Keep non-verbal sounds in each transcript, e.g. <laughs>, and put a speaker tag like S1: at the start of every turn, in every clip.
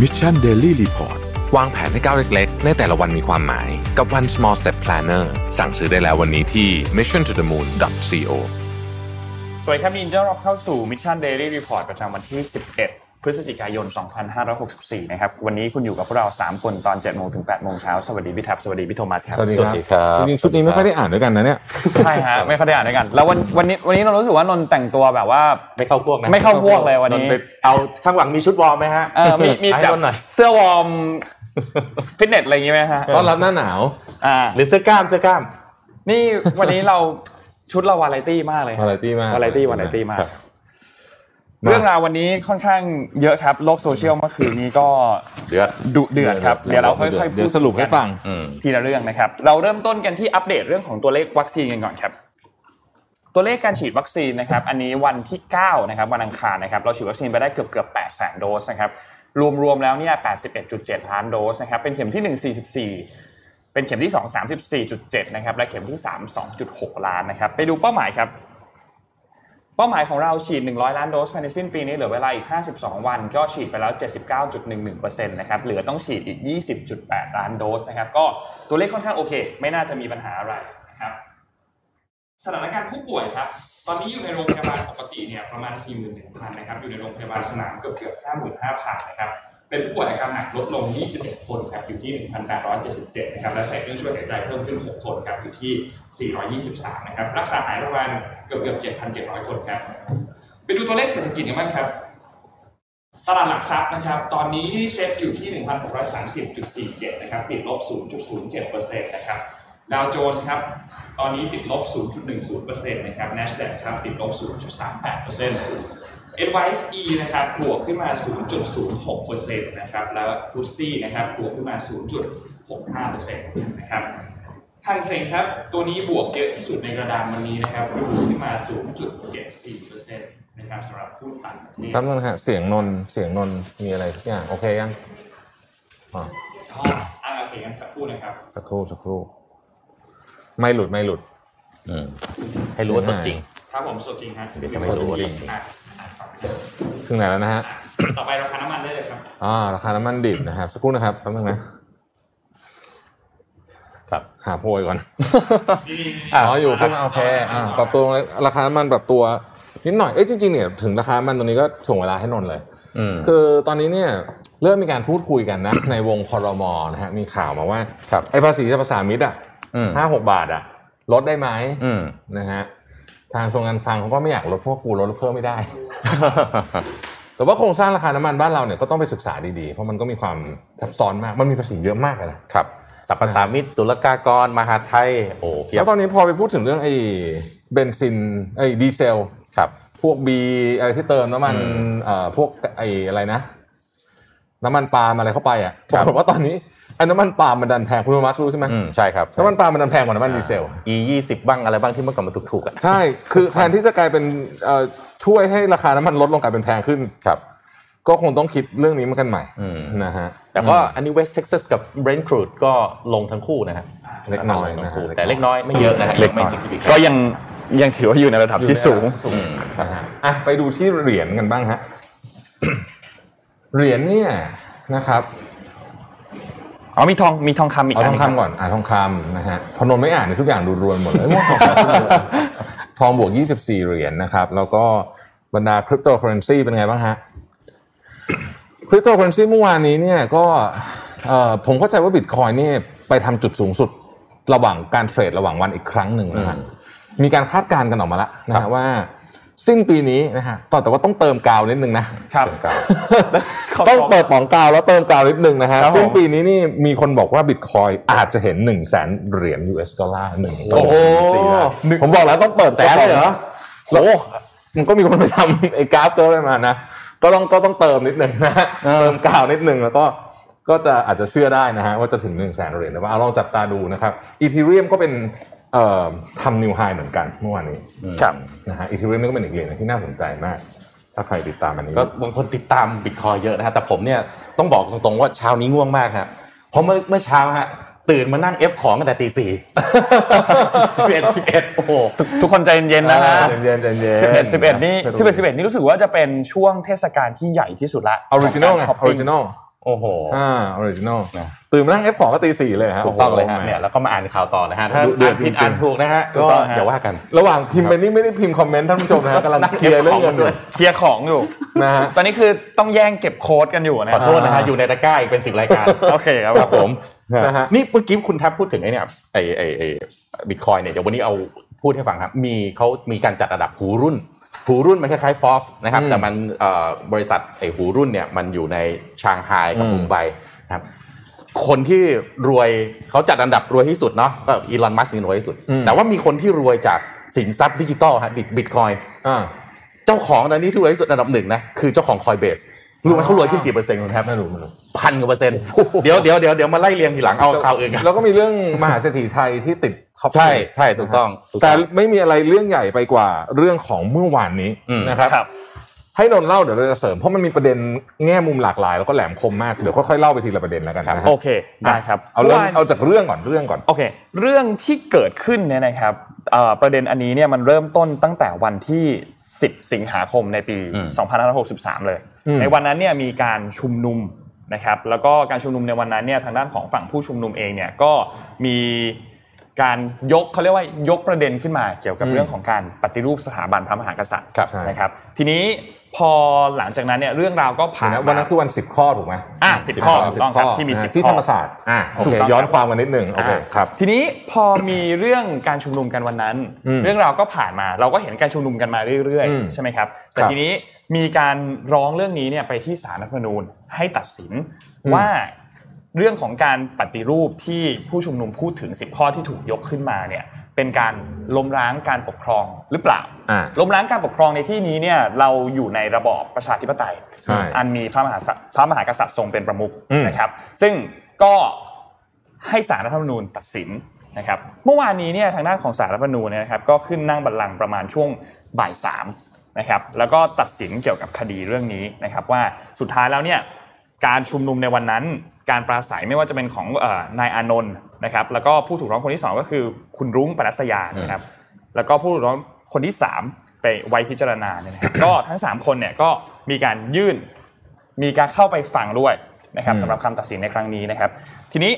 S1: Mission Daily Report
S2: วางแผนให้ก้าวเล็กๆ ในแต่ละวันมีความหมายกับ One Small Step Planner สั่งซื้อได้แล้ววันนี้ที่ mission to the moon co
S3: สวัสดีครับยินดีต้อนรับเข้าสู่ Mission Daily Report ประจำวันที่ 11 พฤศจิกายน 2564 นะครับ วันนี้คุณอยู่กับพวกเรา 3 คนตอน 7 โมงถึง 8 โมงเช้า สวัสดีพี่แท็บสวัสดีพี่โทมัสครับ
S2: สวัสดีครับจริงๆชุดนี้ไม่ค่อยได้อ่านด้วยกันนะเนี่ย
S3: ใช่ฮะ ไม่ค่อยได้อ่านด้วยกัน แล้ววันวันนี้วันนี้เรารู้สึกว่านนท์แต่งตัวแบบว่า
S4: ไม่เข้าพวกนะ
S3: ไม่เข้าพวกเลยวันนี้
S4: โดไปเอาข้างหลังมีชุดวอร์มไหมฮะ
S2: <laughs>
S3: เออมีมี
S4: ให้
S3: แบบ
S4: โดนหน่อย
S3: เสื้อวอร์มฟิตเนสอะไรอย่างงี้ไหมฮะ
S2: ตอนรับหน้าหนาว
S3: อ่า
S4: หรือเสื้อกล้ามเสื้อกล้าม
S3: นี่วันนี้เราชุดเราวาไรตี้มากเลยฮะ
S2: Variety มาก
S3: วาไรตี้วาไรตี้มาก
S4: ครับ
S3: เรื่องราววันนี้ค่อนข้างเยอะครับโลกโซเชียลเมื่อคืนนี้ก็
S4: เดือด
S3: ดุเดือดครับ เดี๋ยวเราค่อยๆ
S2: เดี๋ยว
S3: พู
S2: สรุปให้ฟัง
S3: ทีละเรื่องนะครับ เราเริ่มต้นกันที่อัปเดตเรื่องของตัวเลขวัคซีนกันก่อนครับ ตัวเลขการฉีดวัคซีนนะครับ อันนี้วันที่9นะครับวันอังคารนะครับ เราฉีดวัคซีนไปได้เกือบเกือบ8แสนโดสนะครับ รวมๆแล้วเนี่ย81.7 ล้านโดสนะครับ เป็นเข็มที่ 1 44 เป็นเข็มที่ 2 34.7 นะครับ และเข็มที่ 3 2.6 ล้านนะครับ ไปดูเป้าหมายครับ เป้าหมายของเราฉีด 100 ล้านโดสภายในสิ้นปีนี้เหลือเวลาอีก 52 วัน ก็ฉีดไปแล้ว 79.11%นะครับ เหลือต้องฉีดอีก 20.8 ล้านโดสนะครับ ก็ตัวเลขค่อนข้างโอเค ไม่น่าจะมีปัญหาอะไรนะครับ สถานการณ์ผู้ป่วยครับ ตอนนี้อยู่ในโรงพยาบาลปกติเนี่ยประมาณ 41,000 นะครับ อยู่ในโรงพยาบาลสนามเกือบเกือบ55,000 นะครับ เป็นผู้ป่วยอาการหนักลดลง 21 คนครับ อยู่ที่ 1,877 นะครับ และใส่เครื่องช่วยหายใจเพิ่มขึ้น 6 คนครับ อยู่ที่ 423 นะครับ รักษาหายประมาณเกือบเกือบ7,700 คนครับ ไปดูตัวเลขเศรษฐกิจกันบ้างครับ ตลาดหลักทรัพย์นะครับ ตอนนี้เซ็ตอยู่ที่ 1,630.47 นะครับ ปิดลบ 0.07%นะครับ ดาวโจนส์ครับ ตอนนี้ติดลบ 0.10%นะครับ NASDAQ ครับ ติดลบ 0.38% NYSE นะครับ บวกขึ้นมา 0.06%นะครับ แล้ว f u t s e นะครับ บวกขึ้นมา 0.65%นะครับ ทางเซ็งครับ ตัวนี้บวกเยอะที่สุดในกระดานวันนี้นะครับบวกขึ้นมา 0.74%นะครับสำหรับหุ้นต่างประเทศ
S2: ครับนั่นฮะเสียงนนท์เสียงนนท์มีอะไรทุกอย่าง โอเคยังอ๋อ
S3: อ๋ออ่าโอเคงั้นสักครู่นะครับ
S2: สักครู่สักครู่ ไม่หลุดไม่หลุด
S4: ให้รู้ว่าสดจริง
S3: ครับผมสดจริงฮะเป็น
S4: ยังไม่รู้ว่าสดจริง
S3: อ่ะ
S2: ถึงไหนแล้วนะฮะ
S3: ต่อไปราคาน้ำมันได้เลยครับ
S2: อ่าราคาน้ำมันดิบนะครับ สักครู่นะครับแป๊บนึงนะครับ หาโพยก่อน
S3: นี่
S2: อ๋ออยู่ขึ้นมาโอเคอ่าปรับตัวลงเลยราคาน้ำมันปรับตัวนิดหน่อยเอ้ยจริงๆเนี่ยถึงราคาน้ำมันตรงนี้ก็ถ่วงเวลาให้นนท์เลย
S4: อืม
S2: คือตอนนี้เนี่ยเริ่มมีการพูดคุยกันนะ <coughs> ในวงคอรมอนะฮะมีข่าวมาว่า
S4: ครับ
S2: ไอ้ภาษีสรรพสามิตอ่ะ
S4: อืม
S2: ห้าหกบาทอ่ะ ลดได้ไหม
S4: อืม
S2: นะฮะทางกระทรวงการคลังเขาก็ไม่อยากลดเพราะวกกูลดเพิ่ม
S4: <laughs>
S2: ไม่ได้ แต่ว่าโครงสร้างราคาน้ำมันบ้านเราเนี่ยก็ต้องไปศึกษาดีๆ เพราะมันก็มีความซับซ้อนมากมันมีภาษีเยอะมากเลยนะครับ
S4: สรรพสามิตศุลกากร มหาดไทย โอ้เพีย
S2: แล้
S4: บ
S2: วตอนนี้พอไปพูดถึงเรื่องไอ้เบนซินไอ้ดีเซล
S4: ครับ
S2: พวกบีอะไรที่เติมน้ำมัน
S4: อืม
S2: เอ่อพวกไอ้อะไรนะ น้ำมันปาล์มอะไรเข้าไปอ่ะป
S4: ครั
S2: รา
S4: บ
S2: กฏว่าตอนนี้ไอ้น้ำมันปาล์มมันดันแพงคุณธรรมัสรู้ใช่ไหม
S4: อืมใช่ครับ
S2: น้ำมันปาล์มมันดันแพงกว่าน้ำมันดีเซล
S4: อียี่สิบบ้างอะไรบ้างที่เมื่อก่อนมันถูกๆอ่ะ
S2: ใช่ คือแทนที่จะกลายเป็นเอ่อช่วยให้ราคาน้ำมันลดลงกลายเป็นแพงขึ้น
S4: ครับ
S2: ก็คงต้องคิดเรื่องนี้มันกันใหม่
S4: อืม
S2: นะฮะ
S4: แต่ก็อันนี้เวสเท็กซัสกับเบรนท์ครูดก็ลงทั้งคู่นะฮะ
S2: เล็กน้อยนะฮะ
S4: แต่เล็กน้อยไม่เยอะนะฮะ
S3: เล็กน้อย
S4: ไม่ significant
S3: ก็ยังยังถือว่าอยู่ในระดับที่สูง
S2: อืมนะฮะอ่ะไปดูที่เหรียญกันบ้างฮะ <coughs> เหรียญเนี่ยนะครับ
S3: อ๋อมีทองมีทองคำอีก
S2: เอา
S3: น
S2: ทอง
S3: หนึ่
S2: คำก่อนอ่าทองคำนะฮะพอนนท์ไม่อ่านเนี่ยทุกอย่างดูรวนหมด <laughs> เลยทองคำทองบวก 24 เหรียญนะครับ แล้วก็บรรดาคริปโตเคอเรนซีเป็นไงบ้างฮะ <coughs> คริปโตเคอเรนซีเมื่อวานนี้เนี่ยก็เอ่อผมเข้าใจว่าบิตคอยนี่ไปทำจุดสูงสุดระหว่างการเทรดระหว่างวันอีกครั้งหนึ่งนะฮะมีการคาดการณ์กันออกมาแล้วนะฮะว่าสิ้นปีนี้นะฮะต่อแต่ว่าต้องเติมกาวนิดนึงนะ
S3: ครับ
S2: ต้องเปิดปองกาวแล้วเติมกาวนิดนึงนะฮะ
S3: ครับผม
S2: ซึ่งปีนี้นี่มีคนบอกว่าบิตคอยอาจจะเห็น1นึ่งแสนเหรียญ US ดอลลาร์หนึ่ง
S4: โอ้โห
S2: สี่ล้านผมบอกแล้วต้องเปิด
S4: แสนเลยเหรอ
S2: โอ้โหมันก็มีคนไปทำไอ้กราฟเกิร์ลมานะก็ต้องก็ต้องเติมนิดนึงนะฮะ
S4: เออ
S2: เติมกาวนิดนึงแล้วก็ก็จะอาจจะเชื่อได้นะฮะว่าจะถึง1นึ่งแสนเหรียญแต่ว่าเอาลองจับตาดูนะครับอีทีเรียมก็เป็นเอ่อทำนิวไฮเหมือนกันเมื่อวานนี้
S3: ครับ
S2: นะฮะอีทีเรียมนี่ก็เป็นอีกเหรียญหนึ่งที่น่าสนใจมาก ถ้าใครติดตามอันนี้
S4: ก็บางคนติดตามบิตคอยเยอะนะฮะแต่ผมเนี่ยต้องบอกตรงๆว่าเช้านี้ง่วงมากฮะเพราะเมื่อเมื่อเช้าฮะตื่นมานั่งเอฟของตั้งแต่ตีสี่ สิบเอ็ดสิบเอ็ดโอ้โห
S3: ทุกคนใจเย็นๆนะฮะ
S2: เย็นเย็นเย็นเย็น
S3: สิบเอ็ดสิบเอ็ดนี่สิบเอ็ดสิบเอ็ดนี่รู้สึกว่าจะเป็นช่วงเทศกาลที่ใหญ่ที่สุดละ
S2: ออริจินอลไง
S3: ข
S2: ออริจินอล
S4: โอ้โห
S2: อ่าออริจินอล
S4: นะ
S2: ตื่นมานั่ง F2 ก็ตีสี่เลยฮะ
S4: ถูกต้องเลยฮะ
S2: โโห
S4: เนี่ยแล้วก็มาอ่านข่าวต่อนะฮะถ้า
S2: ดูเดือ
S4: อ่า
S2: ด
S4: นผิ
S2: จริ
S4: ด
S2: งๆ
S4: อ่านถูกนะฮะ
S5: ถู
S4: ก็
S5: กต้องฮะ
S4: อย่าว่ากัน
S2: ระหว่างพิมพ์ไปนี่ไม่ได้พิมพ์คอมเมนต์ท่านผู้ชม
S4: <laughs>
S2: นะฮะกำลังเคลียร์เรื่องเงินอยู่
S5: เคลียร์ของอยู่
S2: นะฮะ
S5: ตอนนี้คือต้องแย่งเก็บโค้ดกันอยู่นะ
S4: ขอโทษนะฮะ
S2: อ่า
S4: อยู่ในตะกร้าอีกเป็นสิบรายการ
S5: <laughs> โอเคครับ
S4: ครับผม
S2: นะฮะ
S4: นี่เมื่อกี้คุณแทับพูดถึงไอ้เนี่ยไอ้ไอ้ไอ้บิตคอยเนี่ยเดี๋ยววันนี้เอาพูดให้ฟังครับ มีเขามีการจัดระดับหูรุ่น หูรุ่นมันคล้ายๆฟอฟนะครับ
S2: อืม
S4: แต่มันเอ่อบริษัทไอ้หูรุ่นเนี่ยมันอยู่ในชางไฮกับ
S2: อืม
S4: มุมไบนะครับ คนที่รวยเขาจัดอันดับรวยที่สุดเนาะก็อีลอนมัสก์นี่รวยที่สุด แต่ว่ามีคนที่รวยจากสินทรัพย์ดิจิตอลฮะบิตคอย
S2: อ่า
S4: เจ้าของตอนนี้ที่รวยที่สุดอันดับหนึ่งนะคือเจ้าของคอยเบสรู้ไหมเขารวยขึ้นกี่เปอร์เซ็นต์คุณแทบ
S2: ไม่รู้ไม่รู้
S4: พันกว่าเปอร์เซ็นต์เดี๋ยวเดี๋ยวเดี๋ยวเดี๋ยวมาไล่เรียงทีหลังเอาข่าวอื่นกัน
S2: แล้วก็มีเรื่องมหาเศรษฐีไทยที่ติดท็อป
S4: ใช่
S2: 10
S4: ใช่ถูกต้องถูก
S2: แต่
S4: อง
S2: ไม่มีอะไรเรื่องใหญ่ไปกว่าเรื่องของเมื่อวานนี้
S4: อืม
S2: นะครับ
S5: ครับ
S2: ให้นนท์เล่าเดี๋ยวเราจะเสริมเพราะมันมีประเด็นแง่มุมหลากหลายแล้วก็แหลมคมมากเดี๋ยวค่อยๆเล่าไปทีละประเด็นแล้วกันนะฮะ
S5: โอเคได้ครับ
S2: เอาเรื่อง
S5: มื่วาน
S2: เอาจากเรื่องก่อนเรื่องก่อน
S5: โอเค เรื่องที่เกิดขึ้นเนี่ยนะครับเอ่อประเด็นอันนี้เนี่ยมันเริ่มต้นตั้งแต่วันที่ 10 สิงหาคมในปี
S4: อืม
S5: 2563 เลย
S2: อืม
S5: ในวันนั้นเนี่ยมีการชุมนุมนะครับ แล้วก็การชุมนุมในวันนั้นเนี่ยทางด้านของฝั่งผู้ชุมนุมเองเนี่ยก็มีการยกเขาเรียกว่ายกประเด็นขึ้นมาเกี่ยวกับเรื่องของการปฏิรูปสถาบันพระมหากษัตริย์
S4: ครับ
S2: ใช่
S5: นะครับ ทีนี้พอหลังจากนั้นเนี่ยเรื่องราวก็ผ่าน
S2: เดี๋ยวนะ
S5: มา
S2: วันนั้นคือวันสิบข้อถูกไหม
S5: อ่ะสิบข้อ
S2: วัน
S5: ถูกต้องครับที่มี
S2: นะ
S5: สิบ
S2: ที่
S5: ข้
S2: ธร
S5: อ
S2: รมศาสตร์อ่าโอเค
S5: ถูกต้อง
S2: ย้อนความมานิดหนึ่งโอเคครับ
S5: ทีนี้พอมีเรื่องการชุมนุมกันวันนั้น
S2: อืม
S5: เรื่องราวก็ผ่านมา เราก็เห็นการชุมนุมกันมาเรื่อย
S2: อืม
S5: ๆ ใช่ไหมครับ แต่
S2: ครับ
S5: ทีนี้มีการร้องเรื่องนี้เนี่ยไปที่สารรัฐธรรมนูญให้ตัดสิน
S2: อืม
S5: ว่าเรื่องของการปฏิรูปที่ผู้ชุมนุมพูดถึง 10 ข้อที่ถูกยกขึ้นมาเนี่ยเป็นการล้มล้างการปกครองหรือเปล่า
S2: อ่า
S5: ล้มล้างการปกครองในที่นี้เนี่ยเราอยู่ในระบอบประชาธิปไตย
S2: ใช่
S5: อันมีพระมหาสัตพระมหากษัตริย์ทรงเป็นประมุข
S2: อืม
S5: นะครับ ซึ่งก็ให้สารรัฐธรรมนูญตัดสินนะครับ เมื่อวานนี้เนี่ยทางด้านของสารรัฐธรรมนูญเนี่ยนะครับ ก็ขึ้นนั่งบัลลังก์ประมาณช่วงบ่ายสามนะครับ แล้วก็ตัดสินเกี่ยวกับคดีเรื่องนี้นะครับว่าสุดท้ายแล้วเนี่ยการชุมนุมในวันนั้น การปราศัยไม่ว่าจะเป็นของเอ่อนายอานนท์นะครับ แล้วก็ผู้ถูกร้องคนที่สองก็คือคุณรุ้งปนัสยานะครับ แล้วก็ผู้ร้องคนที่ 3 ไปไว้พิจารณาเนี่ยนะครับ ก็ทั้ง 3 คนเนี่ยก็มีการยื่นมีการเข้าไปฟังด้วยนะครับ
S2: อืม
S5: สำหรับคำตัดสินในครั้งนี้นะครับ ทีนี้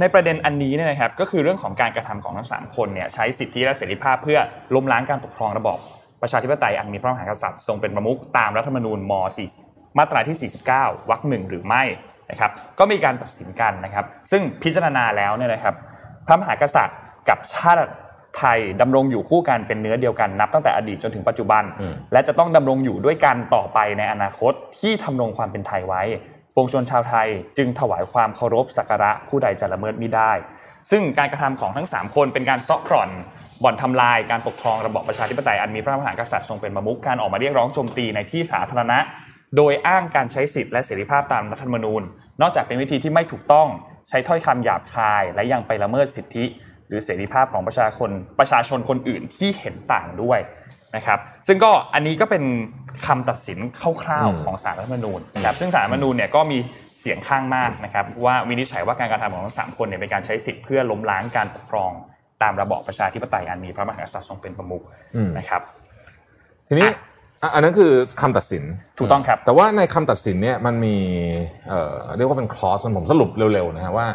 S5: ในประเด็นอันนี้เนี่ยนะครับก็คือเรื่องของการกระทำของทั้ง 3 คนเนี่ยใช้สิทธิและเสรีภาพเพื่อล้มล้างการปกครองระบอบประชาธิปไตยอันมีพระมหากษัตริย์ทรงเป็นประมุขตามรัฐธรรมนูญม .4 มาตราที่ 49 วรรคหนึ่งหรือไม่นะครับก็มีการตัดสินกันนะครับ ซึ่งพิจารณาแล้วเนี่ยนะครับ พระมหากษัตริย์กับชาติไทยดำรงอยู่คู่กันเป็นเนื้อเดียวกันนับตั้งแต่อดีตจนถึงปัจจุบัน
S4: อืม
S5: และจะต้องดำรงอยู่ด้วยกันต่อไปในอนาคตที่ทำรงความเป็นไทยไว้ปวงชนชาวไทยจึงถวายความเคารพสักการะผู้ใดจะละเมิดมิได้ ซึ่งการกระทำของทั้ง 3 คนเป็นการเซาะกร่อนบ่อนทำลายการปกครองระบอบประชาธิปไตยอันมีพระมหากษัตริย์ทรงเป็นประมุขการออกมาเรียกร้องโจมตีในที่สาธารณะ โดยอ้างการใช้สิทธิและเสรีภาพตามรัฐธรรมนูญ นอกจากเป็นวิธีที่ไม่ถูกต้องใช้ถ้อยคำหยาบคาย และยังไปละเมิดสิทธิ หรือเสรีภาพของประชาชนประชาชนคนอื่นที่เห็นต่างด้วยนะครับ ซึ่งก็อันนี้ก็เป็นคำตัดสินคร่าวๆของสารรัฐธรรมนูญนะครับซึ่งสารรัฐธรรมนูญเนี่ยก็มีเสียงข้างมากนะครับ ว่าวินิจฉัยว่าการกระทำของทั้งสามคนเนี่ยเป็นการใช้สิทธิเพื่อล้มล้างการปกครองตามระบอบประชาธิปไตยอันมีพระมหากษัตริย์ทรงเป็นประมุข
S2: อืม
S5: นะครับ
S2: ทีนี้
S5: อ่ะ
S2: อ่ะอันนั้นคือคำตัดสิน
S5: ถูกต้องครับ
S2: แต่ว่าในคำตัดสินเนี่ยมันมีเอ่อเรียกว่าเป็นคลอสผมสรุปเร็วๆนะฮะว่า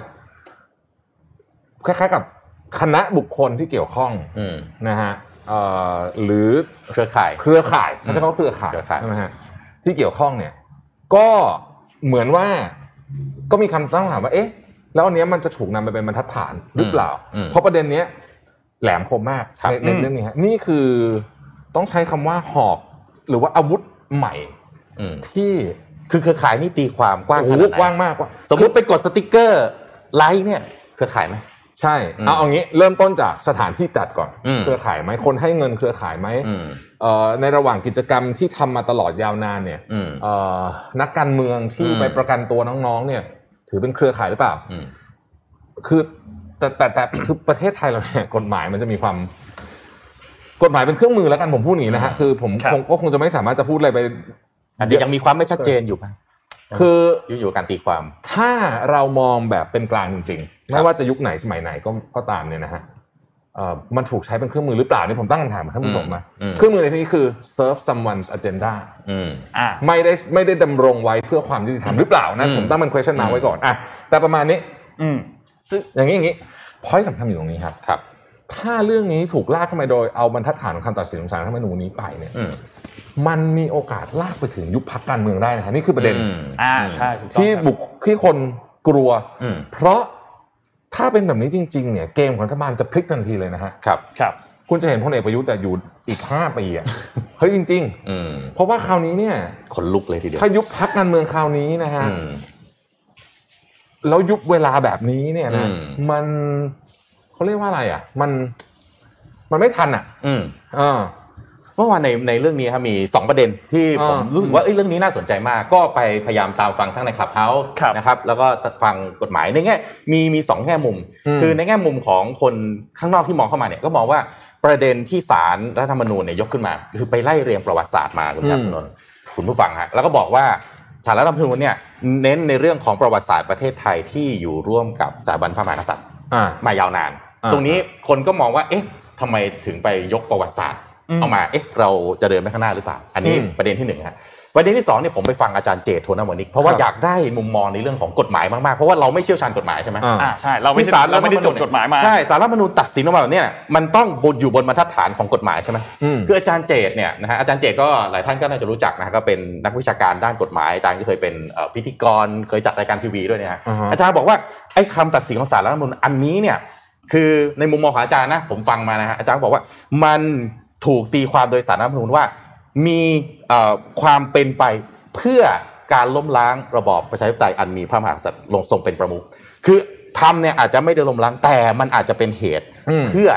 S2: คล้ายๆกับคณะบุคคลที่เกี่ยวข้อง
S4: อืม
S2: นะฮะเอ่อหรือ
S4: เครือข่าย
S2: เครือข่าย
S4: อืม
S2: เขาใช้คำว่าเครือข่าย
S4: เครือข่าย
S2: นะฮะที่เกี่ยวข้องเนี่ย ก็เหมือนว่าก็มีคำตั้งคำถามว่า เอ๊ะ แล้วอันเนี้ยมันจะถูกนำไปเป็นบรรทัดฐานหรือเปล่า
S4: อืม
S2: เพราะประเด็นเนี้ยแหลมคมมาก
S4: ครับ
S2: ในในเรื่องนี้ฮะนี่คือต้องใช้คำว่าหอกหรือว่าอาวุธใหม่
S4: อืม
S2: ที่
S4: คือเครือข่ายนี่ตีความกว้างข
S2: โอ้โห
S4: นาดไห
S2: กว้าง
S4: น
S2: มากกว่า
S4: สมมติไปกดสติกเกอร์ไลค์เนี่ย เครือข่ายไหม
S2: ใช่
S4: อืม
S2: เอาเอางี้เริ่มต้นจากสถานที่จัดก่อน
S4: อืม
S2: เครือข่ายไหมคนให้เงินเครือข่ายไหม
S4: อืม
S2: เอ่อในระหว่างกิจกรรมที่ทำมาตลอดยาวนานเนี่ย
S4: อืม
S2: เอ่อนักการเมืองที่
S4: อืม
S2: ไปประกันตัวน้องๆ เนี่ย ถือเป็นเครือข่ายหรือเปล่า
S4: อืม
S2: คือแต่แต่แต่แต่คือประเทศไทยเราเนี่ยกฎหมายมันจะมีความ กฎหมายเป็นเครื่องมือแล้วกันผมพูดอย่างนี้นะฮะคือผม
S5: ครับ
S2: คงก็คงจะไม่สามารถจะพูดอะไรไป
S4: อาจจะยังมีความไม่ชัดเจนอยู่ป่ะ
S2: คือ
S4: อยู่อยู่การตีความ
S2: ถ้าเรามองแบบเป็นกลางจริงๆ
S4: ครั
S2: ไม่
S4: บ
S2: ว่าจะยุคไหนสมัยไหนก็ก็ตามเนี่ยนะฮะ เอ่อมันถูกใช้เป็นเครื่องมือหรือเปล่านี่ผมตั้งคำถามกับท่านผู้ชมนะ
S4: อืม
S2: เครื่องมือในที่นี้คือ serve someone's agenda
S4: อืม
S5: อ่า
S2: ไม่ได้ไม่ได้ดำรงไว้เพื่อความยุติธรรมหรือเปล่านะ
S4: อืม
S2: ผมตั้งเป็น question mark ไว้ก่อนอ่ะแต่ประมาณนี้
S5: อืม
S2: ซึ่งอย่างนี้อย่างนี้ point สำคัญอยู่ตรงนี้ครับ
S4: ครับ
S2: ถ้าเรื่องนี้ถูกลากเข้ามาโดยเอาบรรทัดฐานของคำตัดสินของศาลรัฐธรรมนูญนี้ไปเนี่ย
S4: อืม
S2: มันมีโอกาสลากไปถึงยุบพักการเมืองได้นะฮะนี่คือประเด็น
S4: อืม
S5: อ่าใช่ถูกต้อง
S2: ที่
S5: ครับ
S2: บุกที่คนกลัว
S4: อืม
S2: เพราะถ้าเป็นแบบนี้จริง ๆ เนี่ยเกมของรัฐบาลจะพลิกทันทีเลยนะฮะ
S4: ครับ
S5: ครับ
S2: คุณจะเห็นพลเอกประยุทธ์อะอยู่อีกห้าปีอะเฮ้ยจริง
S4: อืม
S2: ๆ เพราะว่าคราวนี้เนี่ย
S4: ขนลุกเลยทีเดียว
S2: ถ้ายุบพักการเมืองคราวนี้นะฮะ
S4: อืม
S2: แล้วยุบเวลาแบบนี้เนี่ยนะ
S4: อืม
S2: มันเขาเรียกว่าอะไรอ่ะ มันมันไม่ทันอ่ะ
S4: อืม
S2: เออ
S4: เมื่อวานในในเรื่องนี้ครับมี 2 ประเด็นที่
S2: อ่า
S4: ผมรู้สึกว่าเอ้ยเรื่องนี้น่าสนใจมาก ก็ไปพยายามตามฟังทั้งในคลับเฮาส์
S5: ครับ
S4: นะครับแล้วก็ฟังกฎหมายในแง่มีมีสองแง่มุม
S2: อืม
S4: คือในแง่มุมของคนข้างนอกที่มองเข้ามาเนี่ยก็มองว่าประเด็นที่ศาลรัฐธรรมนูญเนี่ยยกขึ้นมา คือไปไล่เรียงประวัติศาสตร์มาคุณครับ
S2: อืม
S4: คุณนนท์คุณผู้ฟังฮะแล้วก็บอกว่าศาลรัฐธรรมนูญเนี่ยเน้นในเรื่องของประวัติศาสตร์ประเทศไทยที่อยู่ร่วมกับสถาบันพระมหากษัตริย์
S2: อ่า
S4: มายาวนาน
S2: อ่า
S4: ตรงนี้คนก็มองว่า เอ๊ะทำไมถึงไปยกประวัติศาสตร์
S5: อืม
S4: เอามา เอ๊ะ เราจะเดินไปข้างหน้าหรือเปล่า อันนี้ประเด็นที่หนึ่งฮะ ประเด็นที่สองเนี่ยผมไปฟังอาจารย์เจตโทนาวนิก เพราะว่าอยากได้มุมมองในเรื่องของกฎหมายมาก ๆ เพราะว่าเราไม่เชี่ยวชาญกฎหมายใช่ไหม
S2: อ่า
S5: อ่าใช่ เราไม่
S4: ที่
S5: ได้
S4: ศล
S5: เราไม่ได้
S4: ฐ
S5: จ
S4: ธ
S5: ด
S4: นูญ
S5: กฎหมายมา
S4: ใช่สารรัฐธรรมนูญตัดสินออกมาแบบเนี้ยมันต้องบนอยู่บนบรรทัดฐานของกฎหมายใช่ไหม
S2: อืม
S4: คืออาจารย์เจตเนี่ยนะฮะอาจารย์เจตก็หลายท่านก็น่าจะรู้จักนะฮะก็เป็นนักวิชาการด้านกฎหมายอาจารย์ก็เคยเป็นเอ่อพิธีกรเคยจัดรายการทีวีด้วยเนี่ยฮะ
S2: อ่าฮะ
S4: อาจารย์บอกว่าไอ้คำตัดสินของศาลรัฐธรรมนูญอันนี้เนี่ยคือในมุมมองของอาจารย์นะผมฟังมานะฮะอาจารย์บอกว่ามันถูกตีความโดยศาลรัฐธรรมนูญว่า มีเอ่อความเป็นไปเพื่อการล้มล้างระบอบประชาธิปไตยอันมีพระมหากษัตริย์ทรงเป็นประมุขคือทำเนี่ยอาจจะไม่ได้ล้มล้างแต่มันอาจจะเป็นเหตุ
S2: อืม
S4: เพื่อ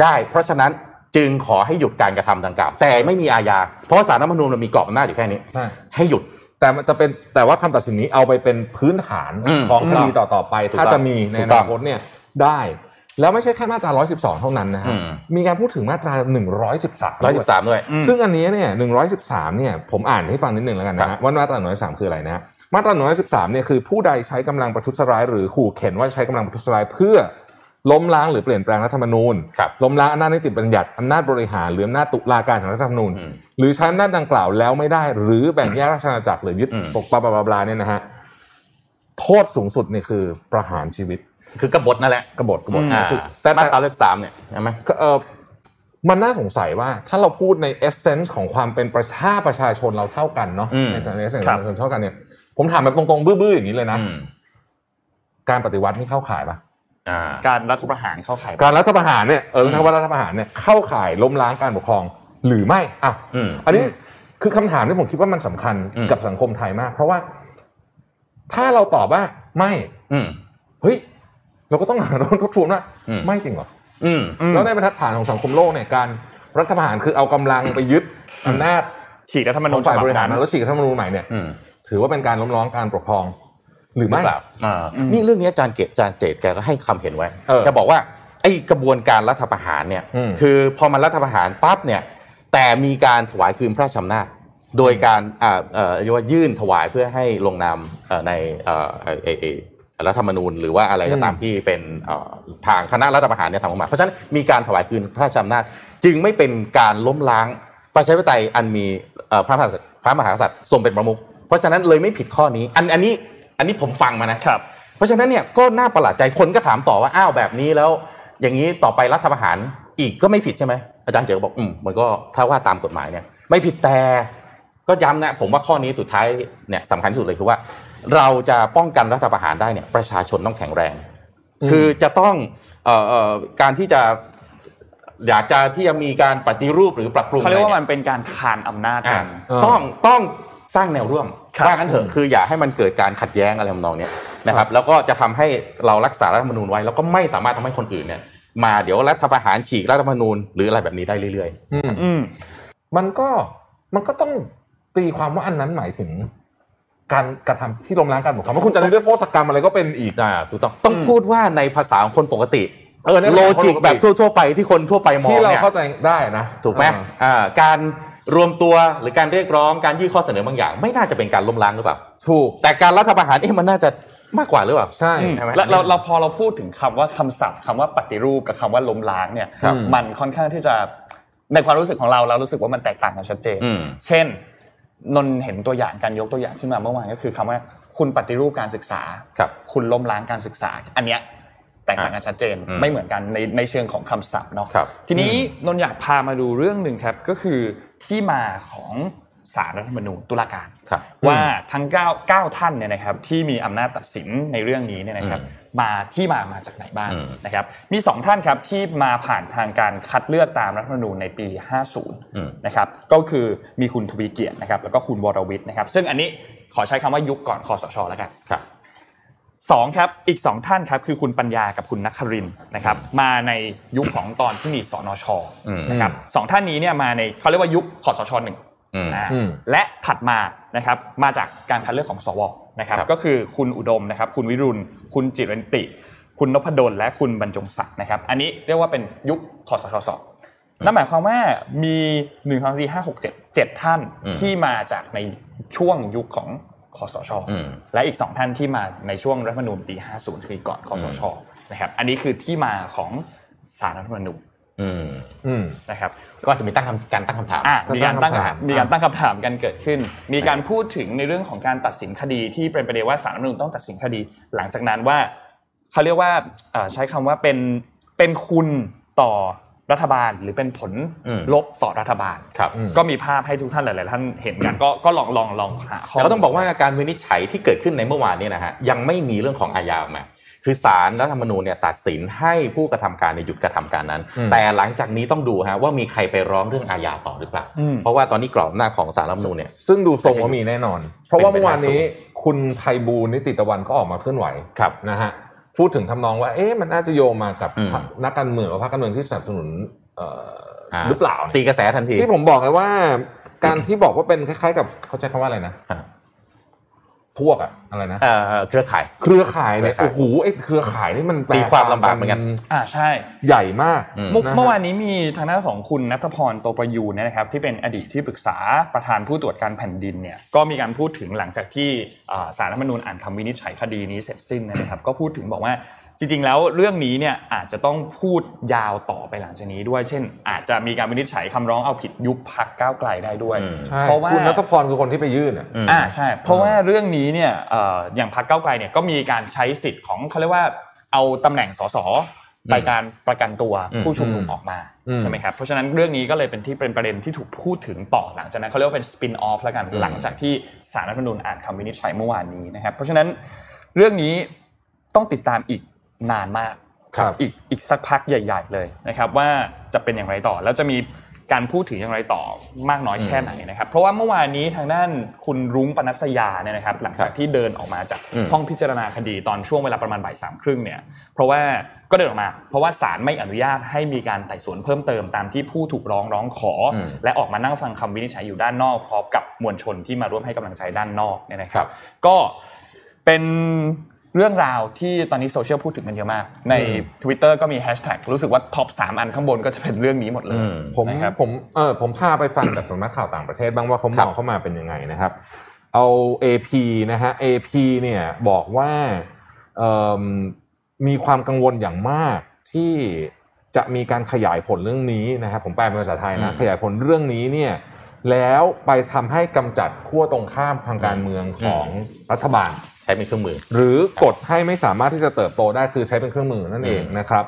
S4: ได้ เพราะฉะนั้นจึงขอให้หยุดการกระทำดังกล่าว แต่ไม่มีอาญา เพราะว่าสารรัฐธรรมนูญมันมีกรอบอำนาจอยู่แค่นี้
S2: ใช่
S4: ให้หยุด
S2: แต่มันจะเป็นแต่ว่าคำตัดสินนี้เอาไปเป็นพื้นฐาน
S4: อืม
S2: ของ
S4: ถู
S2: ค
S4: กต้อง
S2: ดีต่อ ๆ ไป
S4: ถูกต้อง
S2: ถ้าจะมีใน
S4: ถู
S2: อก
S4: ต้อ
S2: นาคต
S4: ง
S2: เนี่ยได้ แล้วไม่ใช่แค่มาตรา 112 เท่านั้นนะฮะ
S4: อืม
S2: มีการพูดถึงมาตรา 113
S4: ร้อยสิบสามด้วย
S5: อืม
S2: ซึ่งอันเนี้ยเนี่ย113 เนี่ย ผมอ่านให้ฟังนิดหนึ่งแล้วกันนะ
S4: ครั
S2: ฮะ
S4: บ
S2: ว่ามาตรา113 คืออะไรนะฮะมาตรา113 เนี่ยคือผู้ใดใช้กำลังประทุษร้าย หรือขู่เข็นว่าใช้กำลังประทุษร้ายเพื่อล้มล้างหรือเปลี่ยนแปลงรัฐธรรมนูญ
S4: ครับ
S2: ล้มล้างอำนาจนิติบัญญัติอำนาจบริหารหรืออำนาจตุลาการของรัฐธรรมนูญ
S4: อืม
S2: หรือใช้อำนาจดังกล่าวแล้วไม่ได้ หรือแบ่งแยกราชอาณาจักรหรือยึด
S4: อืม
S2: ปกปาบลาบลาบลาเนี่ยนะฮะโทษสูงสุดเนี่ยคือประหารชีวิต
S4: คือกบฏนั่นแหละ
S2: กบฏกบฏ
S4: อ่า
S2: คือ
S4: แต่
S2: แต่
S4: มา
S2: แต่
S4: ตราร้อยสิบสามเนี่ยใช่ไหม
S2: เอ่อมันน่าสงสัยว่าถ้าเราพูดในเอเซนส์ของความเป็นประชาประชาชนเราเท่ากันเนาะ
S4: อืม
S2: ในในเอเซนส์ของประชาชนเท่ากันเนี่ยผมถามแบบตรงๆบื้อๆอย่างนี้เลยนะ
S4: อืม
S2: การปฏิวัตินี่เข้าข่ายปะ
S4: อ่า
S5: การรัฐประหารเข้าข่าย
S2: การรัฐประหารเนี่ยเออต้องใช้คำว่ารัฐประหารเนี่ยเข้าข่ายล้มล้างการปกครองหรือไม่อ่ะ
S4: อืม
S2: อันนี้คือคำถามที่ผมคิดว่ามันสำคัญ
S4: อืม
S2: กับสังคมไทยมาก เพราะว่าถ้าเราตอบว่าไม่
S4: อืม
S2: เฮ้ยเราก็ต้องหา <laughs> ทบทวนว่า
S4: อืม
S2: ไม่จริงเหรอ
S4: อืม
S5: อืม
S2: แล้วในบรรทัดฐานของสังคมโลกเนี่ยการรัฐประหารคือเอากำลังไปยึดอำนาจ
S5: ฉีกรัฐธรรม
S2: ข
S5: นู
S2: อ
S5: ญ
S2: งฝ่าย
S5: ฉ
S2: บ
S5: บั
S2: ริหาร
S5: นั้น
S2: แล้วฉีกรัฐธรรมนูญใหม่เนี่ย
S4: อืม
S2: ถือว่าเป็นการล้มล้างการปกครอง หรือ
S4: หรื
S2: ไม่
S4: อเปล่าอ่า
S5: อืม
S4: นี่เรื่องนี้อาจารย์เกตอาจารย์เจตแกก็ให้คำเห็นไว้
S2: เออ
S4: แกบอกว่าไอ้กระบวนการรัฐประหารเนี่ย
S2: อืม
S4: คือพอมันรัฐประหารปั๊บเนี่ย แต่มีการถวายคืนพระราชอำนาจ โดยการอ่าเอ่อเรียกว่ายื่นถวายเพื่อให้ลงนามเอ่อในเอ่อเอ่อเอ่อเอ่อรัฐธรรมนูญ หรือว่าอะไรก็ตาม
S2: อืม
S4: ที่เป็นเอ่อทางคณะรัฐประหารเนี่ยทำออกมา เพราะฉะนั้นมีการถวายคืนพระราชอำนาจ จึงไม่เป็นการล้มล้างประชาธิปไตยอันมีเอ่อพระมหากษัตริย์พระมหากษัตริย์ทรงเป็นประมุขเพราะฉะนั้นเลยไม่ผิดข้อนี้อันอันนี้อันนี้ผมฟังมานะ
S5: ครับ
S4: เพราะฉะนั้นเนี่ยก็น่าประหลาดใจคนก็ถามต่อว่าอ้าวแบบนี้แล้ว อย่างนี้ต่อไปรัฐประหารอีกก็ไม่ผิดใช่ไหมอาจารย์เจ๋อก็บอกอืมมันก็ถ้าว่าตามกฎหมายเนี่ย ไม่ผิดแต่ก็ย้ำนะผมว่าข้อนี้สุดท้ายเนี่ยสำคัญที่สุดเลยคือว่า เราจะป้องกันรัฐประหารได้เนี่ยประชาชนต้องแข็งแรง คือจะต้องเอ่อเอ่อการที่จะอยากจะที่จะมีการปฏิรูปหรือปรับปรุง
S5: เขาเรียก
S4: อะไร
S5: ว่า
S4: นี่
S5: มันเป็นการคานอำนาจ
S4: อ่ะ
S5: กัน
S2: เออ
S4: ต้องต้องสร้างแนวร่วม
S5: ครับ
S4: ว่ากันเถอะคืออย่าให้มันเกิดการขัดแย้งอะไรทำนองเนี้ยนะครับแล้วก็จะทำให้เรารักษารัฐธรรมนูญไว้ แล้วก็ไม่สามารถทำให้คนอื่นเนี่ยมาเดี๋ยวรัฐประหารฉีกรัฐธรรมนูญหรืออะไรแบบนี้ได้เรื่อย
S2: อืม
S5: อืม
S2: มันก็มันก็ต้องตีความว่าอันนั้นหมายถึง การกระทำที่ล้มล้างการปกครองว่าคุณจะเรียกด้วยโทษกรรมอะไรก็เป็นอีก
S4: ๆ อ่าถูกต้องต้อง
S5: อืม
S4: พูดว่าในภาษาของคนปกติ
S2: เออในภาษาของคน
S4: โล
S2: ปกติ
S4: จิกแบบทั่ว ๆ ไปที่คนทั่วไปมอง
S2: ที่เรา
S4: เนี่ย
S2: เข้าใจได้นะ
S4: ถูกไหม
S2: เออ
S4: อ่าการ รวมตัวหรือการเรียกร้องการยื่นข้อเสนอบางอย่าง ไม่น่าจะเป็นการล้มล้างหรือเปล่า
S2: ถูก
S4: แต่การรัฐประหารเอ๊ะมันน่าจะมากกว่าหรือเปล่า
S2: ใช่
S5: อืม
S4: ใช่ไหม
S5: แล้วเราเราพอเราพูดถึงคำว่าคำศัพท์คำว่าปฏิรูปกับคำว่าล้มล้างเนี่ย
S2: ครับ
S5: มันค่อนข้างที่จะในความรู้สึกของเราเรารู้สึกว่ามันแตกต่างกันชัดเจน
S4: อืม
S5: เช่นนนท์เห็นตัวอย่างการยกตัวอย่างขึ้นมาเมื่อวานก็คือคำว่าคุณปฏิรูปการศึกษา
S4: ครับ
S5: คุณล้มล้างการศึกษา อันเนี้ยแตกต่างกันชัดเจน
S4: อืม
S5: ไม่เหมือนกันในในเชิงของคำศัพท์เนาะ
S4: ครับ
S5: ทีนี้นนท์อยากพามาดูเรื่องหนึ่งครับก็คือที่มาของสารรัฐธรรมนูญตุลาการ
S4: ครับ
S5: ว่าทั้งเก้าเก้าท่านเนี่ยนะครับ ที่มีอำนาจตัดสินในเรื่องนี้เนี่ยนะครับ มาที่มามาจากไหนบ้าง
S4: อืม
S5: นะครับ มีสองท่านครับที่มาผ่านทางการคัดเลือกตามรัฐธรรมนูญในปี
S4: อืม
S5: 50 นะครับ ก็คือมีคุณทวีเกียรตินะครับ แล้วก็คุณวรวิทย์นะครับ ซึ่งอันนี้ขอใช้คำว่ายุคก่อนคอสชแล้วกัน
S4: ครับ
S5: สองครับอีกสองท่านครับคือคุณปัญญากับคุณนักครินทร์นะครับมาในยุคของตอนที่มีสนช
S4: อืม
S5: นะครับสองท่านนี้เนี่ยมาในเขาเรียกว่ายุคคอสชหนึ่ง
S4: อืม
S5: นะ
S2: อืม
S5: และถัดมานะครับมาจากการคัดเลือกของสวนะครับ
S4: ครับ
S5: ก็คือคุณอุดมนะครับคุณวิรุณ คุณจิรันติ คุณนพดลและคุณบรรจงศักดิ์นะครับอันนี้เรียกว่าเป็นยุคคอสชสองนั่นหมายความว่ามีหนึ่งสองสี่ห้าหกเจ็ดเจ็ดท่านที่มาจากในช่วงยุคของคอสช
S4: อืม
S5: และอีก 2 ท่านที่มาในช่วงรัฐธรรมนูญปี 50 คือก่อนคอสชนะครับ อันนี้คือที่มาของสารรัฐธรรมนูญ
S4: อืม
S2: อืม
S5: นะครับ
S4: ก็อาจจะมีตั้งคำการตั้งคำถาม
S5: อ่ะมีการตั้ง
S2: ตั้งคำถาม
S5: มีการตั้งคำถามกันเกิดขึ้น มีการพูดถึงในเรื่องของการตัดสินคดีที่เป็นประเด็นว่าสารรัฐธรรมนูญต้องตัดสินคดี หลังจากนั้นว่าเขาเรียกว่าเอ่อใช้คำว่าเป็นเป็นคุณต่อรัฐบาล หรือเป็นผล
S4: อืม
S5: ลบต่อรัฐบาล
S4: ครับ
S2: อืม
S5: ก็มีภาพให้ทุกท่านหลาย ๆ ท่านเห็นกันก็ก็ลองลองลองหาข้อ
S4: แต่
S5: มูล
S4: ก็ต้องบอกว่าการวินิจฉัยที่เกิดขึ้นในเมื่อวานเนี้นะฮะยังไม่มีเรื่องของอาญาออกมา คือศาลรัฐธรรมนูญเนี่ยตัดสินให้ผู้กระทำการในยหยุดกระทำการนั้น
S2: อืม
S4: แต่หลังจากนี้ต้องดูฮะว่ามีใครไปร้องเรื่องอาญาต่อหรือเปล่า
S5: อืม
S4: เพราะว่าตอนนี้กรอบหน้าจของศาลรัฐธรรมนูญเนี่ย
S2: ซึ่งดูทรงว่ามีแน่นอน เพราะว่า
S4: เป็น
S2: เมื่อ
S4: ไป
S2: วานนี้
S4: ได้
S2: คุณไพบูลย์นิติตะวันก็ออกมาเคลื่อนไหว
S4: ครับ
S2: นะฮะพูดถึงทำนองว่า เอ๊ะมันน่าจะโยงมากับ
S4: อืม
S2: พรรคนักการเมืองหรือพรรคการเมืองที่สนับสนุนเอ่ออา หรือเปล่าเนี่ย
S4: ตีกระแสทันที
S2: ที่ผมบอกไงว่า การที่บอกว่าเป็นคล้ายๆ กับเขาใช้คำว่าอะไรนะ
S4: อ่ะ
S2: พวกอะอะไรนะ
S4: เอ่อเครือข่าย
S2: เครือข่ายเนี่ย
S4: เครือ
S2: โอ้
S4: ข่าย
S2: โหไอ้เครือข่ายนี่มันแป
S4: ตีความลำบากเหมือนกัน
S5: อ่าใช่
S2: ใหญ่มาก
S4: อืม
S5: เมื่อ
S2: นะฮะ
S5: เมื่อวานนี้มีทางด้านของคุณนัทพรโตประยูนเนี่ยนะครับที่เป็นอดีตที่ปรึกษาประธานผู้ตรวจการแผ่นดินเนี่ยก็มีการพูดถึงหลังจากที่อ่าสารรัฐธรรมนูญอ่านคำวินิจฉัยคดีนี้เสร็จสิ้นนะครับ ก็พูดถึงบอกว่าจริง ๆ แล้วเรื่องนี้เนี่ยอาจจะต้องพูดยาวต่อไปหลังจากนี้ด้วย เช่น อาจจะมีการวินิจฉัยคำร้องเอาผิดยุบพักก้าวไกลได้ด้วย
S4: อืม
S2: ใช่
S5: เพราะว่า
S2: คุณนัทพรคือคนที่ไปยื่นอ่ะ
S4: อืม
S5: อ่าใช่ เพราะว่าเรื่องนี้เนี่ยเอ่ออย่างพรรคก้าวไกลเนี่ยก็มีการใช้สิทธิ์ของเขาเรียกว่าเอาตำแหน่งสสไปการประกันตัว
S4: อืม
S5: ผู้ชุมนุมออกมา
S2: อืม
S5: ใช่ไหมครับเพราะฉะนั้นเรื่องนี้ก็เลยเป็นที่เป็นประเด็นที่ถูกพูดถึงต่อหลังจากนั้นเขาเรียกว่าเป็นสปินออฟแล้วกันหลังจากที่สารรัฐธรรมนูญอ่านคำวินิจฉัยเมื่อวานนี้นะครับ เพราะฉะนั้นเรื่องนี้ต้องติดตามอีกนานมาก
S2: ครับ
S5: อีกอีกสักพักใหญ่ ๆ เลยนะครับว่าจะเป็นอย่างไรต่อแล้วจะมีการพูดถึงอย่างไรต่อมากน้อยแค่ไหนนะครับเพราะว่าเมื่อวานนี้ทางด้านคุณรุ้งปนัสยาเนี่ยนะครับ หลังจากที่เดินออกมาจาก
S4: อืม
S5: ห้องพิจารณาคดีตอนช่วงเวลาประมาณบ่ายสามครึ่งเนี่ยเพราะว่าก็เดินออกมา เพราะว่าศาลไม่อนุญาตให้มีการไต่สวนเพิ่มเติมตามที่ผู้ถูกร้องร้องขออและออกมานั่งฟังคำวินิจฉัยอยู่ด้านนอกพร้อมกับมวลชนที่มาร่วมให้กำลังใจด้านนอกเนี่ยนะครับ ก็เป็นเรื่องราวที่ตอนนี้โซเชียลพูดถึงกันเยอะมาก ใน Twitter ก็มีแฮชแท็กรู้สึกว่าท็อปสามอันข้างบนก็จะเป็นเรื่องนี้หมดเล
S4: อื
S5: ย
S4: ม
S2: ผม
S5: นะครับ
S2: ผมเออผมพาไปฟังจากสำนักข่าวต่างประเทศบ้างว่าเขามองเข้ามาเป็นยังไงนะครับ เอา AP นะฮะ AP เนี่ยบอกว่าเอิ่มมีความกังวลอย่างมากที่จะมีการขยายผลเรื่องนี้นะครับผมแปลเป็นภาษาไทยนะ
S4: อืม
S2: ขยายผลเรื่องนี้เนี่ยแล้วไปทำให้กำจัดขั้วตรงข้ามทางการเมืองของ
S4: อื
S2: รัฐบาล
S4: ใช้เป็นเครื่องมือ
S2: หรือกดให้ไม่สามารถที่จะเติบโตได้คือใช้เป็นเครื่องมือนั่นเอง
S4: อืม
S2: นะครับ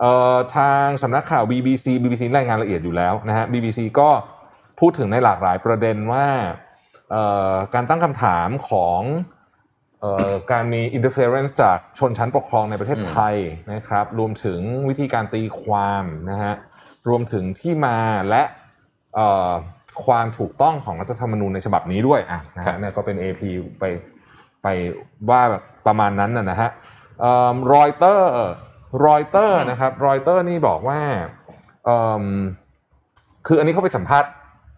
S2: เอ่อทางสำนักข่าว BBC BBC รายงานละเอียดอยู่แล้วนะฮะ BBC ก็พูดถึงในหลากหลายประเด็นว่าเอ่อการตั้งคำถามของเอ่อการมี interference จากชนชั้นปกครองในประเทศไทยนะครับ รวมถึงวิธีการตีความนะฮะรวมถึงที่มาและเอ่อความถูกต้องของรัฐธรรมนูญในฉบับนี้ด้วยอ่ะนะฮะเนี่ยก็เป็น AP ไป ไปว่าแบบประมาณนั้นนะนะฮะรอยเตอร์รอยเตอร์นะครับรอยเตอร์นี่บอกว่าเอิ่มคืออันนี้เขาไปสัมภาษณ์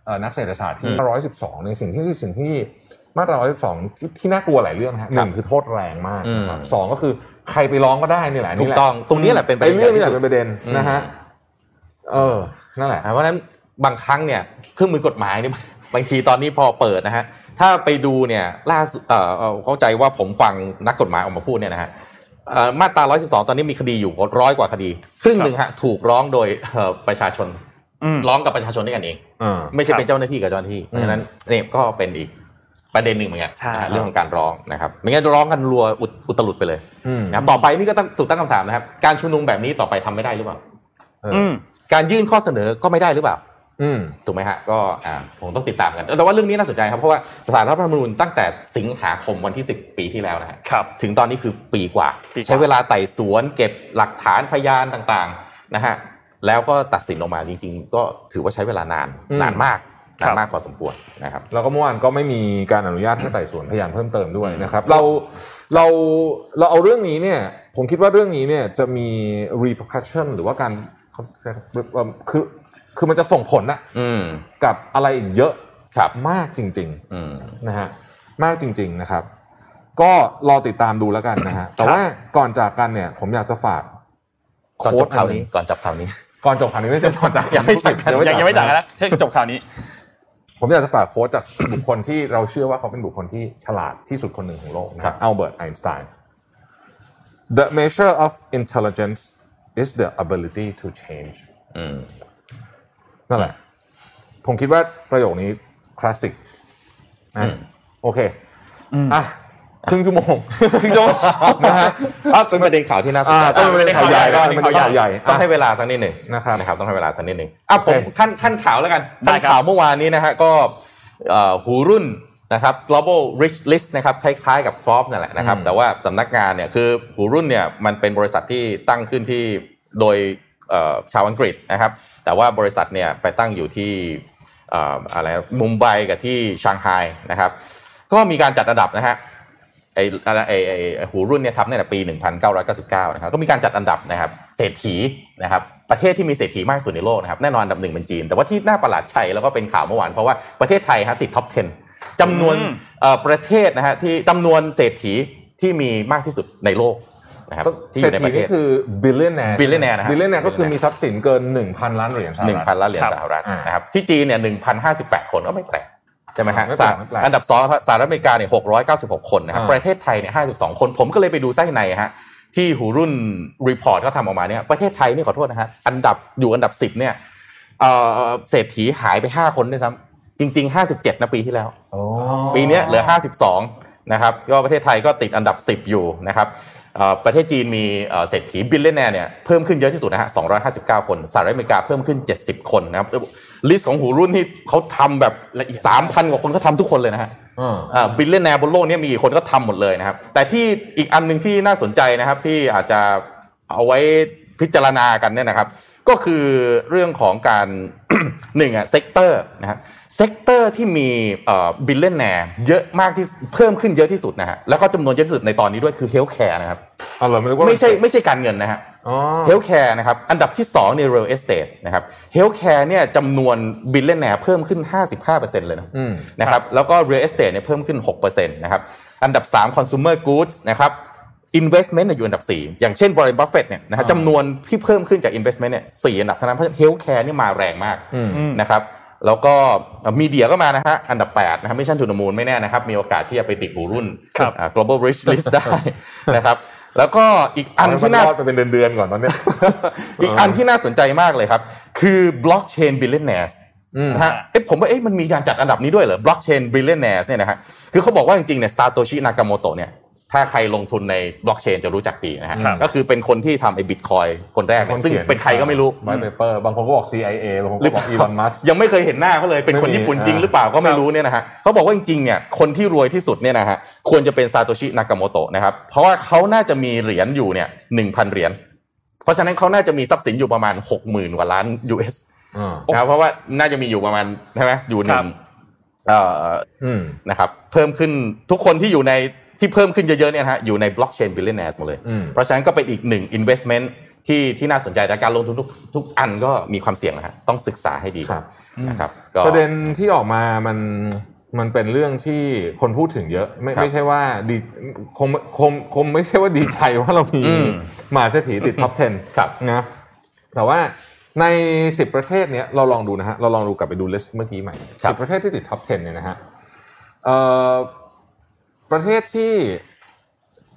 S2: เอ่อนักเศรษฐศาสตร์ที่112ในสิ่งที่สิ่งที่มาตรา112ที่ที่น่ากลัวหลายเรื่องนะฮะหนึ่งคือโทษแรงมากนะครับ
S4: อืม
S2: สองก็คือใครไปร้องก็ได้นี่แหละ
S4: ถู
S2: นี่
S4: ก
S2: แหละ
S4: ต้องตรงนี้แหละเป็นประ
S2: ไอ้
S4: เด็น
S2: เรื่องนี่
S4: ที่
S2: แห
S4: สุ
S2: ละ
S4: ด
S2: เป็นประเด็นนะฮะเออนั่นแหละ
S4: อ่าเพราะฉะนั้น บางครั้งเนี่ยเครื่องมือกฎหมายเนี่ย <laughs> บางทีตอนนี้พอเปิดนะฮะถ้าไปดูเนี่ยล่าสุดเอ่อเอ่อเข้าใจว่าผมฟังนักกฎหมายออกมาพูดเนี่ยนะฮะเอ่อมาตรา 112 ตอนนี้มีคดีอยู่ร้อยกว่าคดี ครึ่งหนึ่งฮะถูกร้องโดยเอ่อประชาชน
S5: อืม
S4: ร้องกับประชาชนด้วยกันเอง
S2: อ่า
S4: ไม่ใช่
S5: ครับ
S4: เป็นเจ้าหน้าที่กับเจ้าหน้าที่เพราะฉะนั้นเนี่ยก็เป็นอีกประเด็นหนึ่งเหมือนกัน
S5: ใช่
S4: นะฮะเรื่องของการร้องนะครับไม่งั้นจะร้องกันรัวอุดอุตลุดไปเลย
S2: อืม
S4: นะครับต่อไปนี่ก็ต้องถูกตั้งคำถามนะครับ การชุมนุมแบบนี้ต่อไปทำไม่ได้หรือเปล่า
S2: เอออ
S5: อืม
S4: การยื่นข้อเสนอก็ไม่ได้หรือเปล่า
S2: อืม
S4: ถูกไหมฮะก็อ่าผมต้องติดตามกัน แต่ว่าเรื่องนี้น่าสนใจครับเพราะว่าสารรัฐธรรมนูญตั้งแต่สิงหาคมวันที่ 10 ปีที่แล้วนะฮะ
S5: ครับ
S4: ถึงตอนนี้คือปีกว่า
S5: ปีกว่า
S4: ใช้เวลาไต่สวนเก็บหลักฐานพยานต่างๆนะฮะแล้วก็ตัดสินออกมาจริง ๆ ก็ถือว่าใช้เวลานาน
S2: อืม
S4: นานมากนานมากพอสมควรนะครับ
S2: แล้วก็เมื่อวานก็ไม่มีการอนุญาตให้ไต่สวนพยานเพิ่มเติมด้วยนะครับ เราเราเราเอาเรื่องนี้เนี่ย ผมคิดว่าเรื่องนี้เนี่ยจะมี repercussion หรือว่าการเขาเอ่อคือคือมันจะส่งผลนะ
S4: อืม
S2: กับอะไรอีกเยอะ
S4: ครับ
S2: มากจริง ๆ
S4: อืม
S2: นะฮะมากจริง ๆนะครับ ก็รอติดตามดูแล้วกันนะฮะแต่ว่าก่อนจากกันเนี่ย ผมอยากจะฝาก
S4: ก่อน
S2: โค้
S4: จ
S2: ด
S4: บข่าว
S2: อั
S4: นี้ก่อนจับข่าวนี้
S2: ก่อนจบข่าวนี้ไม่ใช่ก่อนจาก
S4: ยังไม่จากกัน
S5: ยังยังไม่จากกันนะจบข่าวนี้
S2: ผมอยากจะฝากโค้ดจาก <coughs> บุคคลที่เราเชื่อว่าเขาเป็นบุคคลที่ฉลาดที่สุดคนหนึ่งของโลกนะครับอัลเบิร์ตไอน์สไตน์ The measure of intelligence is the ability to change
S4: อืม
S2: นั่นแหละ ผมคิดว่าประโยคนี้คลาสสิกนะโอเคอ่ะครึ่งชั่วโมง <laughs> ครึ่งชั่ว
S4: <laughs>
S2: โมงนะฮะ
S4: อ้าวเป็นประเด็นข่าวที่น่าสน
S2: อ่า
S4: ใจ
S2: ต้องเป็นประเด็นข่าวใหญ่นะเป็นข่าวใหญ่
S4: ต้อ
S2: อ่ะ
S4: งให้เวลาสักนิดหนึ่ง
S2: นะครับ
S4: นะครับต้องให้เวลาสักนิดหนึ่งอ่ะผม
S2: โอเค
S4: ขั้นขั้นข่าวแล้วกัน
S5: ได้
S4: ขั้น
S5: ครับ
S4: ข่าวเมื่อวานนี้นะฮะก็เอ่อหูรุ่นนะครับ global rich list นะครับคล้ายๆกับ Forbes นั่นแหละนะครับ แต่ว่าสำนักงานเนี่ยคือหูรุ่นเนี่ยมันเป็นบริษัทที่ตั้งขึ้นที่โดยเอ่อชาวอังกฤษนะครับ แต่ว่าบริษัทเนี่ยไปตั้งอยู่ที่เอ่ออะไรมุมไบกับที่ชางไฮนะครับ ก็มีการจัดอันดับนะฮะ ไอ้อะไรไอ้ไอ้ไอ้หูรุ่นเนี่ยทำตั้งแต่ปี 1999 นะครับ ก็มีการจัดอันดับนะครับ เศรษฐีนะครับ ประเทศที่มีเศรษฐีมากที่สุดในโลกนะครับ แน่นอนอันดับหนึ่งเป็นจีน แต่ว่าที่น่าประหลาดใจแล้วก็เป็นข่าวเมื่อวาน เพราะว่าประเทศไทยฮะติดท็อป 10จำนวน
S5: อืม
S4: เอ่อประเทศนะฮะที่จำนวนเศรษฐีที่มีมากที่สุดในโลกนะครับที่อ
S2: เศรษ
S4: ยู่ใน
S2: ฐี
S4: ประเท
S2: นี่
S4: ศ
S2: คือ billionaire
S4: billionaire นะครับ
S2: บิลเลนแนร์ก็คือมีทรัพย์สินเกิน 1,000 ล้านเหรียญสห
S4: หนึ่งพั
S2: รั
S4: น
S2: ฐ
S4: ล้านเหรียญ
S5: ครับ
S4: สหรัฐ
S2: อ่าน
S4: นะครับที่จีนเนี่ยหนึ่งพันห้าสิบแปดคนก็ไม่แปลกใช่ไหมฮะ
S2: ไม่แปลกไม่แปลก
S4: อันดับสองสหรัฐอเมริกาเนี่ยหกร้อยเก้าสิบหกคนนะครับ
S2: อ่า
S4: ประเทศไทยเนี่ยห้าสิบสองคน ผมก็เลยไปดูไส้ในฮะที่หูรุ่นรีพอร์ตเขาทำออกมาเนี่ยประเทศไทยนี่ขอโทษนะฮะอันดับอยู่อันดับสิบเนี่ยเอ่อเศรษฐีหายไปห้าคนด้วยซ้ำจริงๆห้าสิบเจ็ดนะปีที่แล้ว
S2: โอ้
S4: ปีเนี้ยเหลือ 52 นะครับ ก็ประเทศไทยก็ติดอันดับ 10 อยู่นะครับเอ่อประเทศจีนมีเอ่อเศรษฐีบิลเลนแนร์เนี่ยเพิ่มขึ้นเยอะที่สุดนะฮะ 259 คน สหรัฐอเมริกาเพิ่มขึ้น 70 คนนะครับ ลิสต์ของหูรุ่นนี่เขาทำแบบ
S5: ละเอียด
S4: 3,000 กว่าคนก็ทำทุกคนเลยนะฮะ บิลเลนแนร์บนโลกเนี้มีกี่คนก็ทำหมดเลยนะครับ แต่ที่อีกอันหนึ่งที่น่าสนใจนะครับที่อาจจะเอาไว้พิจารณากันเนี่ยนะครับ ก็คือเรื่องของการ <coughs> หนึ่งอะเซกเตอร์นะฮะเซกเตอร์ที่มีบิลเลนแนร์เยอะมากที่เพิ่มขึ้นเยอะที่สุดนะฮะแล้วก็จำนวนเยอะที่สุดในตอนนี้ด้วยคือเฮลท์แคร์นะครับ
S2: เอาเหรอไม่รู้ว่า
S4: ไม่ใช่ไม่ใช่การเงินนะฮะ
S2: อ๋อ
S4: เฮลท์แคร์นะครับอันดับที่ 2 ใน real estate นะครับเฮลท์แคร์เนี่ยจำนวนบิลเลนแนร์เพิ่มขึ้น 55%เลยนะ
S2: อืม
S4: นะครับแล้วก็ real estate เนี่ยเพิ่มขึ้น 6%นะครับอันดับ 3 consumer goods นะครับ investment เนี่ยอยู่อันดับ 4 อย่างเช่น Warren Buffett เนี่ยนะฮะจำนวนที่เพิ่มขึ้นจาก investment เนี่ยสอันดับเท่านั้นเพราะเฮลท์แคร์เนี่ยมาแรงมาก
S2: อืม
S4: นะครับแล้วก็มีเดียก็มานะฮะอันดับ8นะครับไม่ใช่ทุนมูลไม่แน่นะครับมีโอกาสที่จะไปติดหูรุ่น
S5: ครับ
S4: อ่า global rich list ได้นะครับแล้วก็อีกอันที่น่า
S2: มัรอดไปเป็นเดือนๆก่อนตอนเนี้ย
S4: <laughs> อีกอันที่น่าสนใจมากเลยครับ คือบล็อกเชนบิลเลนเนส
S2: อืม
S4: นะฮะเอ๊ะผมว่าเอ๊ะมันมีการจัดอันดับนี้ด้วยเหรอบล็อกเชนบิลเลนเนสเนี่ยนะฮะคือเขาบอกว่าจริงๆเนี่ยซาโตชินากาโมโตะเนี่ยถ้าใครลงทุนในบล็อกเชนจะรู้จักดีนะฮะ
S5: ครับ
S4: ก็คือเป็นคนที่ทำไอ้บิตคอยคนแรกเนี่ยซึ่งเป็นใครก็ไม่รู้
S2: ไวเปเปอร์บางคนก็บอก CIA บางคนก็บอกอีลอนมัส
S4: ยังไม่เคยเห็นหน้าเขาเลยเป็นคน
S2: ไม่มี
S4: ญี่ปุ่นจริง
S2: อ่า
S4: หรือเปล่าก็ไม่รู้เนี่ยนะฮะเขาบอกว่าจริงๆเนี่ยคนที่รวยที่สุดเนี่ยนะฮะควรจะเป็นซาโตชินากาโมโตะนะครับเพราะว่าเขาน่าจะมีเหรียญอยู่เนี่ยหนึ่งพันเหรียญเพราะฉะนั้นเขาน่าจะมีทรัพย์สินอยู่ประมาณหกหมื่นกว่าล้าน US
S2: อ่า
S4: นะครับเพราะว่าน่าจะมีอยู่ประมาณใช่ไหมอยู่หนึ่
S5: ครั
S4: ง
S5: บ
S4: เอ่อ
S2: อืม
S4: นะครับเพิ่มขึ้นทุกคนที่อยู่ในที่เพิ่มขึ้นเยอะๆเนี่ยนะฮะอยู่ในบล็อกเชนบิลเลนเนสหมดเลย
S2: อืม
S4: เพราะฉะนั้นก็เป็นอีกหนึ่ง investment ที่ที่น่าสนใจแต่การลงทุนทุกทุกอันก็มีความเสี่ยงนะฮะต้องศึกษาให้ดี
S2: ครับ
S4: นะครับก็
S2: ประเด็นที่ออกมา มัน มันเป็นเรื่องที่คนพูดถึงเยอะ ไม่
S4: ครับ
S2: ไม่ใช่ว่าดี คง คง คงไม่ใช่ว่าดีใจว่าเรามี
S4: อืม
S2: มหาเศรษฐีติดท็อป
S4: ครับ
S2: 10 นะ แต่ว่า ใน 10 ประเทศเนี้ยเราลองดูนะฮะเราลองดูกลับไปดูลิสต์เมื่อกี้ใหม่สิประเทศที่ติดท็อป 10 เนี่ยนะฮะเอ่อประเทศที่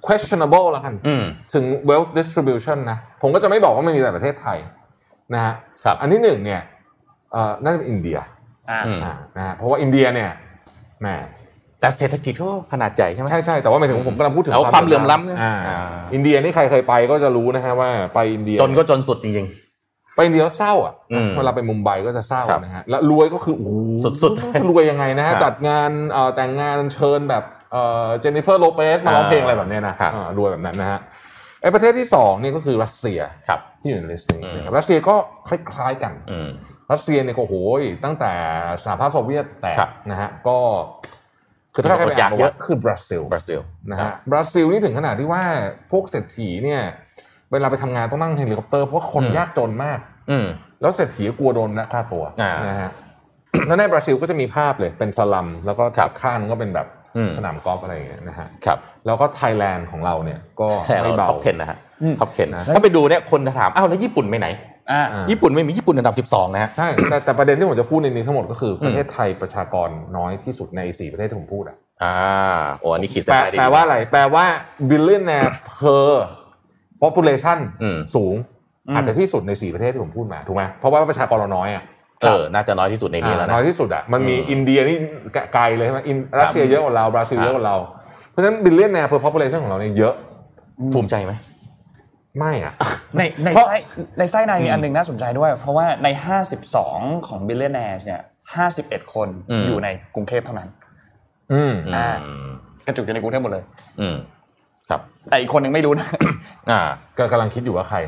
S2: questionable แล้วกัน
S4: อืม
S2: ถึง wealth distribution นะ ผมก็จะไม่บอกว่ามันมีแต่ประเทศไทยนะฮะ
S4: ครับ
S2: อันที่หนึ่งเนี่ยเอ่อน่าจะเป็นอินเดีย
S5: อ่า
S4: อืม
S2: อ่านะฮะเพราะว่าอินเดียเนี่ยแหม
S4: แต่เศรษฐกิจเขาขนาดใหญ่ใช่ไหม
S2: ใช่ใช่แต่ว่าหมายถึงผมกำลังพูดถึง
S4: เอาความเหลื่อมล้ำนะ
S2: อ่า
S4: อ่า
S2: อินเดียนี่ใครเคยไปก็จะรู้นะฮะว่าไปอินเดีย
S4: จนก็จนสุดจริง
S2: ไปอินเดียแล้วเศร้าอ่ะ
S4: อืม
S2: เวลาไปมุมไบก็จะเศร้า
S4: ครับ
S2: นะฮะแล้วรวยก็คือโอ้โห
S4: สุดๆ
S2: จะรวยยังไงนะฮะ
S4: ครับ
S2: จัดงานเอ่อแต่งงานเชิญแบบเอ่อเจนนิเฟอร์โลเปสมาร้องเพลงอะไรแบบเนี้ยนะครับ อ่ารวยแบบนั้นนะฮะไอประเทศที่สองเนี่ยก็คือรัสเซีย
S4: ๆ ครับ
S2: ที่อยู่ในลิสต์นี้นะครับ
S4: อืม
S2: รัสเซียก็คล้ายๆกัน
S4: อืม
S2: รัสเซียเนี่ยก็โอ้โหยตั้งแต่สหภาพโซเวียตแตก
S4: ครับ
S2: นะฮะก็คือถ้าใครไปอ่านประ
S4: เย
S2: วั
S4: อะ
S2: ติคือบราซิล
S4: บราซิล
S2: นะฮะบราซิลนี่ถึงขนาดที่ว่าพวกเศรษฐีเนี่ยเวลาไปทำงานต้องนั่งเฮลิคอปเตอร์เพราะว่าคน
S4: อืม
S2: ยากจนมาก
S4: อืม
S2: แล้วเศรษฐีกลัวโดนนะค่าตัว
S4: อ่า
S2: นะฮะ แล้วในบราซิลก็จะมีภาพเลยเป็นสลัม แล้วก็
S4: ครับ
S2: ข้างก็เป็นแบบ
S4: อืม
S2: สนามกอล์ฟอะไรอย่างเงี้ยนะฮะ
S4: ครับ
S2: แล้วก็ไทยแลนด์ของเราเนี่ยก็
S4: แต่
S2: ไม่
S4: เรา
S2: เบา
S4: ท็อป10 นะฮะ
S5: อืม
S4: ท็อป
S2: นะ
S4: 10 ถ้าไปดูเนี่ยคนจะถาม อ้าว แล้วญี่ปุ่นไปไหน
S5: อ่า
S2: อ่า
S4: ญี่ปุ่นไม่มีญี่ปุ่นอันดับ 12 นะฮะ
S2: ใช่แต่แต่ประเด็นที่ผมจะพูดในนี้ทั้งหมดก็คืออ
S4: ม
S2: ประเทศไทยประชากรน้อยที่สุดในสี่ประเทศที่ผมพูดอะ
S4: อ่าโอ้อันนี้ขีดเส้น
S2: แปล
S4: ใต้ได้ดี
S2: แปลว่าอะไร แปลว่า billionaire per population
S4: อืม
S2: สูง
S5: อืม
S2: อาจจะที่สุดในสี่ประเทศที่ผมพูดมาถูกไหมเพราะว่าประชากรเราน้อยอะ
S4: เออ น่าจะน้อยที่สุดในนี้แล้ว
S2: น้
S4: นะ
S2: อยที่สุดอ่ะมันมี
S4: อืม
S2: อินเดียนี่ไกลเลยใช่ไหมอินรัสเซียเยอะกว่าเราบราซิล
S4: ครับ
S2: เยอะกว่าเรา เพราะฉะนั้นบิลเลียนแนร์ per population ของเราเนี่ยเยอะ
S4: ภูมิใจไหม
S2: ไม่อ่ะ
S5: ในใน
S2: เพราะ
S5: ไส้ในไส้ในมีอันหนึงน่าสนใจด้วย เพราะว่าใน 52 ของ billionaires เนี่ย 51 คน
S4: อืม
S5: อยู่ในกรุงเทพเท่านั้น
S2: อืม
S4: อื
S5: อ่า
S4: ม
S5: กระจุกอยู่ในกรุงเทพหมดเลย
S4: อืม ครับ
S5: แต่อีกคนหนึ่งไม่รู้นะ
S4: อ่า
S2: ก็กำลังคิดอยู่ว่า <laughs> ใคร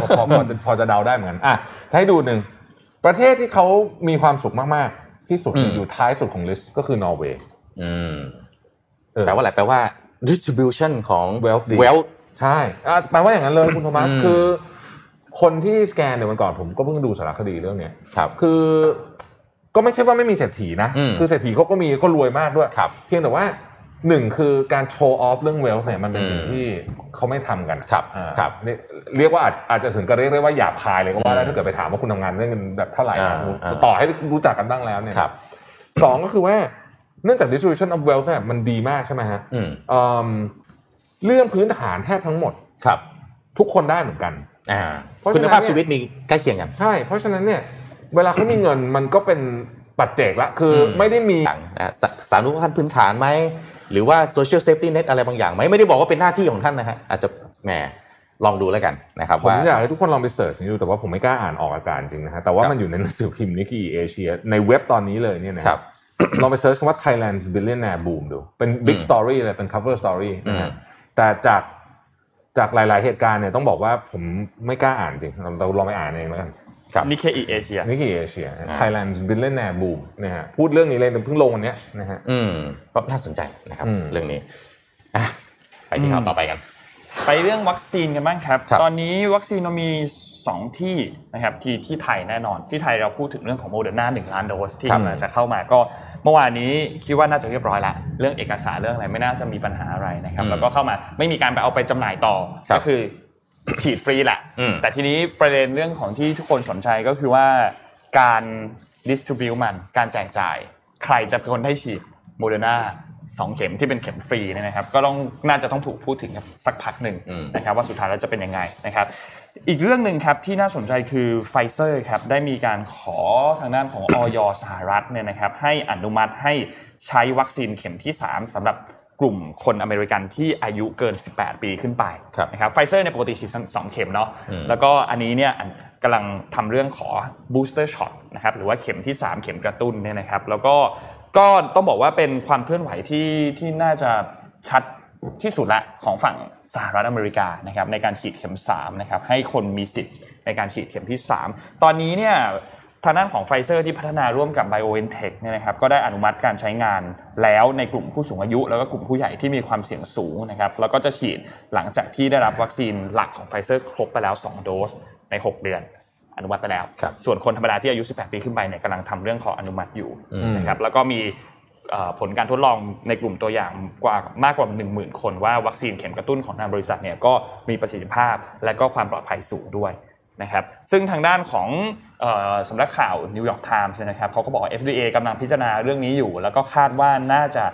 S2: พอพอพอจะพอจะเดาได้เหมือนกันอ่ะจะให้ดูหนึ่งประเทศที่เขามีความสุขมาก ๆ ที่สุด
S4: อืม
S2: อยู่ท้ายสุดของลิสต์ก็คือนอร์เวย์
S4: อืม
S2: เออ
S4: แปลว่าอะไร แปลว่า distribution ของ
S2: Wealth ดี
S4: wealth
S2: ใช่อ่ะแปลว่าอย่างนั้นเลยคุณโทมัส
S4: อืม
S2: คือ คนที่สแกนเนี่ยวันก่อนผมก็เพิ่งดูสารคดีเรื่องเนี้ย
S4: ครับ
S2: คือก็ไม่ใช่ว่าไม่มีเศรษฐีนะ
S4: อืม
S2: คือเศรษฐีเขาก็มีก็รวยมากด้วย
S4: ครับ
S2: เพียงแต่ว่าหนึ่งคือการโชว์ออฟเรื่องเวลเนี่ยมันเป็น
S4: อืม
S2: สิ่งที่เขาไม่ทำกัน
S4: ครับ
S2: อ่า
S4: ครับ
S2: เรียกเรียกว่าอาจอาจจะถึงกับเรียกได้ว่าหยาบคายเลยก็ว่าได้
S4: อืม
S2: ถ้าเกิดไปถามว่าคุณทำงานได้เงินแบบเท่าไหร่นะ
S4: อ่า
S2: สมมติ
S4: อ่า
S2: ต่อให้รู้จักกันบ้างแล้วเนี่ย
S4: ครับ
S2: สองก็คือว่าเนื่องจาก distribution of wealth เนี่ยมันดีมากใช่ไหมฮะ
S4: อืม
S2: เอิ่มเรื่องพื้นฐานแทบทั้งหมด
S4: ครับ
S2: ทุกคนได้เหมือนกัน
S4: อ่า
S2: เพราะฉะนั้
S4: คุ
S2: น
S4: ณภาพ
S2: เนี่ย
S4: ชีวิตมีใกล้เคียงกัน
S2: ใช่ เพราะฉะนั้นเนี่ยเวลาเขามีเงินมันก็เป็นปัจเจกละ คืออ
S4: ม
S2: ไม่ได้มี
S4: ต่างอ่ะสสารรูปขั้นพื้นฐานไหม หรือว่า social safety net อะไรบางอย่างไหมไม่ได้บอกว่าเป็นหน้าที่ของท่านนะฮะ อาจจะแหมลองดูแล้วกันนะครับ
S2: ผม
S4: ว่า
S2: อยากให้ทุกคนลองไปเสิร์ชดูแต่ว่าผมไม่กล้าอ่านออกอากาศจริงนะฮะ แต่ว่า
S4: ครับ
S2: มันอยู่ในหนังสือพิมพ์นิกกี้เอเชียในเว็บตอนนี้เลยเนี่ยนะ
S4: ค
S2: ค
S4: รั
S2: รั
S4: บบ
S2: ลองไปเสิร์ชคำว่า Thailand's Billionaire Boom ดู เป็น Big
S4: อืม
S2: Story เลยเป็น cover story นะ
S4: อื
S2: ฮะ
S4: ม
S2: แต่จากจากหลาย ๆ เหตุการณ์เนี่ยต้องบอกว่าผมไม่กล้าอ่านจริงเราเราลองไปอ่านเองแล้วกัน
S4: ครับ
S5: นิเคอีเอเชีย
S2: นิกกี้เอเชีย Thailand's Billionaire Boom นะฮะพูดเรื่องนี้เลยเพิ่งลงวันเนี้ยนะฮะ
S4: อืมก็น่าสนใจนะครับ
S2: อืม
S4: เรื่องนี้อ่ะไปที่ข่าวต่อไปกัน
S5: ไปเรื่องวัคซีนกันบ้างครับ
S4: ครับ
S5: ตอนนี้วัคซีนเรามี 2 ที่นะครับที่ที่ไทยแน่นอน ที่ไทยเราพูดถึงเรื่องของโมเดอร์นาหนึ่งล้านโดสที่
S4: ครับ
S5: กำลังจะเข้ามาก็เมื่อวานนี้คิดว่าน่าจะเรียบร้อยแล้ว เรื่องเอกสารเรื่องอะไรไม่น่าจะมีปัญหาอะไรนะครับ
S4: อืม
S5: แล้วก็เข้ามาไม่มีการไปเอาไปจำหน่ายต่อ
S4: ครับ
S5: ก็คือ ฉีดฟรีแหละ
S4: อืม
S5: แต่ทีนี้ประเด็นเรื่องของที่ทุกคนสนใจก็คือว่าการดิส r i บิวมัน การแจกจ่าย ใครจะเป็นคนได้ฉีดโมเดอร์นาสองเข็มที่เป็นเข็มฟรีเนี่ยนะครับ ก็ต้องน่าจะต้องถูกพูดถึงสักพักหนึ่ง
S4: อืม
S5: นะครับว่าสุดท้ายแล้วจะเป็นยังไงนะครับ อีกเรื่องหนึ่งครับที่น่าสนใจคือไฟเซอร์ครับได้มีการขอทางด้านของ ออยสหรัฐเนี่ยนะครับให้อนุมัติให้ใช้วัคซีนเข็มที่ 3สำหรับกลุ่มคนอเมริกันที่อายุเกิน 18 ปีขึ้นไป
S4: ครับ
S5: นะครับไฟเซอร์ในยปกติฉีดสองเข็มเนาะ
S4: อืม
S5: แล้วก็อันนี้เนี่ยอันกำลังทำเรื่องขอ booster shot นะครับหรือว่าเข็มที่ 3 เข็มกระตุ้นเนี่ยนะครับแล้วก็ก็ต้องบอกว่าเป็นความเคลื่อนไหวที่ที่น่าจะชัด ที่สุดละของฝั่งสหรัฐอเมริกานะครับในการฉีดเข็ม3นะครับให้คนมีสิทธิ์ในการฉีดเข็มที่ 3 ตอนนี้เนี่ยทางด้านของไฟเซอร์ที่พัฒนาร่วมกับ BioNTech เนี่ยนะครับก็ได้อนุมัติการใช้งานแล้วในกลุ่มผู้สูงอายุ แล้วก็กลุ่มผู้ใหญ่ที่มีความเสี่ยงสูงนะครับแล้วก็จะฉีดหลังจากที่ได้รับวัคซีนหลักของไฟเซอร์ครบไปแล้ว 2 โดสใน 6 เดือน อนุมัติไปแล้ว
S4: ครับ
S5: ส่วนคนธรรมดาที่อายุ 18 ปีขึ้นไปเนี่ยกำลังทำเรื่องขออนุมัติอยู่
S4: อืม
S5: นะครับแล้วก็มีเอ่อผลการทดลองในกลุ่มตัวอย่างกว่ามากกว่า 1 0,000 คนว่าวัคซีนเข็มกระตุ้นของทางบริษัทเนี่ยก็มีประสิทธิภาพและก็ความปลอดภัยสูงด้วย นะครับซึ่งทางด้านของเอ่อสำนักข่าวนิวยอร์กไทมส์นะครับเขาก็บอกว่า FDA กำลังพิจารณาเรื่องนี้อยู่ แล้วก็คาดว่าน่าจะ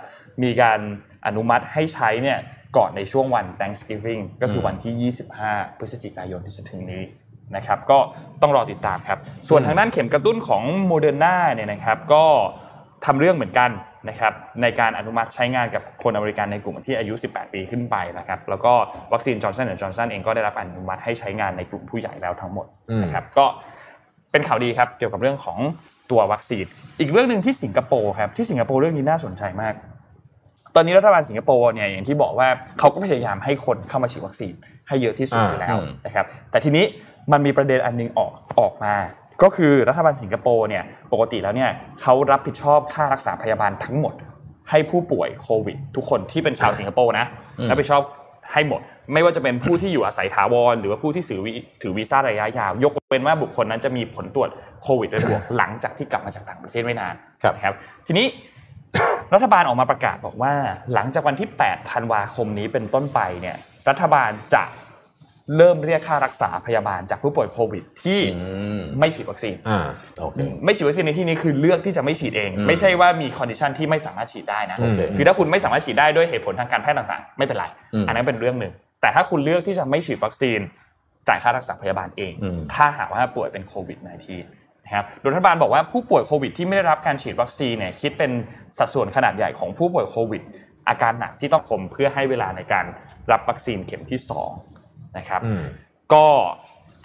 S5: มีการอนุมัติให้ใช้เนี่ยก่อนในช่วงวัน Thanksgiving ก็คือวันที่ 25 พฤศจิกายนที่จะถึงนี้นะครับก็ต้องรอติดตามครับ ส่วนทางด้านเข็มกระตุ้นของโมเดอร์นาเนี่ยนะครับก็ทำเรื่องเหมือนกันนะครับในการอนุมัติใช้งานกับคนอเมริกันในกลุ่มที่อายุ 18 ปีขึ้นไปนะครับแล้วก็วัคซีนจอร์นสันและจอร์นสันเองก็ได้รับอนุมัติให้ใช้งานในกลุ่มผู้ใหญ่แล้วทั้งหมด
S2: อืม
S5: นะครับก็เป็นข่าวดีครับเกี่ยวกับเรื่องของตัววัคซีน อีกเรื่องหนึ่งที่สิงคโปร์ครับที่สิงคโปร์เรื่องนี้น่าสนใจมาก ตอนนี้รัฐบาลสิงคโปร์เนี่ยอย่างที่บอกว่าเขาก็พยายามให้คนเข้ามาฉีดวัคซีนให้เยอะที่สุด
S2: อ่า
S5: อยู่แล้ว
S4: อืม
S5: นะครับแต่ทีนี้มันมีประเด็นอันหนึงออกออกมา ก็คือรัฐบาลสิงคโปร์เนี่ยปกติแล้วเนี่ยเขารับผิดชอบค่ารักษาพยาบาลทั้งหมด ให้ผู้ป่วยโควิด ทุกคนที่เป็นชาวสิงคโปร์นะ
S4: อืม
S5: รับผิดชอบให้หมด ไม่ว่าจะเป็นผู้ที่อยู่อาศัยถาวร หรือว่าผู้ที่ถือวีถือวีซ่าระยะยาว ยกเว้นว่าบุคคลนั้นจะมีผลตรวจโควิดเป็นบวก หลังจากที่กลับมาจากต่างประเทศไม่นาน
S4: ครับ
S5: นะครับ ทีนี้ <coughs> รัฐบาลออกมาประกาศบอกว่า หลังจากวันที่ 8 ธันวาคมนี้เป็นต้นไปเนี่ยรัฐบาลจะเริ่มเรียกค่ารักษาพยาบาลจากผู้ป่วยโควิด ที่
S4: อืม
S5: ไม่ฉีดวัคซีน
S2: อ่า
S4: โอเค
S5: ไม่ฉีดวัคซีนในที่นี้คือเลือกที่จะไม่ฉีดเอง
S4: อืม
S5: ไม่ใช่ว่ามีคอนดิชันที่ไม่สามารถฉีดได้นะ
S2: โอเค
S5: คือถ้าคุณไม่สามารถฉีดได้ด้วยเหตุผลทางการแพทย์ต่างๆ ไม่เป็นไร
S4: อืม
S5: อันนั้นเป็นเรื่องหนึ่ง แต่ถ้าคุณเลือกที่จะไม่ฉีดวัคซีน จ่ายค่ารักษาพยาบาลเอง
S4: อืม
S5: ถ้าหากว่าป่วยเป็นโควิด -19 นะครับโดยรัฐบาลบอกว่าผู้ป่วยโควิดที่ไม่ได้รับการฉีดวัคซีนเนี่ยคิดเป็นสัดส่วนขนาดใหญ่ของผู้ป่วยโควิด อาการหนักที่ต้องคมเพื่อให้เวลาในการรับวัคซีนเข็มที่สองนะครับ
S2: อืม
S5: ก็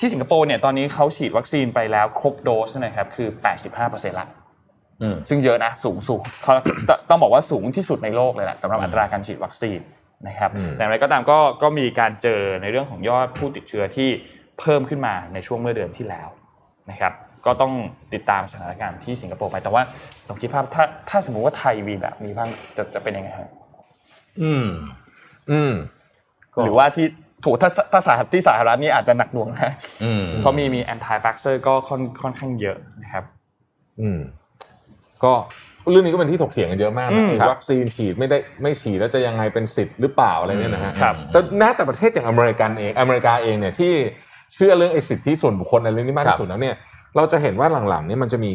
S5: ที่สิงคโปร์เนี่ยตอนนี้เขาฉีดวัคซีนไปแล้วครบโดสนะครับคือ 85%ละ
S4: อืม
S5: ซึ่งเยอะนะสูงสุดเขาตต้องบอกว่าสูงที่สุดในโลกเลยแหละสำหรับอัตราการฉีดวัคซีนนะครับ
S2: อืม
S5: แต่อะไรก็ตามก็ก็มีการเจอในเรื่องของยอดผู้ติดเชื้อที่เพิ่มขึ้นมาในช่วงเมื่อเดือนที่แล้วนะครับก็ต้องติดตามสถานการณ์ที่สิงคโปร์ไปแต่ว่าลองคิดภาพถ้าถ้าสมมุติว่าไทยมีแบบนี้บ้างจะจะเป็นยังไงฮะ
S4: อืม
S2: อืม
S4: ก็
S5: หรือว่าที่ถูกถ้าถ้าสหรัฐที่สหรัฐนี่อาจจะหนักหน่วงนะ
S4: อืม
S5: เพราะมีมีแอนตี้แฟกเซอร์ก็ค่อนค่อนข้างเยอะนะครับ
S2: อืม ก็เรื่องนี้ก็เป็นที่ถกเถียงกันเยอะมากนะ
S5: อืม
S2: ฉีด
S5: ครับ
S2: วัคซีนฉีดไม่ได้ไม่ฉีดแล้วจะยังไงเป็นสิทธิ์หรือเปล่าอะไรเนี่ยนะฮะ
S5: ครับ
S2: แต่แม้แต่ประเทศอย่างอเมริกันเองอเมริกาเองเนี่ยที่เชื่อเรื่องไอ้สิทธิส่วนบุคคลในเรื่องนี้มาก
S4: ครับ
S2: ที่สุดแล้วเนี่ย เราจะเห็นว่าหลังๆเนี่ยมันจะมี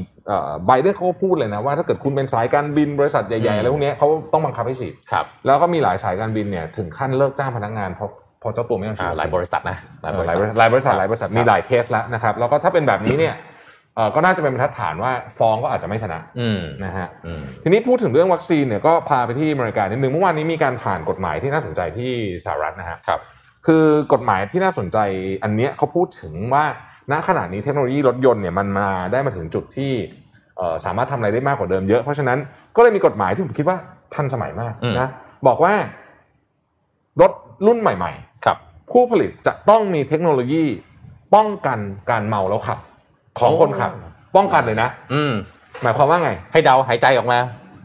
S2: ใบเดนเขาก็พูดเลยนะว่าถ้าเกิดคุณเป็นสายการบินบริษัทใหญ่ๆอะไรพวกเนี้ยเขาต้องบังคับให้ฉีด
S4: ครับ
S2: แล้วก็มีหลายสายการบินเนี่ยถึงขั้นเลิกจ้างพนักงานเพราะเพราะเจ้าตัวไม่ยอมฉี
S4: อ่า
S2: ดวัค
S4: หลา
S2: ซี
S4: ย
S2: น
S4: บริษัทนะหลายบริ
S2: ห
S4: ษั
S2: ลา
S4: ท
S2: ยบริษัทหลายบริษัทหลายบริษัทมีหลายเคสแล้วนะครับ แล้วก็ถ้าเป็นแบบนี้เนี่ยเอ่อก็น่าจะเป็นบรรทัดฐานว่าฟ้องก็อาจจะไม่ชนะ
S4: อืม
S2: นะฮะ
S4: อืม
S2: ทีนี้พูดถึงเรื่องวัคซีนเนี่ยก็พาไปที่อเมริกานิดนึงเมื่อวานนี้มีการผ่านกฎหมายที่น่าสนใจที่สหรัฐนะฮะ
S4: ครับ
S2: คือกฎหมายที่น่าสนใจอันเนี้ยเขาพูดถึงว่าณขณะนี้เทคโนโลยีรถยนต์เนี่ยมันมาได้มาถึงจุดที่เอ่อสามารถทำอะไรได้มากกว่าเดิมเยอะเพราะฉะนั้นก็เลยมีกฎหมายที่ผมคิดว่าทันสมัยมากนะบอกว่ารถรุ่นใหม่ ๆ
S4: ครับ
S2: ผู้ผลิตจะต้องมีเทคโนโลยีป้องกันการเมาแล้วขับ ของคนขับ ป้องกันเลยนะ
S4: อืม
S2: หมายความว่าไง
S4: ให้เดาหายใจออกมา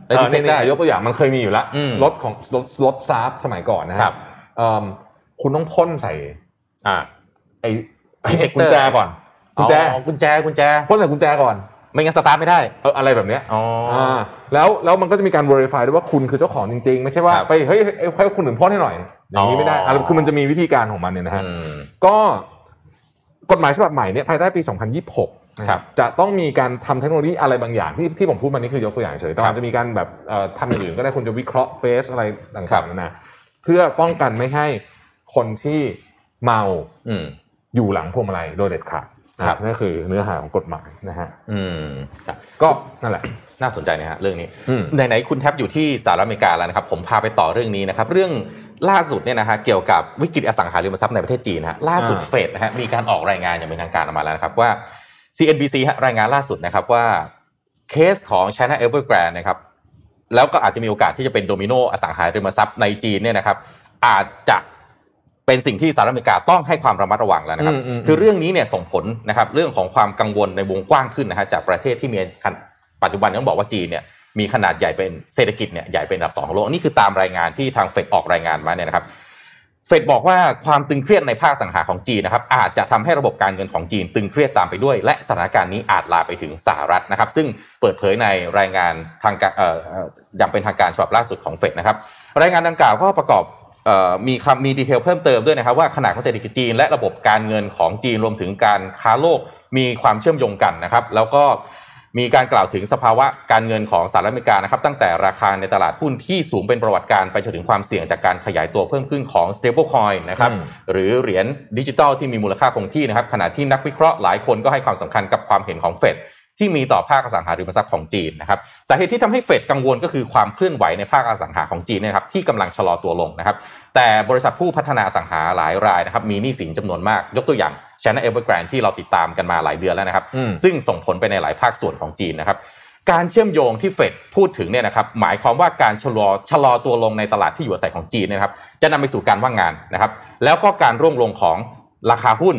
S2: เออ
S4: เท
S2: เนี่ย
S4: คได้
S2: เนี่ยยกตัวอย่างมันเคยมีอยู่แล้ว
S4: อืม
S2: รถของรถรถซาร์ฟสมัยก่อนนะฮะ
S4: ครับ
S2: เอิ่มคุณต้องพ่นใส่
S4: อ่า
S2: ไอ้ไอ้
S4: Detector
S2: กุญแจก่อนกุญแจ
S4: อ๋อกุญแจกุญแจ
S2: พ่นใส่กุญแจก่อน
S4: ไม่งั้นสตาร์ทไม่ได้
S2: เอออะไรแบบเนี้ย
S4: อ๋ออ
S2: าแล้วแล้วมันก็จะมีการ verify ด้วยว่าคุณคือเจ้าของจริง ๆ ไม่ใช่ว่า
S4: ครับ
S2: ไปเฮ้ยให้ให้คนอื่นพ่นให้หน่อยอย่างนี้ไม่ได้
S4: อ๋ออ่
S2: ะคือมันจะมีวิธีการของมันเนี่ยนะฮะ
S4: อืม
S2: ก็กฎหมายฉบับใหม่เนี่ยภายใต้ปี 2026นะครับ จะต้องมีการทำเทคโนโลยีอะไรบางอย่างที่ที่ผมพูดมานี่คือยกตัวอย่างเฉยแต่
S4: ครั
S2: อา
S4: บ
S2: จจะมีการแบบเอ่อทำอย่างอื่นก็ได้คุณจะวิเคราะห์เฟสอะไร
S4: ครั
S2: ต่า
S4: บ
S2: งๆนานาเพื่อป้องกันไม่ให้คนที่เมา
S4: อืม
S2: อยู่หลังพวงมาลัยโดยเด็ดขาดนะครับ นั่นคือเนื้อหาของกฎหมายนะฮะ
S4: อืมครับ
S2: ก็นั่นแหละ
S4: น่าสนใจนะฮะเรื่องนี้
S2: อืม
S4: ไหนๆคุณแทบอยู่ที่สหรัฐอเมริกาแล้วนะครับ ผมพาไปต่อเรื่องนี้นะครับ เรื่องล่าสุดเนี่ยนะฮะเกี่ยวกับวิกฤตอสังหาริมทรัพย์ในประเทศจีนนะฮะล่าสุด
S2: อ่า
S4: เฟดนะฮะมีการออกรายงานอย่างเป็นทางการออกมาแล้วนะครับว่า CNBC ฮะรายงานล่าสุดนะครับว่าเคสของ China Evergrande นะครับแล้วก็อาจจะมีโอกาสที่จะเป็นโดมิโนอสังหาริมทรัพย์ในจีนเนี่ยนะครับ อาจจะเป็นสิ่งที่สหรัฐอเมริกาต้องให้ความระมัดระวังแล้วนะครับ
S2: อืมอืม
S4: คือเรื่องนี้เนี่ยส่งผลนะครับเรื่องของความกังวลในวงกว้างขึ้นนะฮะจากประเทศที่มีขนปัจจุบันต้องบอกว่าจีนเนี่ยมีขนาดใหญ่เป็นเศรษฐกิจเนี่ยใหญ่เป็นอันดับสองของโลกอันนี่คือตามรายงานที่ทางเฟดออกรายงานมาเนี่ยนะครับเฟดบอกว่าความตึงเครียดในภาคสังหาของจีนนะครับอาจจะทำให้ระบบการเงินของจีนตึงเครียดตามไปด้วย และสถานการณ์นี้อาจลามไปถึงสหรัฐนะครับ ซึ่งเปิดเผยในรายงานทางการเอ่อเอ่ออย่างเป็นทางการฉบับล่าสุดของเฟดนะครับ รายงานดังกล่าวก็ประกอบ เอ่อมีคำมีดีเทลเพิ่มเติมด้วยนะครับว่าขนาดของเศรษฐกิจจีนและระบบการเงินของจีนรวมถึงการค้าโลกมีความเชื่อมโยงกันนะครับ แล้วก็มีการกล่าวถึงสภาวะการเงินของสหรัฐอเมริกานะครับ ตั้งแต่ราคาในตลาดหุ้นที่สูงเป็นประวัติการณ์ไปจนถึงความเสี่ยงจากการขยายตัวเพิ่มขึ้นของ stablecoin นะครับ
S2: อืม
S4: หรือเหรียญดิจิทัลที่มีมูลค่าคงที่นะครับขณะที่นักวิเคราะห์หลายคนก็ให้ความสำคัญกับความเห็นของเฟด ที่มีต่อภาคอสังหาริมทรัพย์ของจีนนะครับสาเหตุที่ทำให้เฟดกังวลก็คือความเคลื่อนไหวในภาคอสังหาของจีนเนยนะครับที่กำลังชะลอตัวลงนะครับ แต่บริษัทผู้พัฒนาอสังหาหลายรายนะครับมีหนี้สินจำนวนมาก ยกตัวอย่าง China Evergrande ที่เราติดตามกันมาหลายเดือนแล้วนะครับ
S2: อืม
S4: ซึ่งส่งผลไปในหลายภาคส่วนของจีนนะครับ การเชื่อมโยงที่เฟดพูดถึงเนี่ยนะครับหมายความว่าการชะลอชะลอตัวลงในตลาดที่อยู่อาศัยของจีนเนยนะครับ จะนำไปสู่การว่างงานนะครับ แล้วก็การร่วงลงของราคาหุ้น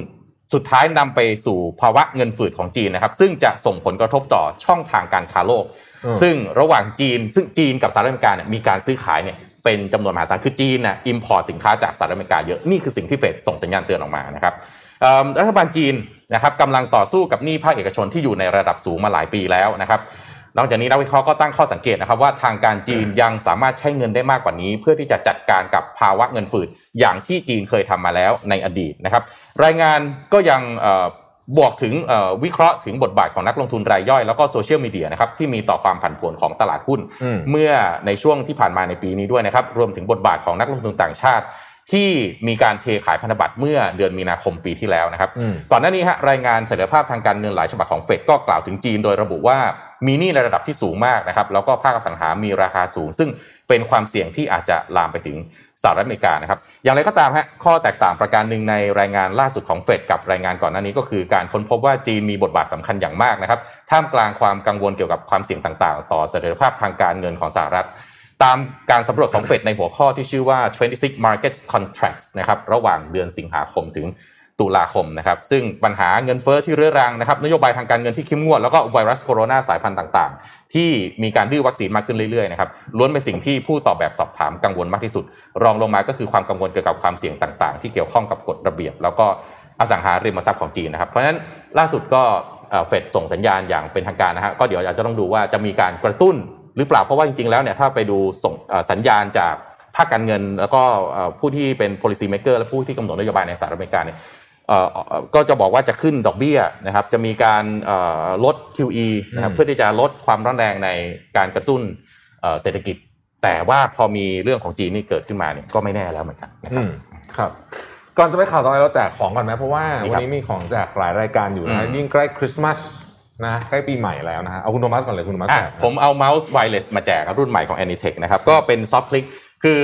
S4: สุดท้ายนำไปสู่ภาวะเงินฝืดของจีนนะครับ ซึ่งจะส่งผลกระทบต่อช่องทางการค้าโลก
S2: อืม
S4: ซึ่งระหว่างจีน ซึ่งจีนกับสหรัฐอเมริกาเนี่ยมีการซื้อขายเนี่ยเป็นจำนวนมหาศาลคือจีนน่ะอิมพอร์ตสินค้าจากสหรัฐอเมริกาเยอะนี่คือสิ่งที่เฟดส่งสัญญาณเตือนออกมานะครับเอิ่มรัฐบาลจีนนะครับกำลังต่อสู้กับหนี้ภาคเอกชนที่อยู่ในระดับสูงมาหลายปีแล้วนะครับ นอกจากนี้นักวิเคราะห์ก็ตั้งข้อสังเกตนะครับว่าทางการจีนยังสามารถใช้เงินได้มากกว่านี้ เพื่อที่จะจัดการกับภาวะเงินฝืดอย่างที่จีนเคยทำมาแล้วในอดีตนะครับ รายงานก็ยังเอ่อบอกถึงเอ่อวิเคราะห์ถึงบทบาทของนักลงทุนรายย่อยแล้วก็โซเชียลมีเดียนะครับที่มีต่อความผันผวนของตลาดหุ้น
S2: อืม
S4: เมื่อในช่วงที่ผ่านมาในปีนี้ด้วยนะครับ รวมถึงบทบาทของนักลงทุนต่างชาติ ที่มีการเทขายพันธบัตรเมื่อเดือนมีนาคมปีที่แล้วนะครับ
S2: อืม
S4: ก่อนหน้านี้ฮะรายงานเสถียรภาพทางการเงินหลายฉบับของเฟดก็กล่าวถึงจีนโดยระบุว่ามีหนี้ในระดับที่สูงมากนะครับ แล้วก็ภาคอสังหามีราคาสูง ซึ่งเป็นความเสี่ยงที่อาจจะลามไปถึงสหรัฐอเมริกานะครับ อย่างไรก็ตามฮะข้อแตกต่างประการหนึ่งในรายงานล่าสุดของเฟดกับรายงานก่อนหน้านี้ก็คือการค้นพบว่าจีนมีบทบาทสำคัญอย่างมากนะครับ ท่ามกลางความกังวลเกี่ยวกับความเสี่ยงต่างๆ ต่อเสถียรภาพทางการเงินของสหรัฐ ตามการสำรวจของเฟดในหัวข้อที่ชื่อว่า 26 market contracts นะครับ ระหว่างเดือนสิงหาคมถึงตุลาคมนะครับ ซึ่งปัญหาเงินเฟ้อที่เรื้อรังนะครับ นโยบายทางการเงินที่เข้มงวด แล้วก็ไวรัสโคโรนาสายพันธุ์ต่างๆ ที่มีการดื้อวัคซีนมากขึ้นเรื่อยๆนะครับ ล้วนเป็นสิ่งที่ผู้ตอบแบบสอบถามกังวลมากที่สุด รองลงมาก็คือความกังวลเกี่ยวกับความเสี่ยงต่างๆ ที่เกี่ยวข้องกับกฎระเบียบ แล้วก็อสังหาริมทรัพย์ของจีนนะครับ เพราะฉะนั้นล่าสุดก็เอ่อเฟดส่งสัญญาณอย่างเป็นทางการนะฮะก็เดี๋ยวอาจจะต้องดูว่าจะมีการกระตุ้น หรือเปล่าเพราะว่าจริงๆ แล้วเนี่ยถ้าไปดูส่งเอ่อสัญญาณจากภาคการเงิน แล้วก็เอ่อผู้ที่เป็น policy maker และผู้ที่กำหนดนโยบายในสหรัฐอเมริกาเนี่ยเอ่อเอ่อก็จะบอกว่าจะขึ้นดอกเบี้ยนะครับจะมีการเอ่อลด QE นะครับ
S2: อืม
S4: เพื่อที่จะลดความร้อนแรงในการกระตุ้นเอ่อเศรษฐกิจ แต่ว่าพอมีเรื่องของจีนนี่เกิดขึ้นมาเนี่ยก็ไม่แน่แล้วเหมือนกันนะครับ
S2: อืมครับ ก่อนจะไปข่าวต่อไปเราแจกของก่อนไหมเพราะว่า
S4: ดี
S2: วั
S4: ครั
S2: น
S4: บ
S2: นี้มีของแจกหลายรายการอยู่นะ
S4: อืม
S2: ยิ่งใกล้คริสต์มาสนะใกล้ปีใหม่แล้วนะฮะเอาคุณโทมัสก่อนเลยคุณโทมัส
S4: อ่ะ
S2: แจกนะ
S4: ผมเอาเมาส์ไวเลสมาแจกครับรุ่นใหม่ของ Anitech นะครับก็เป็นซอฟต์คลิกคือ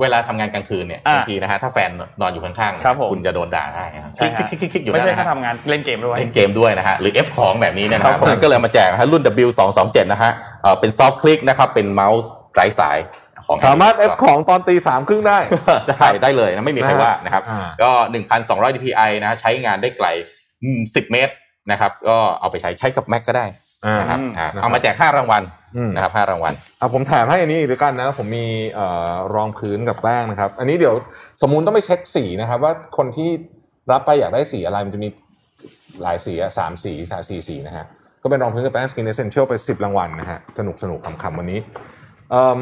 S4: เวลาทำงานกลางคืนเนี่ย
S5: อ่ะ
S4: บางทีนะฮะถ้าแฟนนอนอยู่ข้างๆนะครับ
S5: ผม
S4: คุณจะโดนด่าได้นะครับ
S5: ใช่
S4: คลิก
S5: ฮะ
S4: คลิกคลิกคลิกอยู่
S5: ไม่
S4: นั่น
S5: ใช่
S4: นะ
S5: แค่
S4: ฮะ
S5: ทำงานเล่นเกมด้วย
S4: เล่นเกมด้วยนะฮะหรือ F ของแบบนี้เนยนะ
S5: ครั
S4: ฮะ
S5: บผม
S4: ก็เลยเอามาแจกนะฮะรุ่น W227 นะฮะเอ่อเป็นซอฟต์คลิกนะครับเป็นเมาส์ไร้สายของ
S2: สามารถเอฟของตอนตีสามครึ่งได้
S4: ได้ได้เลยนะไม่มีใครว่านะครับ
S2: อ่า
S4: ก็ 1,200 dpi นะฮะใช้งานได้ไกลอืม10 เมตรนะครับก็เอาไปใช้ใช้กับ Mac ก็ได้
S2: อ่า
S4: นะครับ
S5: อืม
S4: อ่ะ
S2: นะครับ
S4: เอามาแจกห้ารางวัล
S2: อืม
S4: นะครับห้ารางวัล
S2: อ่ะผมแถมให้อันนี้อีกด้วยกันนะ ผมมีเอ่อรองพื้นกับแป้งนะครับ อันนี้เดี๋ยวสมมูลต้องไปเช็คสีนะครับ ว่าคนที่รับไปอยากได้สีอะไรมันจะมีหลายสีอะสามสีสามสี่สีนะฮะ ก็เป็นรองพื้นกับแป้งสกินเอเซนเชียลไปสิบรางวัลนะฮะ สนุกสนุกขำๆวันนี้เอิ่ม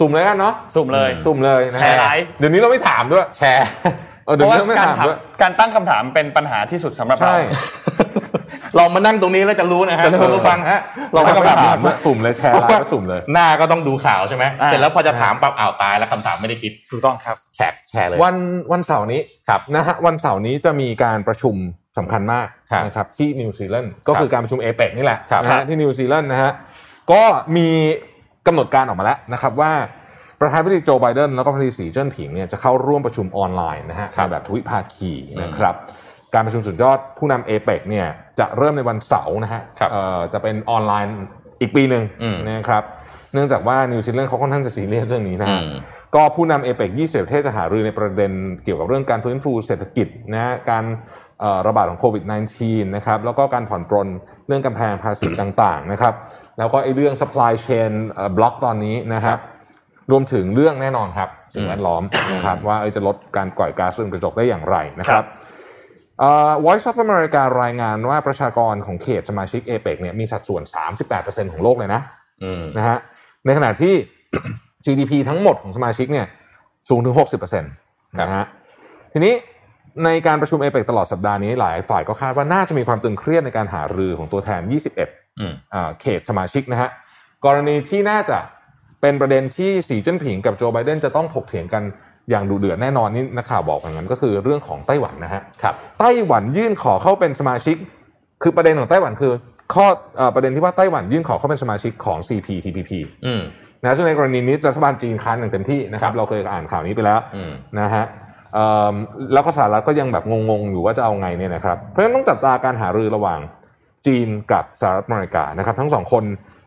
S2: สุ่มเลยกันเนาะ
S5: สุ่มเลย
S4: อื
S2: สุ่มเลยนะฮะ
S5: แชร์ไลฟ์
S2: เดี๋ยวนี้เราไม่ถามด้วย
S4: แชร์
S2: เออ
S5: เพ
S2: เดี๋ยว
S5: ราะ
S2: นี้
S5: ว่า
S2: เราไม่ถาม
S5: การถาม
S2: ด้วย
S5: การตั้งคำถามเป็นปัญหาที่สุดสำหรับเรา
S2: ใช่
S4: เรามานั่งตรงนี้แล้วจะรู้นะฮะ
S2: จะรู้
S4: คุณผู้ฟังฮะเรา
S2: เรา
S4: ก็
S2: ไม่
S4: แบบ
S2: ถามด้วยสุ่มเลยแชร์ไลฟ์ก็สุ่มเลย
S4: หน้าก็ต้องดูข่าวใช่ไหม
S5: อ่า
S4: เสร็จแล้วพอจะถามปั๊บอ้าวตายแล้วคำถามไม่ได้คิด
S5: ถูกต้องครับ
S4: แชร์แชร์เลย
S2: วันวันเสาร์นี้
S4: ครับ
S2: นะฮะวันเสาร์นี้จะมีการประชุมสำคัญมาก
S4: ครับ
S2: นะครับที่นิวซีแลนด์ก็คือการประชุมเอเปกนี่แหละ
S4: ครับ
S2: นะฮะที่นิวซีแลนด์นะฮะก็มีกำหนดการออกมาแล้วนะครับว่าประธานาธิบดีโจไบเดนแล้วก็ประธานาธิบดีสีเจิ้นผิงเนี่ยจะเข้าร่วมประชุมออนไลน์นะฮะ
S4: ครับ
S2: ในแบบทวิภาคีนะครับการประชุมสุดยอดผู้นำเอเปกเนี่ยจะเริ่มในวันเสาร์นะฮะ
S4: ครับ
S2: เอ่อจะเป็นออนไลน์อีกปีหนึ่ง
S4: อืม
S2: นะครับเนื่องจากว่านิวซีแลนด์เขาค่อนข้างจะซีเรียสเรื่องนี้นะ
S4: อื
S2: ฮะ
S4: ม
S2: ก็ผู้นำเอเปก20ประเทศจะหารือในประเด็นเกี่ยวกับเรื่องการฟื้นฟูเศรษฐกิจนะฮะการเอ่อระบาดของโควิด -19 นะครับแล้วก็การผ่อนปรนเรื่องกำแพงภาษีต่างๆนะครับแล้วก็ไอ้เรื่อง supply chain บล็อกตอนนี้นะครับรวมถึงเรื่องแน่นอนครับสิ่งแวดล้อมนะครับว่าเอ้ยจะลดการปล่อยก๊าซเรือนกระจกได้อย่างไรนะครับ เอ่อ Voice of America รายงานว่าประชากรของเขตสมาชิกเอเปกเนี่ยมีสัดส่วน 38%ของโลกเลยนะ
S4: อืม
S2: <coughs> นะฮะในขณะที่ GDP ทั้งหมดของสมาชิกเนี่ย สูงถึง 60%นะฮะทีนี้ในการประชุมเอเปกตลอดสัปดาห์นี้หลายฝ่ายก็คาดว่าน่าจะมีความตึงเครียดในการหารือของตัวแทน 21
S4: อืม
S2: อ่าเขตสมาชิกนะฮะกรณีที่น่าจะเป็นประเด็นที่สีจิ้นผิงกับโจไบเดนจะต้องถกเถียงกันอย่างดุเดือดแน่นอนนี่นักข่าวบอกอย่างนั้นก็คือเรื่องของไต้หวันนะฮะ
S4: ครับ
S2: ไต้หวันยื่นขอเข้าเป็นสมาชิก คือประเด็นของไต้หวันคือ ข้อเออประเด็นที่ว่าไต้หวันยื่นขอเข้าเป็นสมาชิกของ CPTPP
S4: อืม
S2: นะซึ่งในกรณีนี้รัฐบาลจีนค้านอย่างเต็มที่นะครับ เราเคยอ่านข่าวนี้ไปแล้ว
S4: อืม
S2: นะฮะเอิ่มแล้วก็สหรัฐก็ยังแบบงงๆอยู่ว่าจะเอาไงเนี่ยนะครับ เพราะฉะนั้นต้องจับตาการหารือระหว่างจีนกับสหรัฐอเมริกานะครับ ทั้งสองคน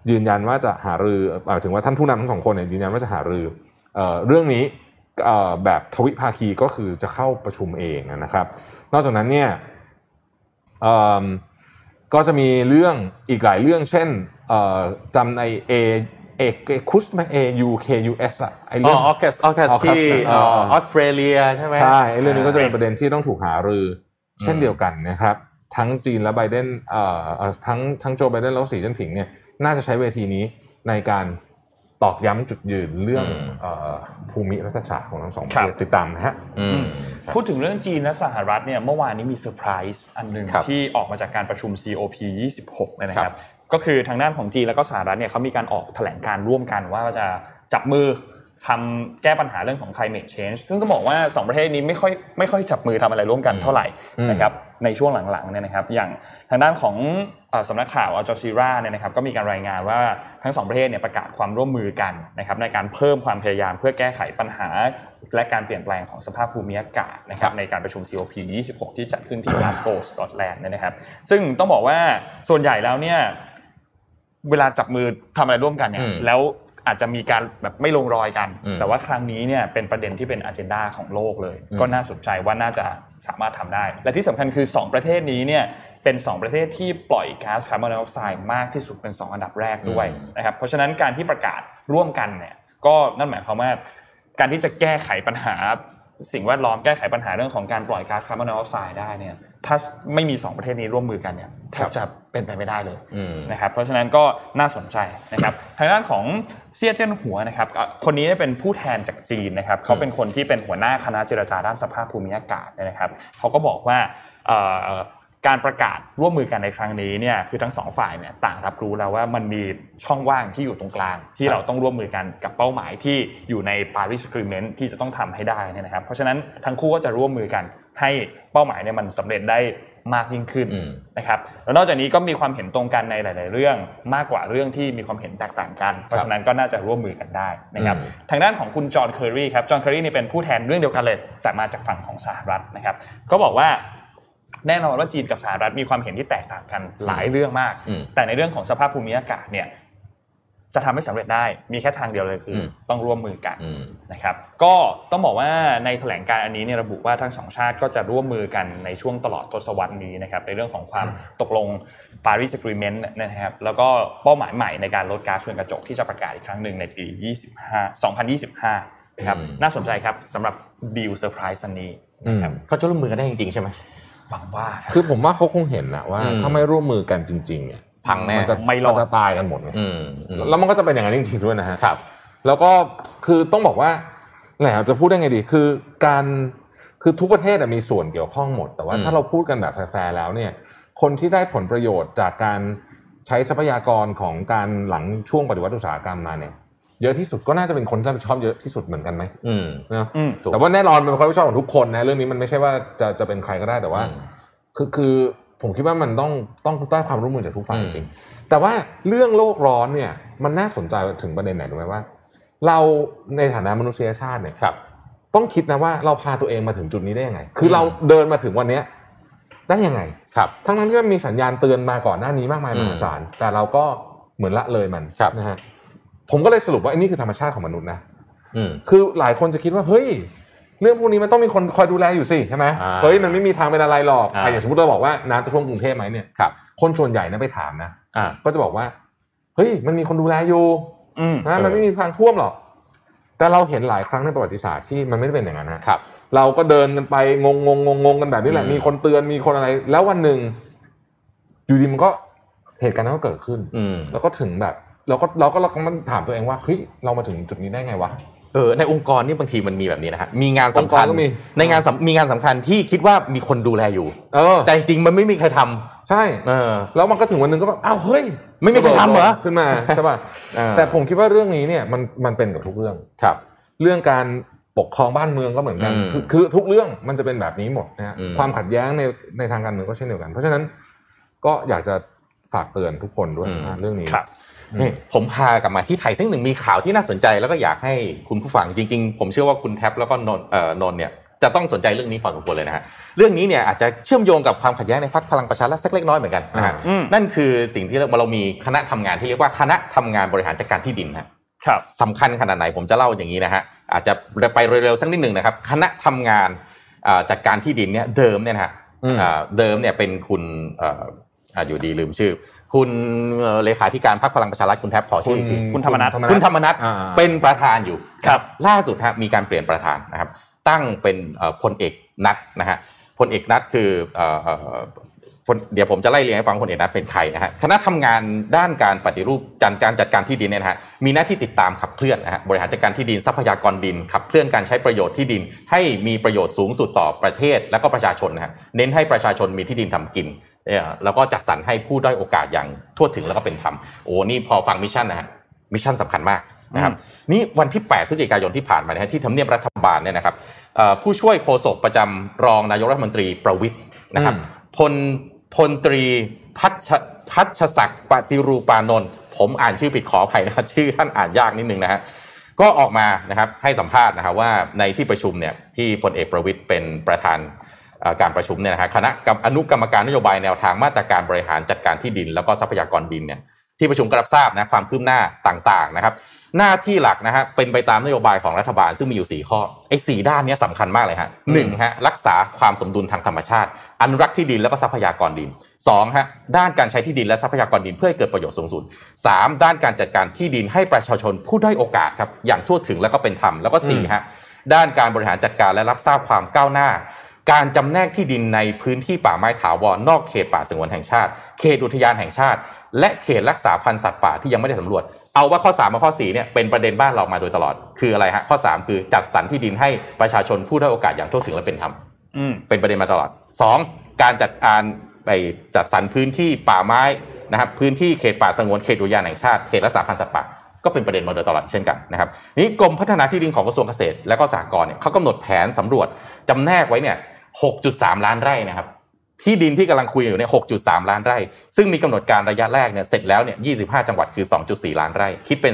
S2: ยืนยันว่าจะหารือเอ่อถึงว่าท่านผู้นำทั้งสองคนเนี่ยยืนยันว่าจะหารือเอ่อเรื่องนี้เอ่อแบบทวิภาคีก็คือจะเข้าประชุมเองนะครับ นอกจากนั้นเนี่ยเอิ่มก็จะมีเรื่องอีกหลายเรื่อง เช่นเอ่อจำใน A เอกคุสไหม A U K U S อะไอ
S4: อ๋
S2: เรื่
S4: อ
S2: อง
S4: ออร์เคสออร์เคส
S2: ออร์เคส
S4: ที่เอ่อ
S2: เออ
S4: ออสเตรเลียใช่ไหม
S2: ใช่ไอ้เรื่องนี้ก็จะเป็นประเด็นที่ต้องถูกหารืออเช่นเดียวกันนะครับ ทั้งจีนและไบเดนเอ่อเอ่อทั้งทั้งโจไบเดนแล้วก็สีจิ้นผิงเนี่ยน่าจะใช้เวทีนี้ในการตอกย้ำจุดยืนเรื่อง
S4: อืม
S2: เอ่อภูมิรัฐศาสตร์ของทั้งสองประ
S5: ครับ
S2: เทศติดตามนะฮะ
S4: อืม
S5: พูดถึงเรื่องจีนและสหรัฐเนี่ยเมื่อวานนี้มีเซอร์ไพรส์อันหนึ่ง
S4: ครับ
S5: ที่ออกมาจากการประชุม COP 26เนี่ยนะค
S4: ครั
S5: รับบ ก็คือทางด้านของจีนแล้วก็สหรัฐเนี่ยเขามีการออกแถลงการร่วมกันว่าจะจับมือทำแก้ปัญหาเรื่องของ climate change ซึ่งต้องบอกว่า 2 ประเทศนี้ไม่ค่อยไม่ค่อยจับมือทำอะไรร่วมกันเท่าไหร่
S2: อืม
S5: นะครับในช่วงหลังๆเนี่ยนะครับอย่างทางด้านของเอ่อสำนักข่าวอัลจซีราเนี่ยนะครับก็มีการรายงานว่าทั้งสองประเทศเนี่ยประกาศความร่วมมือกันนะครับในการเพิ่มความพยายามเพื่อแก้ไขปัญหา และการเปลี่ยนแปลงของสภาพภูมิอากาศนะครับในการประชุม COP 26 ที่จัดขึ้นที่ Glasgow สกอตแลนด์เนี่ยนะครับ ซึ่งต้องบอกว่าส่วนใหญ่แล้วเนี่ยเวลาจับมือทำอะไรร่วมกันเนี่
S4: อื
S5: ย
S4: ม
S5: แล้วอาจจะมีการแบบไม่ลงรอยกัน
S4: อืม
S5: แต่ว่าครั้งนี้เนี่ยเป็นประเด็นที่เป็นอ g e n d a ของโลกเลย
S4: อืม
S5: ก็น่าสนใจว่าน่าจะสามารถทำได้ และที่สำคัญคือ 2 ประเทศนี้เนี่ยเป็น 2 ประเทศที่ปล่อยก๊าซคาร์บอนไดออกไซด์มากที่สุดเป็น 2 อันดับแรกด้วย นะครับเพราะฉะนั้นการที่ประกาศร่วมกันเนี่ยก็นั่นหมายความว่า การที่จะแก้ไขปัญหา สิ่งแวดล้อมแก้ไขปัญหาเรื่องของการปล่อยก๊าซคาร์บอนไดออกไซด์ได้เนี่ยถ้าไม่มี 2 ประเทศนี้ร่วมมือกันเนี่ยแทบจะเป็นไปไม่ได้เลย
S4: อืม
S5: นะครับเพราะฉะนั้นก็น่าสนใจนะครับทางด้านของเซียเจิ้นหัวนะครับอ่ะคนนี้เนี่ยเป็นผู้แทนจากจีนนะครับเขาเป็นคนที่เป็นหัวหน้าคณะเจรจาด้านสภาพภูมิอากาศเนี่ยนะครับเขาก็บอกว่าเอ่อ การประกาศร่วมมือกันในครั้งนี้เนี่ยคือทั้งสองฝ่ายเนี่ยต่างรับรู้แล้วว่ามันมีช่องว่างที่อยู่ตรงกลาง ที่เราต้องร่วมมือกันกับเป้าหมายที่อยู่ใน Paris Agreement ที่จะต้องทำให้ได้เนยนะครับ เพราะฉะนั้นทั้งคู่ก็จะร่วมมือกันให้เป้าหมายเนี่ยมันสำเร็จได้มากยิ่งขึ้น
S4: อืม
S5: นะครับแล้วนอกจากนี้ก็มีความเห็นตรงกันในหลาย ๆ เรื่องมากกว่าเรื่องที่มีความเห็นแตกต่างกัน เพราะฉะนั้นก็น่าจะร่วมมือกันได้นะครับ ทางด้านของคุณจอห์นเคอรีครับจอห์นเคอรีนี่เป็นผู้แทนเรื่องเดียวกันเลย แต่มาจากฝั่งของสหรัฐนะครับก็บอกว่า แน่นอนว่าจีนกับสหรัฐมีความเห็นที่แตกต่างกันหลายเรื่องมาก
S4: อืม
S5: แต่ในเรื่องของสภาพภูมิอากาศเนี่ยจะทำให้สำเร็จได้มีแค่ทางเดียวเลยคืออ
S4: ม
S5: ต้องร่วมมือกัน
S4: อืม
S5: นะครับก็ต้องบอกว่าในแถลงการอันนี้เนี่ยระบุว่าทั้งสองชาติก็จะร่วมมือกันในช่วงตลอดทศวรรษนี้นะครับในเรื่องของความตกลง Paris Agreement นะครับแล้วก็เป้าหมายใหม่ในการลดก๊าซเรือนกระจกที่จะประกาศอีกครั้งหนึ่งในปี 25 2025นะครับ
S4: อืม
S5: น่าสนใจครับสำหรับดีลเซอร์ไพรส์อันนี้นะครับ
S4: เขาจะร่วมมือกันได้จริงๆใช่ไหม
S5: หวังว่าครับ
S2: คือผมว่าเขาคงเห็นนะว่า
S4: อืม
S2: ถ้าไม่ร่วมมือกันจริงๆเนี่ย
S4: พังแน่
S2: มันจะ
S5: ไม่รอด
S2: นจะตายกันหมดไง
S4: อืมอืม
S2: แล้วมันก็จะเป็นอย่างนั้นจริงๆด้วยนะฮะ
S4: ครับ
S2: แล้วก็คือต้องบอกว่าแหละจะพูดได้ไงดี คือการคือทุกประเทศอะมีส่วนเกี่ยวข้องหมด แต่ว่า
S4: อืม
S2: ถ้าเราพูดกันแบบแฟร์ๆแล้วเนี่ย คนที่ได้ผลประโยชน์จากการใช้ทรัพยากรของการหลังช่วงปฏิวัติอุตสาหกรรมมาเนี่ย เยอะที่สุดก็น่าจะเป็นคนที่รับผิดชอบเยอะที่สุดเหมือนกันไหม
S4: อืม
S2: เนอะ
S5: อืม
S4: ถูก
S2: แต่ว่าแน่นอนมันเป็นความรับผิดชอบของทุกคนนะเรื่องนี้มันไม่ใช่ว่าจะจะเป็นใครก็ได้แต่ว่า
S4: อืม
S2: คือคือผมคิดว่ามันต้องต้องได้ความร่วมมือจากทุกฝ่ายจริงๆแต่ว่าเรื่องโลกร้อนเนี่ยมันน่าสนใจถึงประเด็นไหนรู้ไหมว่า เราในฐานะมนุษยชาติเนี่ย
S4: ครับ
S2: ต้องคิดนะว่าเราพาตัวเองมาถึงจุดนี้ได้ยังไง คือ
S4: ม
S2: เราเดินมาถึงวันเนี้ยได้ยังไง
S4: ครับ
S2: ทั้งนั้นที่มันมีสัญญาณเตือนมาก่อนหน้านี้มากมายมหาศาลแต่เราก็เหมือนละเลยมัน
S4: ครับ
S2: นะฮะผมก็เลยสรุปว่าไอ้นี่คือธรรมชาติของมนุษย์นะ
S4: อืม
S2: คือหลายคนจะคิดว่าเฮ้ย เรื่องพวกนี้มันต้องมีคนคอยดูแลอยู่สิใช่ไหม
S4: อ่า
S2: เฮ้ยมันไม่มีทางเป็นอะไรหรอก
S4: อ่า
S2: อ่ะอย่างสมมติเราบอกว่าน้ำจะท่วมกรุงเทพไหมเนี่ย
S4: ครับ
S2: คนส่วนใหญ่นะไปถามนะ
S4: อ่า
S2: ก็จะบอกว่าเฮ้ยมันมีคนดูแลอยู่
S5: อืม
S2: นะมันไม่มีทางท่วมหรอก แต่เราเห็นหลายครั้งในประวัติศาสตร์ที่มันไม่ได้เป็นอย่างนั้นนะครับ เราก็เดินกันไปงงงงงงๆกันแบบนี้แหละ
S4: อืม
S2: มีคนเตือนมีคนอะไร แล้ววันหนึ่งอยู่ดีมันก็เหตุการณ์นั้นก็เกิดขึ้น
S4: อืม
S2: แล้วก็ถึงแบบ เราก็เราก็เราก็มันถามตัวเองว่าเฮ้ยเรามาถึงจุดนี้ได้ไงวะ
S4: เออในองค์กรนี่บางทีมันมีแบบนี้นะฮะมีงานสำ
S2: องค์ก
S4: คั
S2: ร
S4: ญ
S2: ก็มี
S4: ในงานสำมีงานสำคัญที่คิดว่ามีคนดูแลอยู่
S2: เออ
S4: แต่จริงๆมันไม่มีใครทำ
S2: ใช่
S4: เออ
S2: แล้วมันก็ถึงวันหนึ่งก็แบบอ้าวเฮ้ย
S4: ไม่มีใครทำเหรอ
S2: ขึ้นมาใช่
S4: <laughs>
S2: ป่ะ
S4: เออ
S2: แต่ผมคิดว่าเรื่องนี้เนี่ยมันมันเป็นกับทุกเรื่อง
S4: ครับ
S2: เรื่องการปกครองบ้านเมืองก็เหมือนกัน
S4: อืม
S2: คือคือทุกเรื่องมันจะเป็นแบบนี้หมดนะฮะ
S4: อืม
S2: ความขัดแย้งในในทางการเมืองก็เช่นเดียวกัน เพราะฉะนั้นก็อยากจะฝากเตือนทุกคนด้วยนะเรื่องนี้
S5: ครับ
S4: นี่ผมพากลับมาที่ไทยซึ่งหนึ่งมีข่าวที่น่าสนใจแล้วก็อยากให้คุณผู้ฟังจริงๆ ผมเชื่อว่าคุณแท็บแล้วก็นนท์เอ่อนนท์เนี่ยจะต้องสนใจเรื่องนี้พอสมควรเลยนะฮะเรื่องนี้เนี่ยอาจจะเชื่อมโยงกับความขัดแย้งในพักพลังประชารัฐสักเล็กน้อยเหมือนกันนะฮะ
S5: อืม
S4: นั่นคือสิ่งที่เราเรามีคณะทำงานที่เรียกว่าคณะทำงานบริหารจัดการที่ดินฮะ
S5: ครับ
S4: สำคัญขนาดไหนผมจะเล่าอย่างนี้นะฮะอาจจะไปเร็วๆสักนิดหนึ่งนะครับ คณะทำงานอ่าจัดการที่ดินเนี่ยเดิมเนี่ยนะฮะ
S2: อืม
S4: อ่าเดิมเนี่ยเป็นคุณเอ่ออ่าอยู่ดีลืมชื่อ คุณเอ่อเลขาธิการพรรคพลังประชารัฐคุณแทบขอชื่ออีกที
S5: คุณธรรมนัส
S4: คุณธรรมนัท
S2: อ่า
S4: เป็นประธานอยู่
S5: ครับ
S4: ล่าสุดฮะมีการเปลี่ยนประธานนะครับ ตั้งเป็นเอ่อพลเอกนัทนะฮะพลเอกนัทคือเอ่อเอ่อพลเดี๋ยวผมจะไล่เรียงให้ฟังพลเอกนัทเป็นใครนะฮะคณะทำงานด้านการปฏิรูปจัดการจัดการที่ดินเนี่ยนะฮะมีหน้าที่ติดตามขับเคลื่อนนะฮะบริหารจัดการที่ดินทรัพยากรดิน ขับเคลื่อนการใช้ประโยชน์ที่ดิน ให้มีประโยชน์สูงสุดต่อประเทศและก็ประชาชนนะฮะเน้นให้ประชาชนมีที่ดินทำกินเอ่อแล้วก็จัดสรรให้ผู้ด้อยโอกาสอย่างทั่วถึงแล้วก็เป็นธรรมโอ้นี่พอฟังมิชชั่นนะฮะมิชชั่นสำคัญมากนะครับ นี่วันที่ 8 พฤศจิกายนที่ผ่านมานะฮะที่ทำเนียบรัฐบาลเนี่ยนะครับเอ่อผู้ช่วยโฆษกประจำรองนายกรัฐมนตรีประวิทย์นะครับ
S2: อืม
S4: พลพลตรีพัชพัชศักดิ์ปฏิรูปานนท์ผมอ่านชื่อผิดขออภัยนะครับ <laughs> ชื่อท่านอ่านยากนิดนึงนะฮะก็ออกมานะครับให้สัมภาษณ์นะครับว่าในที่ประชุมเนี่ยที่พลเอกประวิทย์เป็นประธาน เอ่อการประชุมเนี่ยนะฮะคณะกรรมอนุกรรมการนโยบายแนวทางมาตรการบริหารจัดการที่ดิน แล้วก็ทรัพยากรดินเนี่ยที่ประชุมก็รับทราบนะความคืบหน้าต่างๆนะครับ หน้าที่หลักนะฮะเป็นไปตามนโยบายของรัฐบาลซึ่งมีอยู่ 4 ข้อไอ้สด้านเนี้ยสำคัญมากเลยฮะหนึ่งฮะรักษาความสมดุลทางธรรมชาติ อนุรักษ์ที่ดินแล้วก็ทรัพยากรดินสองฮะด้านการใช้ที่ดินและทรัพยากรดินเพื่อให้เกิดประโยชน์สูงสุดสามด้านการจัดการที่ดินให้ประชาชนผู้ด้อยโอกาสครับอย่างทั่วถึงแล้วก็เป็นธรรมแล้วก็สี่ฮะด้านการบริหารจัดการและรับทราบความก้าวหน้า การจำแนกที่ดินในพื้นที่ป่าไม้ถาวรนอกเขตป่าสงวนแห่งชาติ เขตอุทยานแห่งชาติ และเขตรักษาพันธุ์สัตว์ป่าที่ยังไม่ได้สำรวจ เอาว่าข้อ3ามกับข้อ4เนี่ยเป็นประเด็นบ้านเรามาโดยตลอด คืออะไรฮะข้อ 3 คือจัดสรรที่ดินให้ประชาชนผู้ได้อยโอกาสอย่างทั่วถึงและเป็นธรรม
S5: อืม
S4: เป็นประเด็นมาตลอด 2. การจัดการไปจัดสรรพื้นที่ป่าไม้นะครับพื้นที่เขตป่าสงวนเขตอุทยานแห่งชาติเขตรักษาพันธุ์สัตว์ป่าก็เป็นประเด็นมาโดยตลอดเช่นกันนะครับนี้กรมพัฒนาที่ดินของกระทรวงเกษตรและก็สหกรณ์เนี่ยเขากำหนดแผนสำรวจจำแนกไว้เนี่ย 6.3 ล้านไร่นะครับ ที่ดินที่กำลังคุยอยู่เนี่ย 6.3 ล้านไร่ ซึ่งมีกำหนดการระยะแรกเนี่ยเสร็จแล้วเนี่ย 25 จังหวัดคือ 2.4 ล้านไร่ คิดเป็น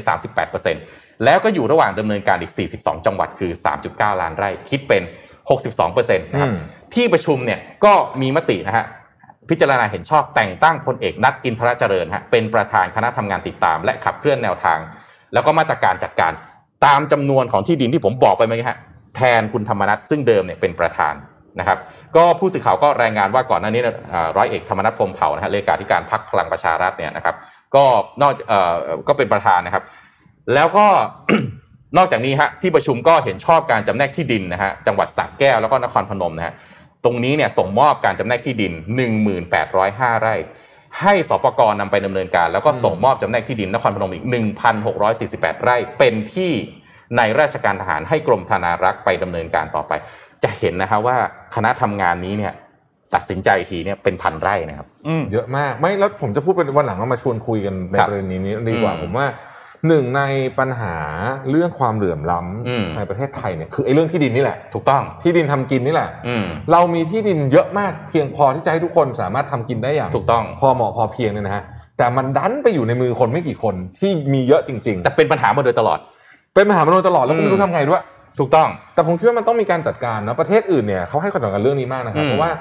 S4: 38%แล้วก็อยู่ระหว่างดำเนินการอีก 42 จังหวัดคือ 3.9 ล้านไร่ คิดเป็น 62%นะครับ
S2: อืม
S4: ที่ประชุมเนี่ยก็มีมตินะฮะพิจารณาเห็นชอบแต่งตั้งพลเอกนัทอินทรเจริญฮะเป็นประธานคณะทำงานติดตาม และขับเคลื่อนแนวทาง แล้วก็มาตรการจัดการตามจำนวนของที่ดินที่ผมบอกไปเมื่อกี้ฮะแทนคุณธรรมนัทซึ่งเดิมเนี่ยเป็นประธานนะครับ ก็ผู้สื่อข่าวก็รายงานว่าก่อนหน้านี้เนี่ยอ่าร้อยเอกธรรมนัฐพรหมเผ่านะฮะเลขาธิการพรรคพลังประชารัฐเนี่ยนะครับ ก็นอกเอ่อก็เป็นประธานนะครับ แล้วก็ <coughs> นอกจากนี้ฮะที่ประชุมก็เห็นชอบการจำแนกที่ดินนะฮะจังหวัดสระแก้วแล้วก็นครพนมนะฮะตรงนี้เนี่ยส่งมอบการจำแนกที่ดิน 1805 ไร่ ให้สปกรนำไปดำเนินการ แล้วก็ส่งมอบจำแนกที่ดินนครพนมอีก 1,648 ไร่เป็นที่ในราชการทหารให้กรมธนารักษ์ไปดำเนินการต่อไป จะเห็นนะฮะว่าคณะทำงานนี้เนี่ยตัดสินใจทีเนี่ยเป็นพันไร่นะครับ
S5: อืม
S2: เยอะมากไม่แล้วผมจะพูดเป็นวันหลังเรามาชวนคุยกันใน
S4: ครับ
S2: ประเด็นนี้ดีกว่า
S4: อืม
S2: ผมว่าหนึ่งในปัญหาเรื่องความเหลื่อมล้ำ
S4: อืม
S2: ในประเทศไทยเนี่ยคือไอ้เรื่องที่ดินนี่แหละ
S4: ถูกต้อง
S2: ที่ดินทำกินนี่แหละ
S4: อืม
S2: เรามีที่ดินเยอะมากเพียงพอที่จะให้ทุกคนสามารถทำกินได้อย่าง
S4: ถูกต้อง
S2: พอเหมาะพอเพียงเนี่ยนะฮะแต่มันดันไปอยู่ในมือคนไม่กี่คนที่มีเยอะจริง
S4: แต่เป็นปัญหามาโดยตลอด
S2: ๆ เป็นปัญหามาโดยตลอดแล้วก็
S4: อืม
S2: ไม่รู้ทำไงด้วย
S4: ถูกต้อง
S2: แต่ผมคิดว่ามันต้องมีการจัดการนะประเทศอื่นเนี่ยเขาให้ความสำคัญเรื่องนี้มากนะครับ
S4: อืม
S2: เพราะว่า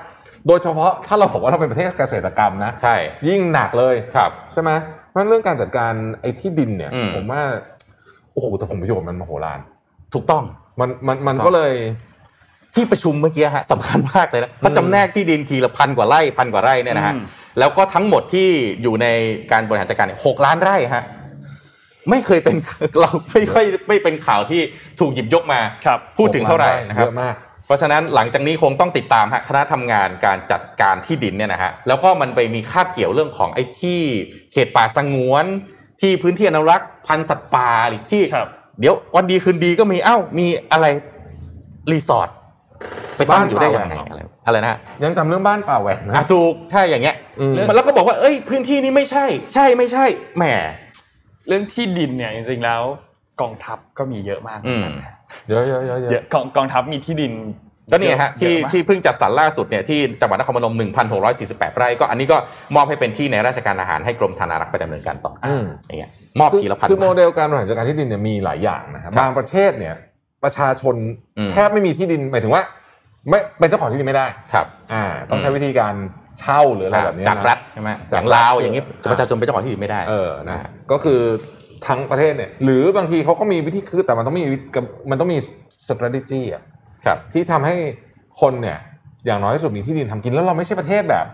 S2: โดยเฉพาะถ้าเราบอกว่าเราเป็นประเทศเกษตรกรรมนะ
S4: ใช่
S2: ยิ่งหนักเลย
S4: ครับ
S2: ใช่ไหมเพราะฉะนั้นเรื่องการจัดการไอ้ที่ดินเนี่ย
S4: อืม
S2: ผมว่าโอ้โหแต่ผมประโยชน์มันมโหฬาร
S4: ถูกต้อง
S2: มันมันมัน
S4: ครับ
S2: ก็เลย
S4: ที่ประชุมเมื่อกี้ฮะสำคัญมากเลยนะเขาจำแนกที่ดินทีละพันกว่าไร่พันกว่าไร่เนี่ยนะฮะ
S5: อืม
S4: แล้วก็ทั้งหมดที่อยู่ในการบริหารจัดการเนี่ยหกล้านไร่ฮะไม่เคยเป็น <laughs> เราไม่ค่อยไม่เป็นข่าวที่ถูกหยิบยกมา
S5: ครับ
S4: พูดถึงเท่าไหร่
S2: ผมว่
S4: นะครับ
S2: เยอะมาก
S4: เพราะฉะนั้นหลังจากนี้คงต้องติดตามฮะคณะทำงานการจัดการที่ดินเนี่ยนะฮะแล้วก็มันไปมีคาบเกี่ยวเรื่องของไอ้ที่เขตป่าสงวน ที่พื้นที่อนุรักษ์พันธุ์สัตว์ป่าหรือที่
S5: ครับ
S4: เดี๋ยววันดีคืนดีก็มีเอ้ามีอะไรรีสอร์ทไปตั้งอยู่ได้ยังไงอะไรอะไรนะฮะ
S2: ยังจำเรื่องบ้านป่าแหวกนะ
S4: อ่ะถูกถ้าอย่างเงี้ย
S2: อืม
S4: แล้วก็บอกว่าเอ้ยพื้นที่นี้ไม่ใช่ ใช่ไม่ใช่แหม
S5: เรื่องที่ดินเนี่ยจริงๆแล้วกองทัพก็มีเยอะมาก
S4: อืม
S2: เยอะเยอะเยอะ
S5: เย
S2: เย
S5: อะ
S2: อะ
S5: กองกองทัพมีที่ดิน
S4: ก็เนี่ยฮะที่
S5: เอมาก
S4: ที่เพิ่งจัดสรรล่าสุดเนี่ยที่จังหวัดนครพนม 1,648 ไร่ก็อันนี้ก็มอบให้เป็นที่ในราชการอาหารให้กรมธนารักษ์ไปดำเนินการต่ออ
S2: อืม
S4: อย่างเงี้ยมอบทีละพัน
S2: คือโมเดลการบริหารจัดการที่ดินเนี่ยมีหลายอย่างนะครับบางประเทศเนี่ย ประชาชน
S4: อืม
S2: แทบไม่มีที่ดินหมายถึงว่า ไม่เป็นเจ้าของที่ดินไม่ได้
S4: ครับ
S2: อ่า ต้องใช้
S4: อืม
S2: วิธีการเช่าหรืออะไรแบบเนี้ยนะ
S4: จากรัฐใช่ไหมอ
S2: จากรัฐ
S4: ย่างลาวอย่างงี้
S2: อ่ะ
S4: ประชาชนเป็นเจ้าของที่ดินไม่ได้
S2: เออนะก็คือทั้งประเทศเนี่ย หรือบางทีเขาก็มีวิธีคือแต่มันต้องมีวิธีมันต้องมี strategy อะ
S4: ครับ
S2: ที่ทำให้คนเนี่ย อย่างน้อยที่สุดมีที่ดินทำกินแล้วเราไม่ใช่ประเทศแบบ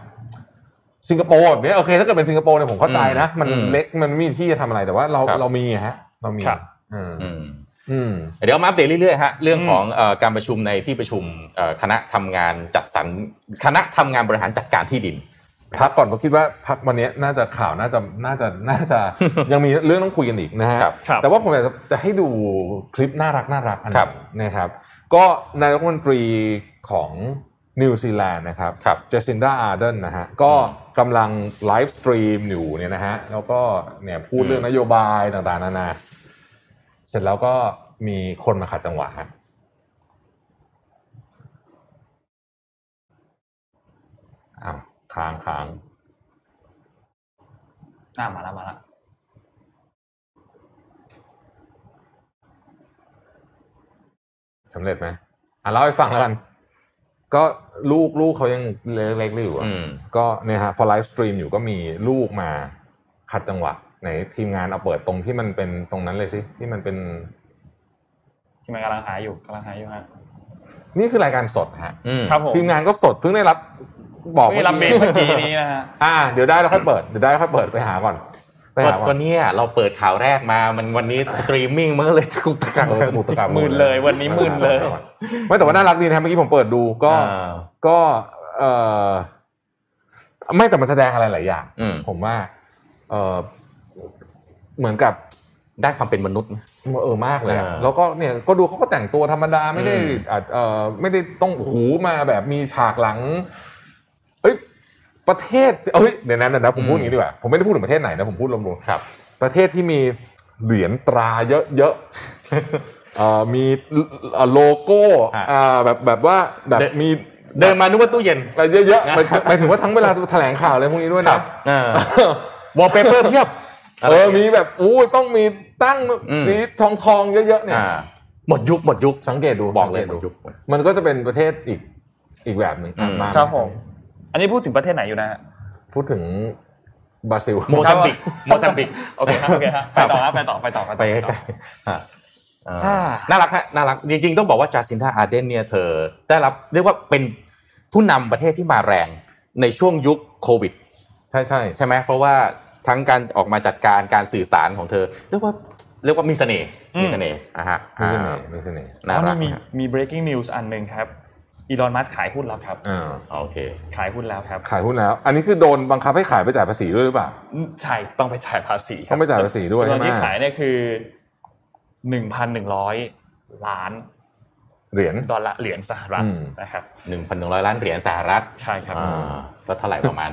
S2: สิงคโปร์แบบเนี้ยโอเคถ้าเกิดเป็นสิงคโปร์เนี่ยผมเข้าใจนะ
S4: อืม
S2: มัน
S4: อืม
S2: เล็กมันไม่มีที่จะทำอะไรแต่ว่าเรา
S4: ครับ
S2: เรามีอะฮะ เรามีอืม
S4: อืม
S2: อืม
S4: เดี๋ยวมาอัปเดตเรื่อยๆฮะเรื่องของเอ่อการประชุมในที่ประชุมเอ่อคณะทำงานจัดสรรคณะทำงานบริหารจัดการที่ดิน
S2: พักก่อนเพราะคิดว่าพักวันนี้น่าจะข่าวน่าจะน่าจะน่าจะ
S4: <laughs>
S2: ยังมีเรื่องต้องคุยกันอีกนะฮะ
S4: ครับ
S5: ครับ
S2: แต่ว่าผมอยากจะจะให้ดูคลิปน่ารักน่ารักอันห
S4: ครั
S2: นึ
S4: บ
S2: งนะครับ ก็นายกรัฐมนตรีของนิวซีแลนด์นะครับ
S4: ครับ
S2: เจสินดาอาร์เดนนะฮะก็กำลังไลฟ์สตรีมอยู่เนี่ยนะฮะแล้วก็เนี่ยพูด
S4: อืม
S2: เรื่องนโยบายต่างๆนานาเสร็จแล้วก็มีคนมาขัดจังหวะฮะ อ้าวค้างค้าง
S5: อ่ามาแล้วมาแล้ว
S2: สำเร็จไหมอ่ะเล่าให้ฟังแล้วกัน ก็ลูกลูกเขายังเล็กๆอยู่อะ
S4: อืม
S2: ก็เนี่ยฮะพอไลฟ์สตรีมอยู่ก็มีลูกมาขัดจังหวะไหนทีมงานเอาเปิดตรงที่มันเป็นตรงนั้นเลยสิที่มันเป็น
S5: ที่มันกำลังหาอยู่กำลังหาอยู่ฮะ
S2: นี่คือรายการสดฮะ
S4: อืม
S5: ครับผม
S2: ทีมงานก็สดเพิ่งได้รับบอก
S5: ไม่รับเบรกเมื่อกี้นี้นะฮะ
S2: อ่าเดี๋ยวได้แล้วค่อยเปิดเดี๋ยวได้แล้วค่อยเปิดไปหาก่อนไป
S4: ก็
S2: หาก่
S4: ก็
S2: อน
S4: เนี่ยเราเเปิดข่าวแรกมา มันวันนี้สตรีมมิ่งมันก็เลยตะกุกตะกัก
S2: เออหมูตะกะ
S5: หมื่นเลยวันนี้หมื่นเลย
S2: ไม่แต่ว่าน่ารักดีนะเมื่อกี้ผมเปิดดูก็
S4: ก็
S2: ก็เออไม่แต่มันแสดงอะไรหลายอย่าง
S4: อืม
S2: ผมว่า เออเหมือนกับ
S4: ได้ความเป็นมนุษย์
S2: เออมากเลยอะ
S4: อ่า
S2: แล้วก็เนี่ยก็ดูเขาก็แต่งตัวธรรมดาไม่ได้
S4: อืม
S2: อาจเออไม่ได้ต้องโอ้โหูมาแบบมีฉากหลัง เอ้ยประเทศเอ้ยเดี๋ยวนั้นนะผมพูดอย่างนี้ดีกว่าผมไม่ได้พูดถึงประเทศไหนนะผมพูดรวม
S4: ครับ
S2: ๆประเทศที่มีเหรียญตราเยอะๆ <laughs> เอ่อมีเอ่อโลโก้
S4: อ่า
S2: อ่าแบบแบบว่าแบบ
S4: เดอะ
S2: มี
S4: เดินมานึกว่าตู้เย็น
S2: อะไรเยอะๆหมายหมายถึงว่าทั้งเวลาแถลงข่าวอะไรพวกนี้ด้วยนะ
S4: วอลเปเปอร์เพียบ
S2: เออมีแบบอู้ยต้องมีตั้งสีทองทองๆเยอะๆเนี่ย
S4: อ่าหมดยุคหมดยุค
S2: สังเกตดู
S4: บอกเลย
S2: สัง
S4: หม
S2: ก
S4: ด
S2: ต
S4: ยุค
S2: มันก็จะเป็นประเทศอีกอีกแบบหนึ่ง
S4: อืม
S2: มาก
S5: ครับผม อันนี้พูดถึงประเทศไหนอยู่นะฮะ
S2: พูดถึงบราซิล
S4: โมซัมบิกโมซัมบิก
S5: โอเคครับโอเคครับไปต่อครับไปต่อไปต่อ
S4: <laughs> ไป
S5: ต่อ
S4: ใกล้ๆอ่ะอ่า
S5: อ่า
S4: น่ารักฮะน่ารักจริงๆ ต้องบอกว่าจาซินธาอาร์เดนเนี่ยเธอได้รับเรียกว่าเป็นผู้นำประเทศที่มาแรงในช่วงยุคโควิด
S2: ใช่ใช่
S4: ใช่ไหมเพราะว่าทั้งการออกมาจัดการการสื่อสารของเธอ เรียกว่าเรียกว่ามีเสน่ห์
S5: อืม
S4: มีเสน่ห์อ่ะฮะ
S2: ๆมีเสน่ห์มีเสน่ห์
S4: น่ารัก
S5: อ๋อมี
S4: นะฮะ
S5: มี breaking news อันหนึ่งครับอีลอนมัสขายหุ้นแล้วครับ
S2: อ่า
S4: โอเค
S5: ขายหุ้นแล้วครับ
S2: ขายหุ้นแล้ว อันนี้คือโดนบังคับให้ขายไปจ่ายภาษีด้วยหรือเปล่า
S5: ใช่ต้องไปจ่ายภาษีครับ
S2: ต้องไปจ่ายภาษีด้วย
S5: จำนวนที่
S2: ใช่ไหม
S5: ขายเนี่ยคือหนึ่งพันหนึ่งร้อยล้าน
S2: เหรียญ
S5: ดอลลาร์เหรียญสหรัฐ
S2: อืม
S5: นะครับ
S4: 1,100 ล้านเหรียญสหรัฐ
S5: ใช่ครับ
S4: อ่าก็เท่าไหร่ประมาณ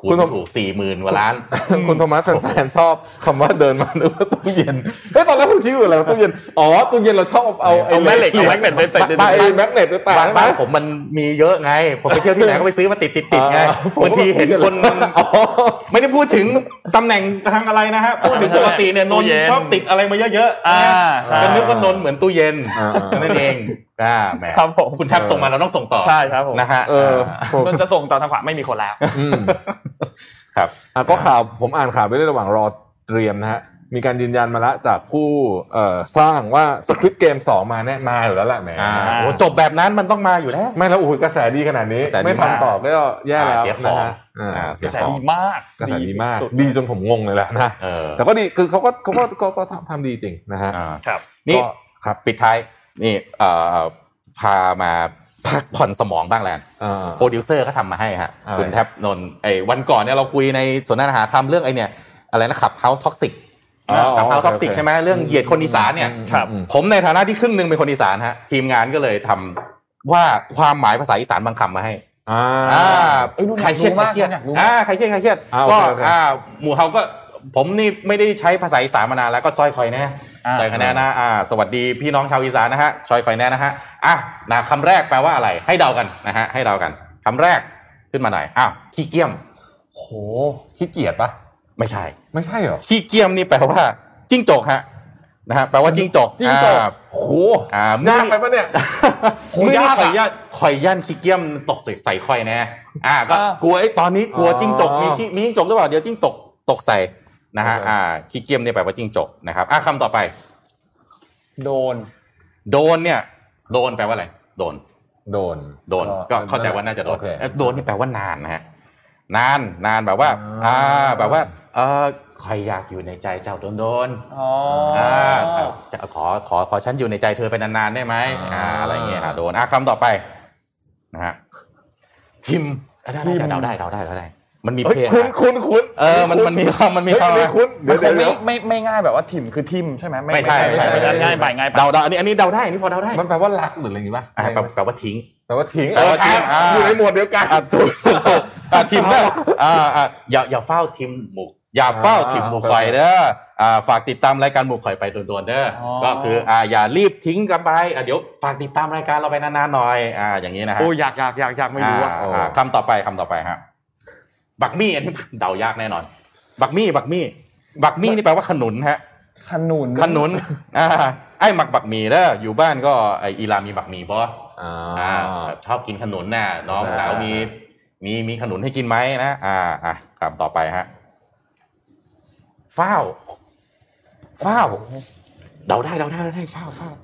S4: คู
S2: <laughs> คุณ
S4: ณ
S2: สม
S4: ถูก40,000กว่าล้าน
S2: <laughs> คุณโทมัสแฟนๆชอบคำว่าเดินมานึกว่าตู้เย็นเฮ้ยตอนแรกผมคิดอยู่อะไรวะตู้เย็นอ๋อตู้เย็นเราชอบเอา
S5: เอาแม่เหล็กเอาแม่เหล็กไปติด
S2: ไปแม็กเน็ตไปแปะ
S4: บ้าน
S2: ใช่ไหม
S4: บ้านผมมันมีเยอะไง ผมไปเที่ยวที่ไหนก็ไปซื้อมาติดติดติดไง
S2: อ่าผมก็
S4: บางทีเห็น
S2: ผมก็
S4: ค
S2: เลย
S4: นไม่ได้พูดถึงตำแหน่งทางอะไรนะฮะ พูดถึงปกติเนี่ยนนท์
S5: ตู้เย็น
S4: ชอบติดอะไรมาเยอะๆ
S5: อ่าใช่
S4: นะก็นึกว่านนท์เหมือนตู้เย็น
S2: อ่า
S4: นั่นเองอ่าแหม
S5: ครับผม
S4: คุณแทบส่งมาเราต้องส่งต่อ
S5: ใช่ครับผม
S4: นะฮะ
S2: เออผม
S5: มันจะส่งต่อทางขวาไม่มีคนแล้ว
S2: อืม
S4: ครับ
S2: อ่ะก็ข่าวผมอ่านข่าวไปเรื่อยระหว่างรอเตรียมนะฮะ มีการยืนยันมาแล้วจากผู้เอ่อสร้างว่าสคริปต์เกมสองมาแน่มาอยู่แล้วแหละแหม
S4: อ่าโอ้จบแบบนั้นมันต้องมาอยู่แล้ว
S2: ไม่แล้วโอ้โหกระแสดีขนาดนี้
S4: กระแสดี
S2: ไม่
S4: มาก
S2: ทำตอบก็แย่แล้ว
S4: อ่าเสียของ
S2: นะฮะอ่า
S4: อ่าเสี
S5: ก
S4: ย
S5: ระแส
S4: ของ
S5: ดีมาก
S2: กระแสดีมาก
S5: สุ
S2: ดีจนผมงงเลยแหละนะ
S4: เออ
S2: แต่ก็ดีคือเขาก็เขาก็ก็ก็ทำทำดีจริงนะฮะ
S4: อ่า
S5: ครับ
S4: นี่
S2: ก็ครับ
S4: ปิดท้ายนี่เอ่อพามาพักผ่อนสมองบ้างแล้ว
S2: อ่า
S4: โปรดิวเซอร์ก็ทำมาให้ฮะ
S2: อะไร
S4: คุณแทบนนท์ไอ้วันก่อนเนี่ยเราคุยในสนทนาหาธรรมเรื่องไอ้เนี่ยอะไรนะขับเฮาท็อกซิก
S2: อ๋อ
S4: กับ
S2: โอเค
S4: เอาท็อกซิก
S2: โอเค
S4: ใช่ไหมเรื่องเหยียดคนอีสานเนี่ย
S5: ครับ
S2: อืม
S4: ผมในฐานะที่ครึ่งหนึ่งเป็นคนอีสานฮะทีมงานก็เลยทำว่าความหมายภาษาอีสานบางคำมาให้
S2: อ่า
S4: อ่า
S5: เอ้ยนุ่น
S4: ใครเครียด
S5: อยากรู้
S4: ใคร
S5: มาก
S4: เครียด
S5: อยากรู้
S4: อ่าใครเครียดใครเครียด
S2: อ่า
S4: ก็
S2: โอเคโอเค
S4: อ่าหมู่เฮาก็ผมนี่ไม่ได้ใช้ภาษาอีสานมานานแล้วก็ซอยคอยแน่
S5: อ่า
S4: ซอยคอยแน่นะอ่า สวัสดีพี่น้องชาวอีสานนะฮะซอยคอยแน่นะฮะอ่ะนามคำแรกแปลว่าอะไร ให้เดากันนะฮะให้เดากันคำแรกขึ้นมาหน่อยอ้าวขี้เกียม
S2: โหขี้เกียจปะ
S4: ไม่ใช่
S2: ไม่ใช่เหรอ
S4: ขี้เกียมนี่แปลว่าจิ้งจกฮะนะฮะแปลว่าจิ้งจก
S5: จิ้งจก
S4: อ่า
S2: โห
S4: อ่ามื
S2: ยา
S4: อ
S2: กไปปะเนี่ย
S4: <laughs>
S5: โห
S4: มือนี่
S5: ยาก
S4: ข่
S5: อะ
S4: อยย่านข่อยย่านขี้เกียมตกใส่ใส่ข่อยแน่อ่าก็
S5: อ่าก
S4: ลัวไอ้ตอนนี้กลัว
S2: อ๋อ
S4: จิ้งจกมีขี้มีจิ้งจกหรือเปล่าเดี๋ยวจิ้งจกตกใส่นะฮะ
S2: โอเค
S4: อ่าขี้เกียมเนี่ยแปลว่าจิ้งจกนะครับอ่ะคำต่อไป
S5: โดน
S4: โดนเนี่ย โดนแปลว่าอะไร โดน
S2: โดน
S4: โดนก็เข้าใจว่าน่าจะโดน
S2: อเค
S4: เอ้ยโดนนี่แปลว่านานนะฮะนานนานแบบว่า
S2: อ่า
S4: อ่าแบบว่าเออข่อยอยากอยู่ในใจเจ้าโดนโดน
S5: อ๋อ
S4: ๆ
S5: อ
S4: อ่าเอาจะขอขอขอฉันอยู่ในใจเธอไปนานๆได้ไหมอ่าอะไรเงี้ยอ่ะโดนอ่ะคำต่อไปนะฮะ
S2: ทิม
S4: อ่ะได้
S2: ทีม
S4: ได้เดาได้เดาได้เดาได้ มันมี
S2: เฮ้
S4: เพ
S2: ย
S4: ลง
S2: คุ้น
S4: อะ
S2: คุ้นคุ้น
S4: เออ มันมันมีค <laughs> ำมันมี
S2: เฮ้ย
S4: คำ
S2: ไม่
S4: อะ
S2: คุ้น
S5: มั
S2: เดี๋ยว
S5: นค
S2: เดี๋ย
S5: ง
S2: ว
S5: ไม่
S2: เดี๋ยว
S5: ไม่ไม่ง่ายแบบว่าถิ่มคือทิมใช่ไหม
S4: ไม่ใช่ไม่ใช่
S2: ไม่
S4: ไม่
S2: ใช่
S4: ใช่
S5: ง่ายไปง่ายไป
S4: เดาเดาอันนี้อันนี้เดาได้อันนี้พอเดาได้
S2: มันแปลว่ารักหรืออะไรอย่างงี้ป่ะ
S4: อ่ะแปลแปลว่าทิ้ง
S2: แปลว่าทิ้ง
S4: แปลว่าทิ้ง
S2: อ่ะ
S4: อ่า
S2: อยู่ในหมวดเดียวกัน
S4: อ่ะถูกถูกถูก <laughs> อ่ะทีมก็อ่าอ่ะอย่าอย่าเฝ้าทีมหมูอย่าเฝ้าทีมหมูข่อยเด้ออ่าฝากติดตามรายการหมูข่อยไปด่วนๆเด้ออ
S5: อ
S4: ก็คืออ่าอย่ารีบทิ้งกันไปอ่ะเดี๋ยวฝากติดตามรายการเราไปนานๆหน่อยอ่าอย่างนี้นะฮะ
S5: โอ้ยอยากอยากอยากอยากไม่รู้อะ
S4: อ่า
S2: โอ้
S4: อ่าคำต่อไปคำต่อไปฮะบักมี่อันนี้ เดายากแน่นอน บักมี่บักมี่ บักมี่นี่แปลว่าขนุนฮะ
S5: ขนุน
S4: ขนุนอ่าไอ้หมักบักหมี่เด้ออยู่บ้านก็ไออีลามีบักหมี่ปะ
S2: อ่
S4: อ่า
S2: า
S4: ชอบกินขนุนน่ะน้อง
S2: อ่า
S4: สาวมีมีมีขนุนให้กินไหมนะอ่าอ่ะคำต่อไปฮะฝ้าวฝ้าวเดาได้เดาได้เดาได้ฝ้าวฝ้าว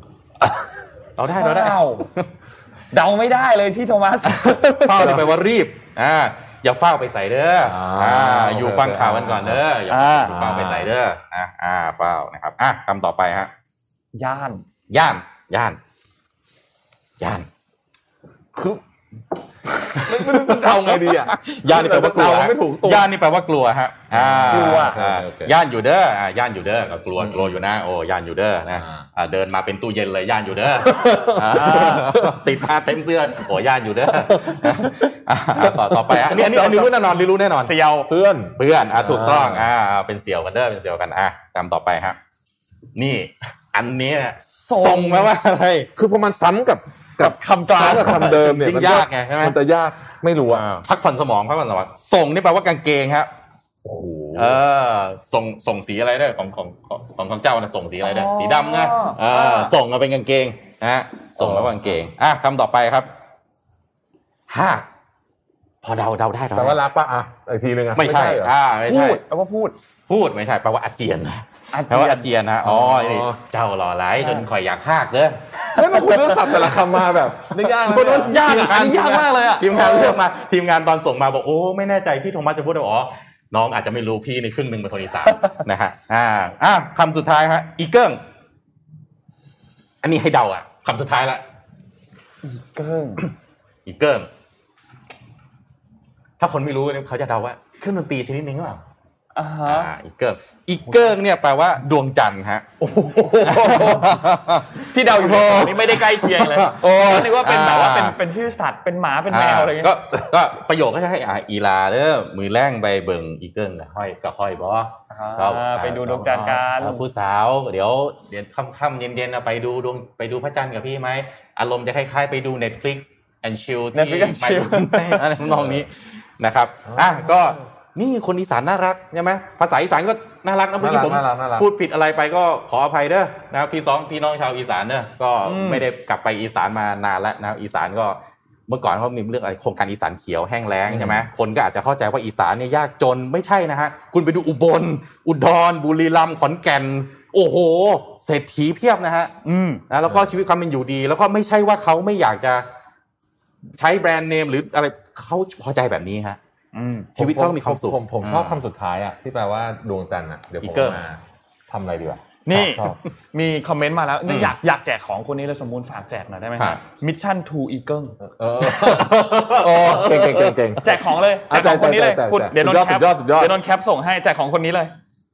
S4: เดาได้เดาได้
S5: เดาเดาไม่ได้เลยพี่โทมัส
S4: เฝ้าที่แปลว่ารีบ อ่า อย่าเฝ้าไปใส่เด้อ
S2: อ่า
S4: อ่า
S2: โอเค
S4: อยู่ฟังข่าวกันก่อนเด้อ อย่า
S5: อ่า
S4: เฝ้าไปใส่เด้อ อ่าอ่าเฝ้านะครับ อ่ะคำต่อไปฮะ
S5: ย่าน
S4: ย่าน ย่าน ย่าน
S2: คือไม่ไม่รู้จะเดาไงดีอ่ะ
S4: ย่านนี่แปลว่ากลัว
S2: เราไม่ถูกตัว
S4: ย่านนี่แปลว่ากลัวฮะ อ่าก
S2: ลัว
S4: อ่า
S2: โอเค
S4: ย่านอยู่เด้อ อ่า ย่านอยู่เด้อก็กลัว กลัวอยู่นะ โอ้ ย่านอยู่เด้อ นะ
S2: อ่า
S4: อ่า เดินมาเป็นตู้เย็นเลย ย่านอยู่ <laughs> เด้ออ่าติดผ้าเต็มเสื้อ โอ้ ย่านอยู่เด้ออ่าต่อต่อไปฮะอันนี้อันนี้อันนี้รู้แน่นอนอันนี้รู้แน่นอน
S5: เซียว
S2: เพื่อน
S4: เพื่อนอ่ะถูกต้อง
S2: อ่า
S4: อ่าเป็นเสี่ยวกันเด้อเป็นเสี่ยวกันอ่ะตามต่อไปฮะนี่ <laughs> อันนี้น่ะ
S5: ส่ง
S4: ส่งมาว่าอะไร
S2: คือพอมันซ้ำกับ
S5: กับคำกลาง
S2: ซ้ำกับคำเดิมเนี่ย
S4: ยิ่งยากไงใช่ไหม
S2: มันจะยากไม่รู้อ่ะ
S4: พักผ่อนสมองพักผ่อนสมองส่งนี่แปลว่ากางเกงครับ
S2: โอ้โห
S4: เออส่งส่งสีอะไรได้ของของของของของเจ้านะส่งสีอะไรได้
S5: อ๋อ
S4: สีดำนะเอ
S5: อ่
S4: อา ส่งมาเป็นกางเกงนะฮะส่งมาเป็นกางเกงอ่ะคำต่อไปครับห้ากพอเดาเดาได้เดา
S2: แต่ว่า
S4: ได้
S2: รักปะอ่ะอีกทีนึงอ่ะ
S4: ไม่ใช่
S2: เหรอ
S4: อ่าไม่
S5: พู
S4: ใช่
S5: ดแล้วก็พูด
S4: พูดไม่ใช่แปลว่าอาเจียนนะ
S5: อา
S4: แปล
S5: เจี
S4: ว่าย
S5: น
S4: อาเจียนนะอ๋อ
S2: อ๋อ
S4: นี่เจ้าหล่อร้ายจนข่อยอยากหากเด้อ
S2: แล้วมาคุยเรื่องศัพท์แต่ละคำมาแบบได้ยากนะ
S5: คนนู้น
S2: เนี่ย
S5: ยากอ่ะอันนี้ยากมากเลยอ่ะ
S4: ทีมงานเลือกมา ทีมงานตอนส่งมาบอกโอ้ไม่แน่ใจพี่โทมัสจะพูดหรอน้องอาจจะไม่รู้พี่ในครึ่งหนึ่งเป็นคนอีสาน <laughs> นะฮะอ่าอ่ะคำสุดท้ายฮะอีเกิ้งอันนี้ให้เดาอ่ะคำสุดท้ายละ
S5: เกิ้ง
S4: อีเกิ้งถ้าคนไม่รู้เนี่ยเขาจะเดาว่าเครื่องดนตรีชนิดหนึงหรือเปล่า
S5: อ่าฮะ
S4: อ่าอีเกิ้งอีเกิ้งเนี่ยแปลว่าดวงจันทร์ฮะ
S5: ที่เดาอยู่ในกล่องนี้ไม่ได้ใกล้เคียงเลย
S4: โอ้ย
S5: นึกว่าเป็นแบบว่าเป็น
S4: อ่า
S5: เป็นชื่อสัตว์เป็นหมาเป็นแมวอะไรเงี้
S4: ก็ <laughs>
S5: ย
S4: ก็ประโยคก็จะให้อ่าอีลาเด้อมือแรงไปเบิ่งอีเกิลกับห้อยกับห้อยบอ
S5: อ่าไปดูดวงจันทร์กัน
S4: ผู้สาว เดี๋ยวเดี๋ยวค่ำๆเย็นๆนะไปดูดวงไปดูพระจันทร์กับพี่ไหมอารมณ์จะคล้ายๆไปดู Netflix and chill ที่
S5: Netflix and chill
S4: ไม่ <laughs> อะไรทำนองนี้นะครับอ่ะก็นี่คนอีสานน่ารักใช่ไหมภาษาอีสานก็น่ารักนะเมื่อ
S2: น่ารั
S4: กี้
S2: ก
S4: ผม
S2: น่ารักน่ารัก
S4: พูดผิดอะไรไปก็ขออภัยเด้อนะครับพี่สองพี่น้องชาวอีสานเด้อก็ไม่ได้กลับไปอีสานมานานแล้วนะครับอีสานก็เมื่อก่อนเขามีเรื่องอะไรโครงการอีสานเขียวแห้งแล้งใช่ไหมคนก็อาจจะเข้าใจว่าอีสานเนี่ยยากจนไม่ใช่นะฮะคุณไปดูอุบล อุดร บุรีรัมย์ขอนแก่น โอ้โห เศรษฐีเพียบนะฮะ
S5: อืม
S4: นะแล้วก็ชีวิตความเป็นอยู่ดี แล้วก็ไม่ใช่ว่าเขาไม่อยากจะใช้แบรนด์เนมหรืออะไรเขาพอใจแบบนี้ฮะ
S5: อืม
S4: ชีวิตเขามีความสุข
S2: ผ
S4: <laughs>
S2: ผมผมชอบ
S4: อ่า
S2: คำสุดท้ายอ่ะที่แปลว่าดวงจันทร์อ่ะเดี๋ยว
S4: อี
S2: ผม
S4: เกิ้ง
S2: มาทำอะไรดีวะ
S5: นี่
S2: ชอบ
S5: มีคอมเมนต์มาแล้ว
S4: อืม
S5: อยากอยากแจกของคนนี้เลยสมมูลฝากแจกหน่อยได้ไหม
S4: ครั
S5: ฮะ
S4: บ
S5: มิชชั่นทูอีเกิล
S2: เออโอ้เก่งเก่งเก่งเก่ง
S5: แจกของเลยแจ
S2: อ่ะ
S5: กของคนนี้เลย
S2: แจกแจกแจก
S5: คุณเดี๋ยวนน
S2: สุดยอด
S5: แคป
S2: สุดยอดสุดยอด
S5: เดี๋ยวนนแคปส่งให้แจกของคนนี้เลย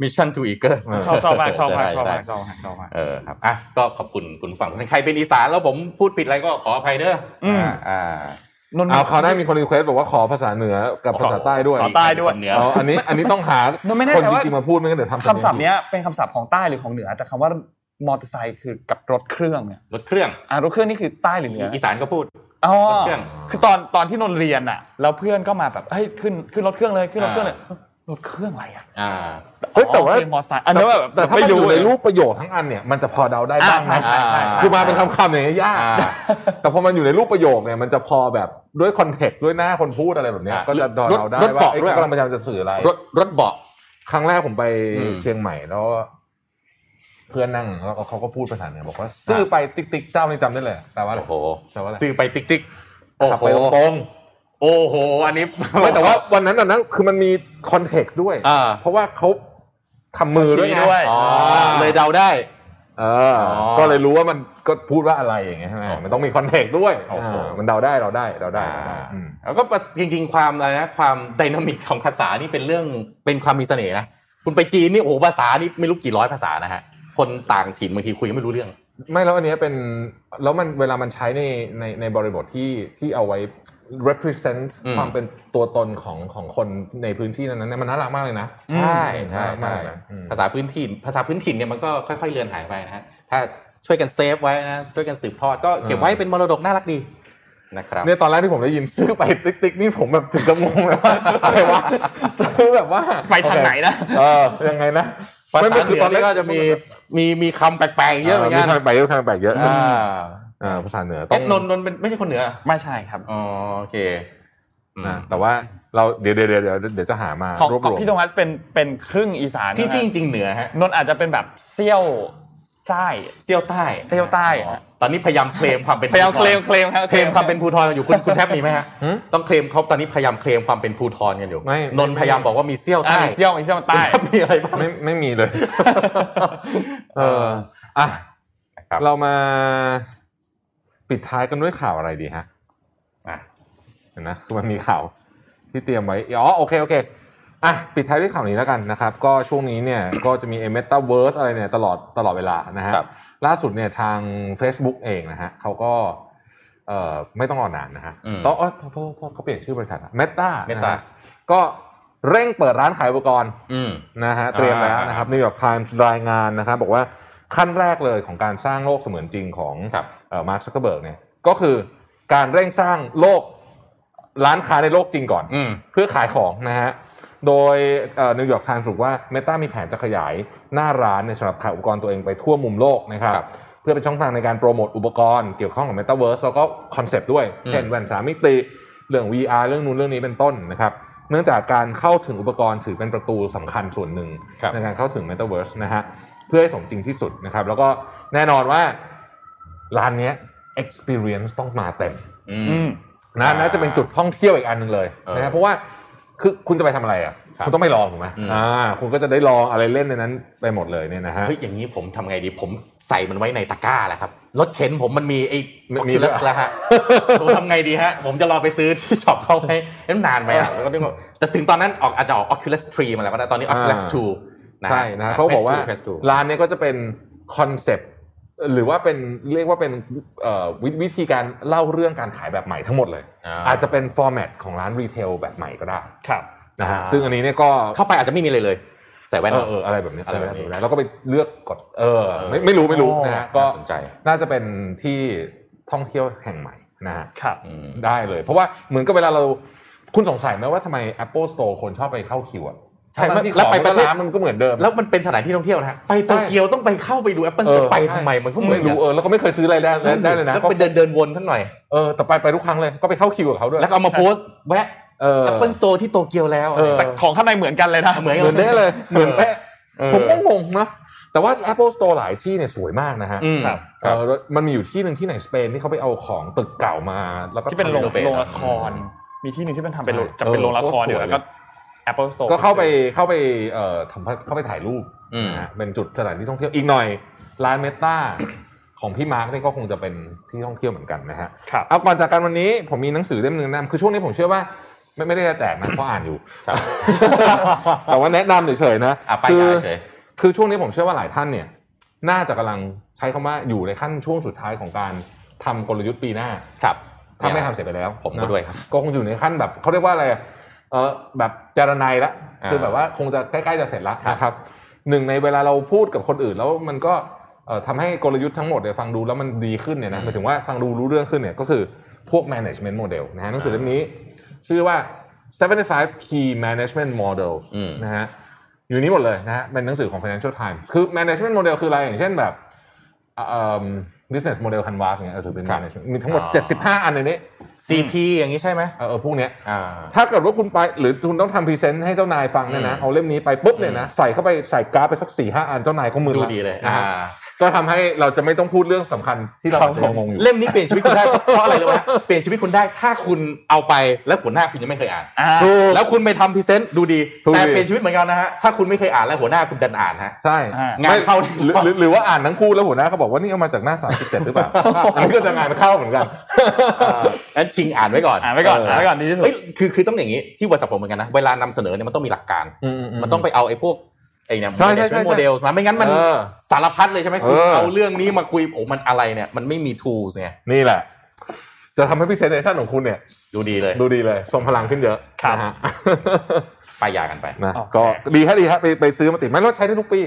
S4: มิชชั่นทูอีเกอร์
S2: เออ
S5: ชอบช
S4: <laughs>
S5: อบมากชอบมากชอบมากชอบมากชอบมาก
S4: เออครับอ่ะก็ขอบคุณคุณผู้ฟังทุกท่านใครเป็นอีสานแล้วผมพูดผิดอะไรก็ขออภัยเด้ออ
S5: ม
S4: อ่าอ่า
S5: นนท์
S2: เอาเขาวหน้ามีคนรีเควสบอกว่าขอภาษาเหนือกับภาษาใต้ด้วย
S5: ขอใต้ด้วย
S4: เหนื
S2: เอาอันนี้อันนี้ต้องหา
S5: หนูไม่แน่
S2: คน
S5: ใจ
S2: จ
S5: ว่า
S2: ริงๆมาพูดไม่งั้นเดี๋ยวทำ
S5: คำศัพท์เนี้ยเป็นคำศัพท์ของใต้หรือของเหนือ แต่คำว่ามอเตอร์ไซค์คือกับรถเครื่องเนี่ย
S4: รถเครื่อง
S5: อ่ะรถเครื่องนี่คือใต้หรือเหนือ
S4: อีสานก็พูด
S5: อ๋อ
S4: รถเครื่อง
S5: คือตอนตอนที่นนท์เรียนอ่ะแล้วเพื่อนก็มาแบบเฮ้ยขึ้นขึ้นรถเครื่องเลยขึ้นรถเครื่องเลยรถเครื่องอะไรอ่ะ
S4: อ่า
S2: เฮ้ยแต่ว่า
S5: อ๋อเป็นมอเตอร์ไซค์อันนี้นแบบ
S2: แต่ถ้ามัน
S5: ไม่
S2: อยู่ใน
S5: เลย
S2: รูปประโยคทั้งอันเนี่ยมันจะพอเดาได้บ้าง
S5: อ่า
S2: นะ
S5: ใช่ใช่ใช่
S2: คือมาเป็นคำๆอย่างเงี้ยยาก
S4: อ่า
S2: แต่พอมันอยู่ในรูปประโยคเนี่ยมันจะพอแบบด้วยคอนเทกต์ด้วยหน้าคนพูดอะไรแบบเนี้ย
S4: อ่ะ
S2: ก็จะเดาเราได้
S4: รถ
S2: ว่า
S4: เบาะ
S2: ไอ้
S4: ด้วย
S2: กำลังพยายามจะสื่ออะไร
S4: รถรถเบาะ
S2: ครั้งแรกผมไป
S4: อืม
S2: เชียงใหม่แล้ว เพื่อนนั่งแล้วเขาก็พูดภาษาเนี่ยบอกว่าซื้อไปติ๊กติ๊กเจ้านี่จำได้เลยแปลว่าอะไร
S4: โอ้โห
S2: แต่ว่าอะไร
S4: ซื้อไปติ๊กติ๊กโอ้
S2: ขับ
S4: โห
S2: ไปตรง
S4: โอ้โหอันนี้
S2: ๆไม่แต่ว่าวันนั้นน่ะนั่งคือมันมีคอนเทกต์ด้วย
S4: อ่า
S2: เพราะว่าเขาทำมือด้วย
S5: ชี้
S2: ไง
S5: ด้วย
S4: อ๋อเลยเดาได้
S2: เอออ
S4: อ
S2: ก็เลยรู้ว่ามันก็พูดว่าอะไรอย่างเงี้ยใช่ไหม
S4: อ๋อ
S2: มันต้องมีคอนเทกต์ด้วย
S4: โอ้โห
S2: เออมันเดาได้เราได้เราได้
S4: อ่า
S2: เราได้อืม
S4: แล้วก็จริงๆ ความอะไรนะความดินามิกของภาษานี่เป็นเรื่องเป็นความมีเสน่ห์นะคุณไปจีนนี่โอ้โหภาษานี่ไม่รู้กี่ร้อยภาษานะฮะคนต่างถิ่นบางทีคุยกันไม่รู้เรื่อง
S2: ไม่แล้วอันเนี้ยเป็นแล้วมันเวลามันใช้ในในในบริบทที่ที่เอาไว้ represent
S4: อืม
S2: ความเป็นตัวตนของของคนในพื้นที่นั้นๆเนี่ยมันน่ารักมากเลยนะ
S4: ใช่
S2: ใช่
S4: ใช่
S2: ใช่
S4: ใช่
S2: อืม
S4: ภาษาพื้นถิ่นภาษาพื้นถิ่นเนี่ยมันก็ค่อยๆเลือนหายไปนะฮะถ้าช่วยกันเซฟไว้นะช่วยกันสืบทอดก็เก็บไว้เป็นมรดกน่ารักดีนะครับ
S2: เนี่ยตอนแรกที่ผมได้ยินซื้อไปติ๊กติ๊กนี่ผมแบบถึงกับงงเลยว่า <laughs> อะไรวะคือแบบว่า
S5: ไปทางไหนนะ
S2: เออยังไงนะ
S4: ภาษา
S2: ไม่
S4: เห
S2: คื
S4: นือ
S2: ตนแร
S4: นี่ก็จะมีมีมีคำแปลกๆเยอะเหมือน
S2: มี
S4: กัน
S2: ทางไปเยอะทางไปเยอะ
S4: อ่า
S2: เออภาษาเหนือต้
S4: เอ๊ะ
S2: อง
S4: นนท์นนท์เป็นไม่ใช่คนเหนือ
S5: ไม่ใช่ครับ
S4: อ๋อโอเคอืม
S2: อ่ะแต่ว่าเราเดี๋ยวเดี๋ยวเดี๋ยวเดี๋ยวเดี๋ยวจะหามา
S5: ของ
S2: รวบ
S5: ของ
S2: รวม
S5: พี่โทมัสเป็นเป็นครึ่งอีสาน
S4: ที่ที่จ
S5: นะ
S4: ริงๆเหนือฮะ
S5: นนท์อาจจะเป็นแบบเซี่ยวใต้
S4: เซี่ยวใต้
S5: เซี่ยวใต้
S4: อ๋อตอนนี้พยายามเคลมความเป็น
S5: พยายามเคลม
S4: ภูธ
S5: เคลมครับ
S4: รเคลมความเป็นภูทรกันอยู่คุณคุณแทบมีไหมฮะต้องเคลมเขาตอนนี้พยายามเคลมความเป็นภูทรกันอยู่
S2: ไม่
S4: นนท์พยายามบอกว่ามีเซี่ยว
S5: อ่า
S4: ใต้
S5: มีเซี่ยวมีเซี่ยวใต้
S4: คุณแทบมีอะไรบ้าง
S2: ไม่ไม่มีเลยเอออ่ะ
S4: นะครับ
S2: เรามาปิดท้ายกันด้วยข่าวอะไรดีฮะ
S4: อ่ะ
S2: เห็นนะคือมันมีข่าวที่เตรียมไว้อ๋อโอเคโอเคอ่ะปิดท้ายด้วยข่าวนี้แล้วกันนะครับ ก็ช่วงนี้เนี่ย ก็จะมีเอเมตาเวิร์สอะไรเนี่ยตลอดตลอดเวลานะฮะล่าสุดเนี่ยทาง Facebook เองนะฮะเขาก็เอ่อไม่ต้องรอนานนะฮะต้องเอ้ยเพราะเพราะเขาเปลี่ยนชื่อบริษัทเมตาก็เร่งเปิดร้านขายอุปกรณ์
S4: อืม
S2: นะฮะเตรียมแล้ว
S4: อ่าน
S2: นะครับนิวยอร์กไทมส์รายงานนะครับบอกว่าขั้นแรกเลยของการสร้างโลกเสมือนจริงของ
S4: ครับ
S2: มาร์คซักเคเบิร์กเนี่ยก็คือการเร่งสร้างโลกร้านค้าในโลกจริงก่อน
S4: อืม
S2: เพื่อขายของนะฮะโดยนิวยอร์กไทมส์รุปว่า Meta มีแผนจะขยายหน้าร้านในยสำหรับขายอุปกรณ์ตัวเองไปทั่วมุมโลกนะครับ
S4: ครับ
S2: เพื่อเป็นช่องทางในการโปรโมทอุปกรณ์เกี่ยวข้องกับ Metaverse แล้วก็คอนเซปต์ด้วย
S4: อืม
S2: เช่นแว่นสามมิติ เรื่อง VR เรื่องนู้นเรื่องนี้เป็นต้นนะครับ เนื่องจากการเข้าถึงอุปกรณ์ถือเป็นประตูสำคัญส่วนหนึ่ง
S4: ครับ
S2: ในการเข้าถึง Metaverse นะฮะเพื่อให้สมจริงที่สุดนะครับ แล้วก็แน่นอนว่าร้านเนี้ย experience ต้องมาเต็ม
S4: อื
S5: อื
S4: ม
S5: ม
S2: นะ
S4: อ่า
S2: น่าจะเป็นจุดท่องเที่ยวอีกอันหนึ่งเลย
S4: เออ
S2: นะครับเพราะว่าคือคุณจะไปทำอะไรอ่ะ
S4: ครับ
S2: คุณต้องไปลองถูกไหม
S4: อืม
S2: อ่าคุณก็จะได้ลองอะไรเล่นในนั้นไปหมดเลยเนี่ยนะฮะ
S4: เฮ้ยอย่างนี้ผมทำไงดีผมใส่มันไว้ในตะกร้าแหละครับรถเข็นผมมันมีไอ้
S2: มีมี
S4: คิลัส
S2: ด้วย
S4: แล้วฮะผมทำไงดีฮะ ผมจะรอไปซื้อที่ช็อปเขาไหมเอ้ยมันนานไปอ่ะแล้วก็นึกว่าแต่ถึงตอนนั้นออกอาจจะออก Oculus 3 มาแล้วก็ได้ตอนนี้ Oculus 2นะฮะ
S2: ใช่นะฮะเขาบอกว่า
S4: Quest 2 Quest 2
S2: ร้านเนี้ยก็จะเป็นคอนเซปต์หรือว่าเป็นเรียกว่าเป็นเอ่อวิวิธีการเล่าเรื่องการขายแบบใหม่ทั้งหมดเลย
S4: อ่า
S2: อาจจะเป็นฟอร์แมตของร้านรีเทลแบบใหม่ก็ได้
S5: ครับ
S2: นะฮะซึ่งอันนี้เนี่ยก็
S4: เข้าไปอาจจะไม่มีอะไรเลย ใส่แว่น
S2: เอ
S4: เอา
S2: อเอออะไรแบบนี้
S4: อะไรแบบนี้
S2: แล้วก็ไปเลือกกดเออ
S4: เออ
S2: ไม่ไม่รู้ไม่รู้
S5: โอ้
S2: นะฮะก็
S4: น่าสนใจ
S2: น่าจะเป็นที่ท่องเที่ยวแห่งใหม่นะฮะ
S5: ครับ
S4: ม
S2: ได้เลย เพราะว่าเหมือนกับเวลาเราคุณสงสัยไหมว่าทำไม Apple Store คนชอบไปเข้าคิวอ่ะ
S4: ใช่มัน
S2: ที่ข
S4: แล้
S2: อ
S4: ว
S2: ง
S4: ไปประเทศ
S2: ร้านมันก็เหมือนเดิม
S4: แล้วมันเป็นสถานที่ท่องเที่ยวนะฮะไปโตเกียวต้องไปเข้าไปดู Apple
S2: เออ
S4: Store ไปทำไมมันก็เหมือน
S2: ไม่รู้เออแล้วก็ไม่เคยซื้ออะไรได้ได้เลยนะ
S4: แล้วไปเดินเดินวนทั้งหน่อย
S2: เออแต่ไปไปทุกครั้งเลยก็ไปเข้าคิวกับเขาด้วย
S4: แล้วก็เอามาโพสต์แวะ
S2: เออ
S4: Apple Store ที่โตเกียวแล้ว
S2: เออ
S5: แต่ของข้างในเหมือนกันเลยนะ
S4: เหมือน
S2: เหมือนได้เลยเหมือนเป๊ะ
S4: เออ
S2: ผมก็งงนะแต่ว่า Apple Store หลายที่เนี่ยสวยมากนะฮะ
S4: อืม
S5: ครับ
S2: เออแล้วมันมีอยู่ที่หนึ่งที่ไหนสเปนที่เขาไปเอาของตึกเก่ามา แล้วก็
S5: ที่เป็นโรง
S2: ทำ
S5: โรงละคร มีที่หนึ่งที่มันทำเป็นโรง
S2: ใช่
S5: จะเป็นโรงละคร
S2: เออ
S5: อยู่แล้วก็
S2: สวย
S5: Apple Store
S2: ก็เข้าไปเข้าไปเอ่อทำเข้าไปถ่ายรูป
S4: อืม
S2: นะฮะเป็นจุดสถานที่ท่องเที่ยวอีกหน่อยร้านเมตา ของพี่มาร์กนี่ก็คงจะเป็นที่ท่องเที่ยวเหมือนกันนะฮะ
S5: ครับ
S2: เอาก่อนจากกันวันนี้ผมมีหนังสือเล่มหนึ่งแนะนำคือช่วงนี้ผมเชื่อว่า ไม่ไม่ได้จะแจกนะเพราะอ่านอยู่
S4: ครับ
S2: แต่ว่าแนะนำเฉยๆนะ
S4: อ่ะไป
S2: คื
S4: ได้
S2: อ
S4: เฉย
S2: คือช่วงนี้ผมเชื่อว่าหลายท่านเนี่ย น่าจะกำลังใช้คำว่าอยู่ในขั้นช่วงสุดท้ายของการทำกลยุทธ์ปีหน้า
S4: ครับ
S2: ถ้าไม่ทำ
S4: เนี่ย
S2: เสร็จไปแล้ว
S4: ผมก็
S2: นะ
S4: ด้วยครับ
S2: ก็คงอยู่ในขั้นแบบเขาเรียกว่าอะไรอะเออแบบจารนัยละ
S4: อ่า
S2: คือแบบว่าคงจะใกล้ๆจะเสร็จแล้ว
S4: ครับ
S2: นะครับหนึ่งในเวลาเราพูดกับคนอื่นแล้วมันก็เอ่อทำให้กลยุทธ์ทั้งหมดเนี่ยฟังดูแล้วมันดีขึ้นเนี่ยนะหมายถึงว่าฟังดูรู้เรื่องขึ้นเนี่ยก็คือพวก management model นะฮะหนังสือเล่มนี้ ชื่อว่า 75 key management models
S4: อืม
S2: นะฮะอยู่นี้หมดเลยนะฮะเป็นหนังสือของ Financial Times คือ management model คืออะไรอย่างเช่นแบบเอ่อ business model canvas อย่างเงี้ยเออถือเป็น
S4: ครับ
S2: management มีทั้งหมด
S4: อ๋อ
S2: 75 อันในนี้
S4: CP อย่างนี้ใช่ไหม
S2: เออเออพวกเนี้ย
S4: อ่า
S2: ถ้าเกิดว่าคุณไปหรือคุณต้องทำพรีเซนต์ให้เจ้านายฟังเนี่ยนะ
S4: อืม
S2: เอาเล่มนี้ไปปุ๊บเนี่ยนะใส่เข้าไปใส่กราฟไปสักสี่ห้าอันเจ้านายก็มือ
S4: ดู
S2: ละ
S4: ดีเลย
S2: นะ
S4: อ่า
S2: ฮะก็ทำให้เราจะไม่ต้องพูดเรื่องสำคัญที่เราอาจจะยังงงอยู่
S4: เล่มนี้เปลี่ยนชีวิตคุณได้เพราะอะไรรู้ไหมเปลี่ยนชีวิตคุณได้ถ้าคุณเอาไปแล้วหัวหน้าคุณยังไม่เคยอ่าน
S5: อ่า
S2: ถูก
S4: แล้วคุณไปทำพรีเซนต์ดูดี
S2: ดูดี
S4: แต่เป็นชีวิตเหมือนกันนะฮะ ถ้าคุณไม่เคยอ่านแล้วหัวหน้าคุณดัน
S2: <laughs>
S4: อ่านฮะ
S2: ใช่
S5: อ่า
S4: งานเข้า
S2: หรือหรือหรือว่าอ่านทั้งคู่แล้วหัวหน้าเขาบอกว่านี่เอามาจากหน้าสามสิบเจ็ดห
S4: <laughs>
S2: รือเปล่าอันนี้ก็จะงานเข้าเหมือนกัน
S4: นั้นชิงอ่านไว้ก่อน
S5: อ่านไว้ก่อน
S2: เอออ่
S5: อ่านไว้ก่อนดีที่สุด
S4: เอ้ยคือคือต้องอย่างนี้ที่บริษัทผมเหมือนกันนะ เวลานำเสนอเนี่ยมันต้องมีหลักการ
S2: อืมๆๆ
S4: มันต้องไปเอาไอ้พวกไอ้เนี่ย
S2: ใช่ใช่ใช่
S4: โมเดลมาไม่งั้นมัน
S2: เออ
S4: สารพัดเลยใช่ไหมคุณ
S2: เออ
S4: เอาเรื่องนี้มาคุยโอ้มันอะไรเนี่ยมันไม่มี tools ไง
S2: นี่แหละ จะทำให้พิเศษในขั้นของคุณเนี่ย
S4: ดูดีเลย
S2: ดูดีเลยทรงพลังขึ้นเยอะ
S5: ครับ
S2: นะฮะ <laughs>
S4: ไปยากันไป
S2: นะ
S5: โอเค
S2: ก็ดีฮะดีฮะไปไปซื้อมาติดไม่ต้องใช้ได้ทุกปี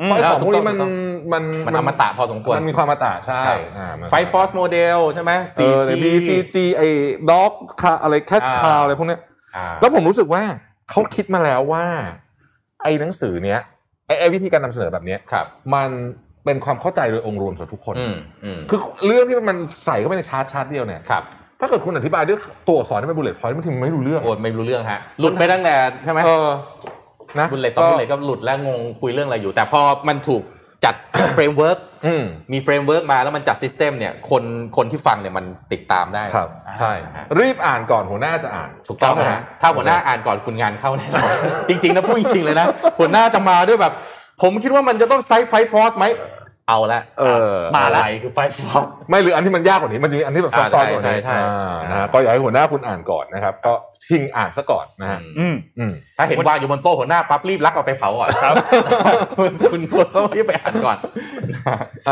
S5: อืม
S2: เพราะไอ้ของพวกนี้มัน
S4: ถูกต้อง
S2: มัน
S4: มันอมตะพอสมควร
S2: มันมีความอมตะใช่
S4: ครับ
S2: อ่ามัน
S4: ไฟฟอสโมเดลใช่ไหม
S2: เออ
S4: CT
S2: บีซีจีไอ้ด็อกคาอะไรแคช
S4: อ่า
S2: คาอะไรพวกเนี้ย
S4: อ่า
S2: แล้วผมรู้สึกว่าเขาคิดมาแล้วว่า ไอ้หนังสือเนี้ยไอ้ไอ้วิธีการนำเสนอแบบเนี้ย
S4: ครับ
S2: มันเป็นความเข้าใจโดยองค์รวมสำหรับทุกคน
S4: อืมอืม
S2: คือเรื่องที่มันใส่เข้าไปในชาร์ตชาร์ตเดียวเนี่ย
S4: ครับ
S2: ถ้าเกิดคุณอธิบายด้วยตัวอักษรที่เป็นบุลเลต์พอยต์มันทีมันไม่รู้เรื่อง
S4: โอ้ยไม่รู้เรื่องฮะ หลุดไปตั้งแต่ใช่ไหม
S2: เออ นะ
S4: บุลเลตสองบุลเลตก็หลุดแล้วงงคุยเรื่องอะไรอยู่ แต่พอมันถูกจัด <coughs> เฟรมเวิร์ก
S2: อืม
S4: มีเฟรมเวิร์กมาแล้วมันจัดซิสเต็มเนี่ยคนคนที่ฟังเนี่ยมันติดตามได้
S2: ครับ ใช่
S4: อ่า
S2: รีบอ่านก่อนหัวหน้าจะอ่าน
S4: ถูกต้องนะฮะถ้าหัวหน้าอ่านก่อนคุณงานเข้าแน่นอน <laughs> จริง ๆ นะพูดจริง ๆ เลยนะ หัวหน้าจะมาด้วยแบบ ผมคิดว่ามันจะต้องไซส์ไฟฟอสไหม เอาละ
S2: เออ
S5: มาละ
S4: อะไรคือไฟฟอส
S2: ไม่หรืออันที่มันยากกว่านี้ มันมีอันที่แบบซับซ้อนกว่านี้
S4: อ่าใช่ใช่ใช่
S2: อ่านะฮะก็อยากให้หัวหน้าคุณอ่านก่อนนะครับ ก็ทิ้งอ่านซะก่อนนะฮะ
S5: อืม
S2: อืม
S4: ถ้าเห็นวางอยู่บนโต๊ะหัวหน้าปั๊บรีบลักเอาไปเผาก่อนครับ <laughs> คุณควรต้องรีบไปอ่านก่อน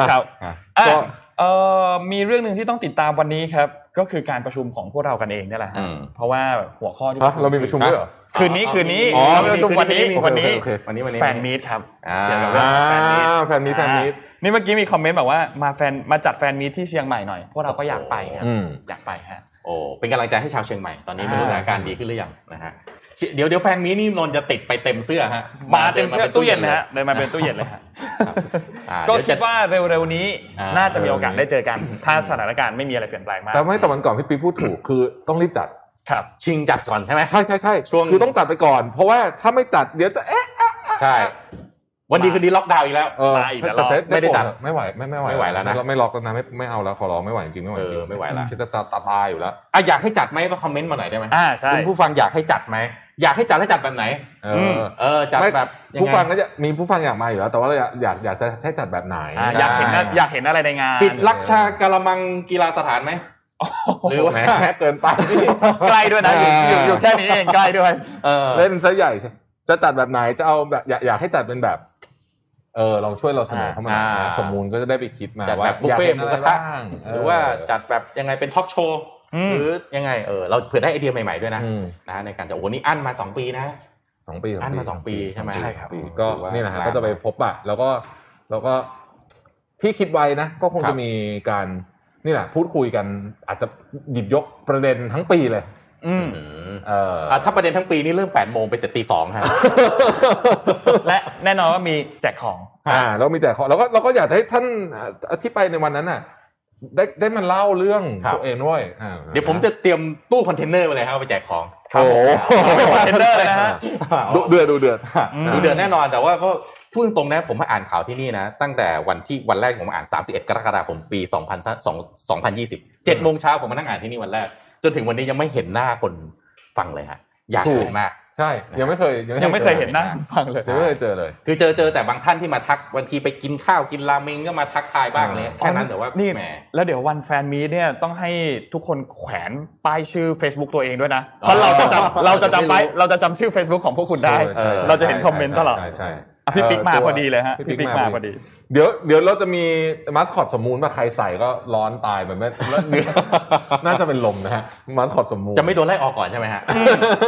S5: ครับ
S4: อ่ะ
S5: อ่ะ
S2: ก็
S5: เอ่อมีเรื่องหนึ่งที่ต้องติดตามวันนี้ครับ ก็คือการประชุมของพวกเรากันเองนี่แหละฮะ
S4: อืม
S5: เพราะว่าหัวข้อที่
S2: ฮะเรามีประชุมด้วยเหรอ
S5: คืนนี้คืนนี้
S2: อ๋อ
S5: เรามีประชุมวันนี้
S2: วั
S5: วัน น
S2: นี้
S5: นี้
S2: โอเค
S4: วันนี้วันนี้
S5: แฟนมีตครับ
S4: อ่า
S5: เกี่ยวกับเรื่อ
S2: อ่าง
S5: แฟนมีต
S2: แฟนมีตแฟนมีต
S5: อ่านี่เมื่อกี้มีคอมเมนต์แบบว่ามาแฟนมาจัดแฟนมีตที่เชียงใหม่หน่อยพวกเราก็อยากไปครับ
S2: อืม
S5: อยากไปฮะ
S4: โอ้เป็นกำลังใจให้ชาวเชียงใหม่ตอนนี้ไม่รู้
S5: อ่า
S4: สถานการณ์ดีขึ้นหรือยังนะฮะเชีเดี๋ยวเดี๋ยวแฟนมีนี่นนท์จะติดไปเต็มเสื้อฮะ
S5: มาเต็มเสื้อ
S4: ป็
S5: ตู้เย็นนะฮะเลยมาเป็นตู้เย็นเลยฮะ
S4: ครับอ่า
S5: ก็
S4: เดี๋ยว
S5: คิ
S4: จะ
S5: ดว่าเร็วๆนี้
S4: อ่า
S5: น่าจะมีโอกาสได้เจอกัน ถ้าสถานการณ์ไม่มีอะไรเปลี่ยนแปลงมาก
S2: แต่ไม่แต่วันก่อนพี่ปีพูดถูกคือต้องรีบจัด
S5: ครับ
S4: ชิงจัดก่อนใช่ไหม
S2: ใช่ใช่ใช่
S4: ช่วง
S2: คือต้องจัดไปก่อน เพราะว่าถ้าไม่จัดเดี๋ยวจะเอ๊ะ
S4: ใช่ วันดีคืนดีล็อกดาวน์อีกแล้ว
S2: เออ
S5: มาอีกแล้ว
S2: แต่แต่
S4: ไม่ได้จัด
S2: ไม่ไหวไม่ไม่ไหว
S4: ไม่ไหวแล้วนะ
S2: เราไม่ล็อกแล้วนะไม่ไม่เอาแล้วขอร้องไม่ไหวจริงๆไม่ไหวจริง
S4: เออไม่ไหวละ
S2: คิดจะตาตายอยู่แล้ว
S4: อ่ะอยากให้จัดไหมก็คอมเมนต์มาหน่อยได้ไหม
S5: อ่าใช่
S4: คุณผู้ฟังอยากให้จัดไหมอยากให้จัดให้จัดแบบไหน
S2: เอ
S5: อื
S2: อ
S5: ม
S4: เออจัด
S2: ไม่
S4: แบบยัไ
S2: ผู้ฟังก็จะมีผู้ฟังอยากมาอยู่แล้ว แต่ว่าเราอยากอยากอยากจะให้จัดแบบไหน
S5: อ่าอยากเห็นนะอยากเห็นอะไรในงาน
S4: ปิดลักชากะละมังกีฬาสถานไหมหรือว่า
S2: แหมเกินไป
S5: ใกล้ด้วยนะ <laughs> อยู่
S2: อ่า
S5: อยู่อยู่แค่นี้เอง <laughs> ใกล้ด้วย
S4: เออ
S2: เล่นซะใหญ่ใช่จะจัดแบบไหนจะเอาแบบอยากอยากให้จัดเป็นแบบ เออลองช่วยเราเสนอเข้ามาหน่อยนะ
S4: อ่า
S2: สมมูลก็จะได้ไปคิดมา
S4: จัด
S2: ว่า
S4: แบบบุฟ
S2: อยาก
S4: เฟ่
S2: เห็น
S4: ต์หมู
S2: อะไร
S4: กระ
S2: บ้
S4: ทะ
S2: าง
S4: หรือว่า
S2: เ
S4: จัดแบบยังไงเป็นทอล์กโชว์
S5: อืม
S4: หรือยังไงเออเราเผื่อได้ไอเดียใหม่ๆด้วยนะ
S2: อืม
S4: นะในการจะโอ้โหนี่อั้นมา 2 ปีนะ
S2: สองปี
S4: อั้นมาสองปีใช่ไหม
S2: สองปี
S4: ใช่ครับ
S2: สองปีก็
S4: ถือว่า
S2: นี่นะฮะ
S4: นาน
S2: ก็จะไปพบอะแล้วก็แล้วก็ที่คิดไว้นะ ก็คง
S4: ครั
S2: จะ
S4: บ
S2: มีการนี่แหละพูดคุยกัน อาจจะหยิบยกประเด็นทั้งปีเลย
S5: อืม
S2: เออ
S4: อ่ะถ้าประเด็นทั้งปีนี่เริ่ม8โมงไปเสร็จตีสองฮะ
S5: และแน่นอนว่ามีแจกของ
S2: อ่าเรามีแต่ขอเราก็เราก็อยากจะให้ท่านอ่าที่ไปในวันนั้นน่ะ ได้ได้มาเล่าเรื่อง
S4: ครับ
S2: ตัวเองด้วยอ่า
S4: เดี๋ยวผมจะเตรียมตู้คอนเทนเนอร์ไปเลยครับเอาไปแจกของ
S2: โอ้โห
S5: คอนเทนเนอร์เลยนะฮะ
S2: ดูเดือดดูเดือด
S5: อืม
S4: ดูเดือนแน่นอน แต่ว่าก็พูดตรงๆนะผมมาอ่านข่าวที่นี่นะ ตั้งแต่วันที่วันแรกผมมาอ่าน 31 กรกฎาคมปี2 0 2 2020 7โมงเช้าผมมานั่งอ่านที่นี่วันแรก จนถึงวันนี้ยังไม่เห็นหน้าคนฟังเลยฮะอยากเห็นมาก
S2: ใช่ ยังไม่เคย
S5: ยังไม่เคยเห็นหน้าฟังเลย
S2: ยังไม่เคยเจอเลย
S4: คือเจอเจอแต่บางท่านที่มาทักบางทีไปกินข้าวกินราเมงก็มาทักทายบ้างเลยแค่นั้นแต่ว่า
S5: นี่
S4: แหม
S5: แล้วเดี๋ยววันแฟนมีตเนี่ยต้องให้ทุกคนแขวนป้ายชื่อ Facebook ตัวเองด้วยนะเพราะเราจะจำเราจะจำป้ายเราจะจำชื่อ Facebook ของพวกคุณได้
S2: ใช่ใช่ใช่
S5: เราจะเห็นคอมเมนต์ตลอด
S2: ใช่ใช่
S5: อ่ะพี่ปิ๊กมา
S2: ตัว
S5: พอดีเลยฮะ
S2: พี่
S5: พี่
S2: ปิ๊
S5: ปิ๊
S2: ก
S5: ก
S2: มา
S5: มา
S2: พ
S5: พ
S2: อ
S5: อ
S2: ดี
S5: ดี
S2: เดี๋ยวเดี๋ยวเราจะมีมาสคอตสมมูลว่าใครใส่ก็ร้อน <laughs> ตายแบบไม่แล้วเดี๋ยว น่าจะเป็นลมนะฮะมาสคอตสมมูล
S4: จะไม่โดนไล่ออกก่อนใช่ไหมฮะ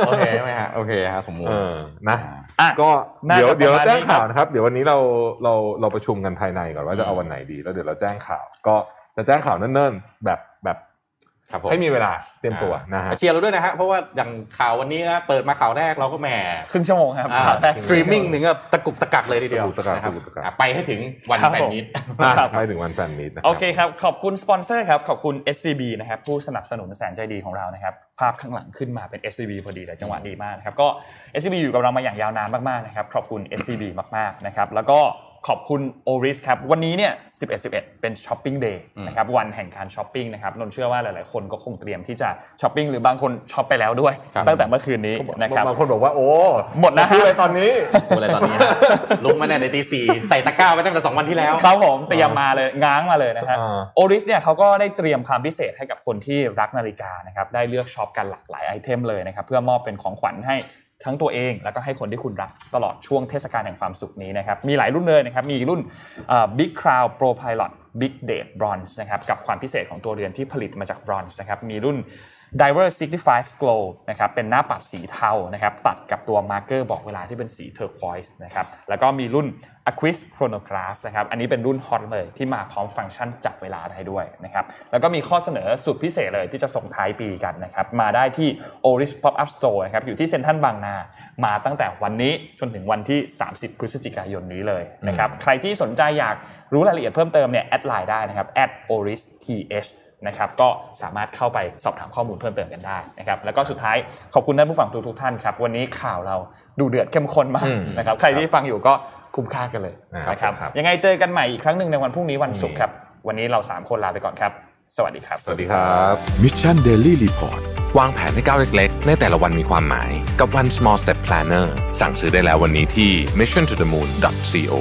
S4: โอเคไหมฮะ โอเคฮะสมมุติ
S2: เออนะ
S5: อ่ะ
S2: ก็
S5: น่าจะ
S2: เดี๋ยวเดี๋ยว
S5: ป
S2: เรา
S5: ระมาณ
S2: แจ้ง
S5: นี้ครับ
S2: ข่าวนะครับ เดี๋ยววันนี้เราเราเราประชุมกันภายในก่อนว่าจะเอาวันไหนดีแล้วเดี๋ยวเราแจ้งข่าว ก็จะแจ้งข่าวเนิ่นๆแบบแบบ
S4: ครับผม
S2: ให้มีเวลาเตรียมตัวนะฮะ
S4: เชียร์เราด้วยนะฮะ เพราะว่าอย่างข่าววันนี้นะเปิดมาข่าวแรกเราก็แหม
S5: ครึ่งชั่วโมงครับ
S4: อ่า
S5: แต่
S4: สตรีมมิ่งถึงกับตะกุกตะกักเลยทีเดียว
S2: ตะกุกตะกัก
S4: นะครับ
S2: ตะกุกตะกัก
S4: อ่ะไปให้ <laughs> ถึงวัน
S5: ครับ
S4: แฟน
S5: ผม
S4: มิต
S2: อ่ะ
S5: ครับ
S2: ไปถึงวันแฟนมีตนะรับ
S5: โอเคครับ ขอบคุณสปอนเซอร์ครับ ขอบคุณ SCB นะครับผู้สนับสนุนแสนใจดีของเรานะครับ ภาพข้างหลังขึ้นมาเป็น SCB พอดีเลยจังหวะดีมากนะครับก็ SCB อยู่กับเรามาอย่างยาวนานมากๆนะครับขอบคุณ SCB มากๆนะครับแล้วก็ขอบคุณ o r i s ครับวันนี้เนี่ย11 11 เป็นช้อปปิ้งเดย์
S4: อืม
S5: นะครับวันแห่งการช้อปปิ้งนะครับนนท์เชื่อว่าหลายๆ คนก็คงเตรียมที่จะช้อปปิ้งหรือบางคนช็อปไปแล้วด้วย ตั้งแต่เมื่อคืนนี้นะครับ
S2: บางคนบอกว่าโอ้ <laughs>
S5: หมดแล้วฮะ
S2: พูอะไรตอนนี้
S4: โอ้อะไรตอนนี้ฮะลุกมาเนี่ยในตีสี่ใส่ตะกร้าไว้ตั้งแต่สองวันที่แล้ว
S5: ครับผมเตรียมมาเลยง้างมาเลยนะฮะ
S2: อ่า
S5: โอริสเนี่ยเขาก็ได้เตรียมความพิเศษให้กับคนที่รักนาฬิกานะครับได้เลือกช็อปกันหลากหลายไอเทมเลยนะครับเพื่อมอบเป็นของขวัญให้ทั้งตัวเอง แล้วก็ให้คนที่คุณรักตลอดช่วงเทศกาลแห่งความสุขนี้นะครับมีหลายรุ่นเลยนะครับมีรุ่น Big Crown Pro Pilot Big Date Bronze นะครับกับความพิเศษของตัวเรือนที่ผลิตมาจากบรอนซ์นะครับมีรุ่น Diver 65 Glow นะครับเป็นหน้าปัดสีเทานะครับตัดกับตัวมาร์เกอร์บอกเวลาที่เป็นสีเทอร์ควอยส์นะครับแล้วก็มีรุ่น Aquis Chronograph นะครับอันนี้เป็นรุ่นฮอตเลยที่มาพร้อมฟังก์ชันจับเวลาได้ด้วยนะครับแล้วก็มีข้อเสนอสุดพิเศษเลยที่จะส่งท้ายปีกันนะครับมาได้ที่ Oris Pop Up Store นะครับอยู่ที่เซ็นทรัลบางนา มาตั้งแต่วันนี้จนถึงวันที่ 30 พฤศจิกายนนี้เลยนะครับใครที่สนใจอยากรู้รายละเอียดเพิ่มเติมเนี่ยแอดไลน์ได้นะครับ @oristh นะครับก็สามารถเข้าไปสอบถามข้อมูลเพิ่มเติมกันได้นะครับแล้วก็สุดท้ายขอบคุณท่านผู้ฟังทุกทุกๆท่านครับ วันนี้ข่าวเราดูเดือดเข้มข้นมาก
S2: อืม
S5: นะครับใครที่ฟังอยู่ก็คุ้มค่ากันเลย
S2: ครับ
S5: นะครับ
S2: ครับ
S5: ยังไงเจอกันใหม่อีกครั้งหนึ่งในวันพรุ่งนี้วันศุกร์ครับ วันนี้เรา 3 คนลาไปก่อนครับ สวัสดีครับ
S2: สวัสดีครับ
S1: มิชชันเดลี่รีพอร์ต
S6: วางแผนในก้าวเล็กๆ ในแต่ละวันมีความหมาย กับวัน small step planner สั่งซื้อได้แล้ววันนี้ที่ mission to the moon co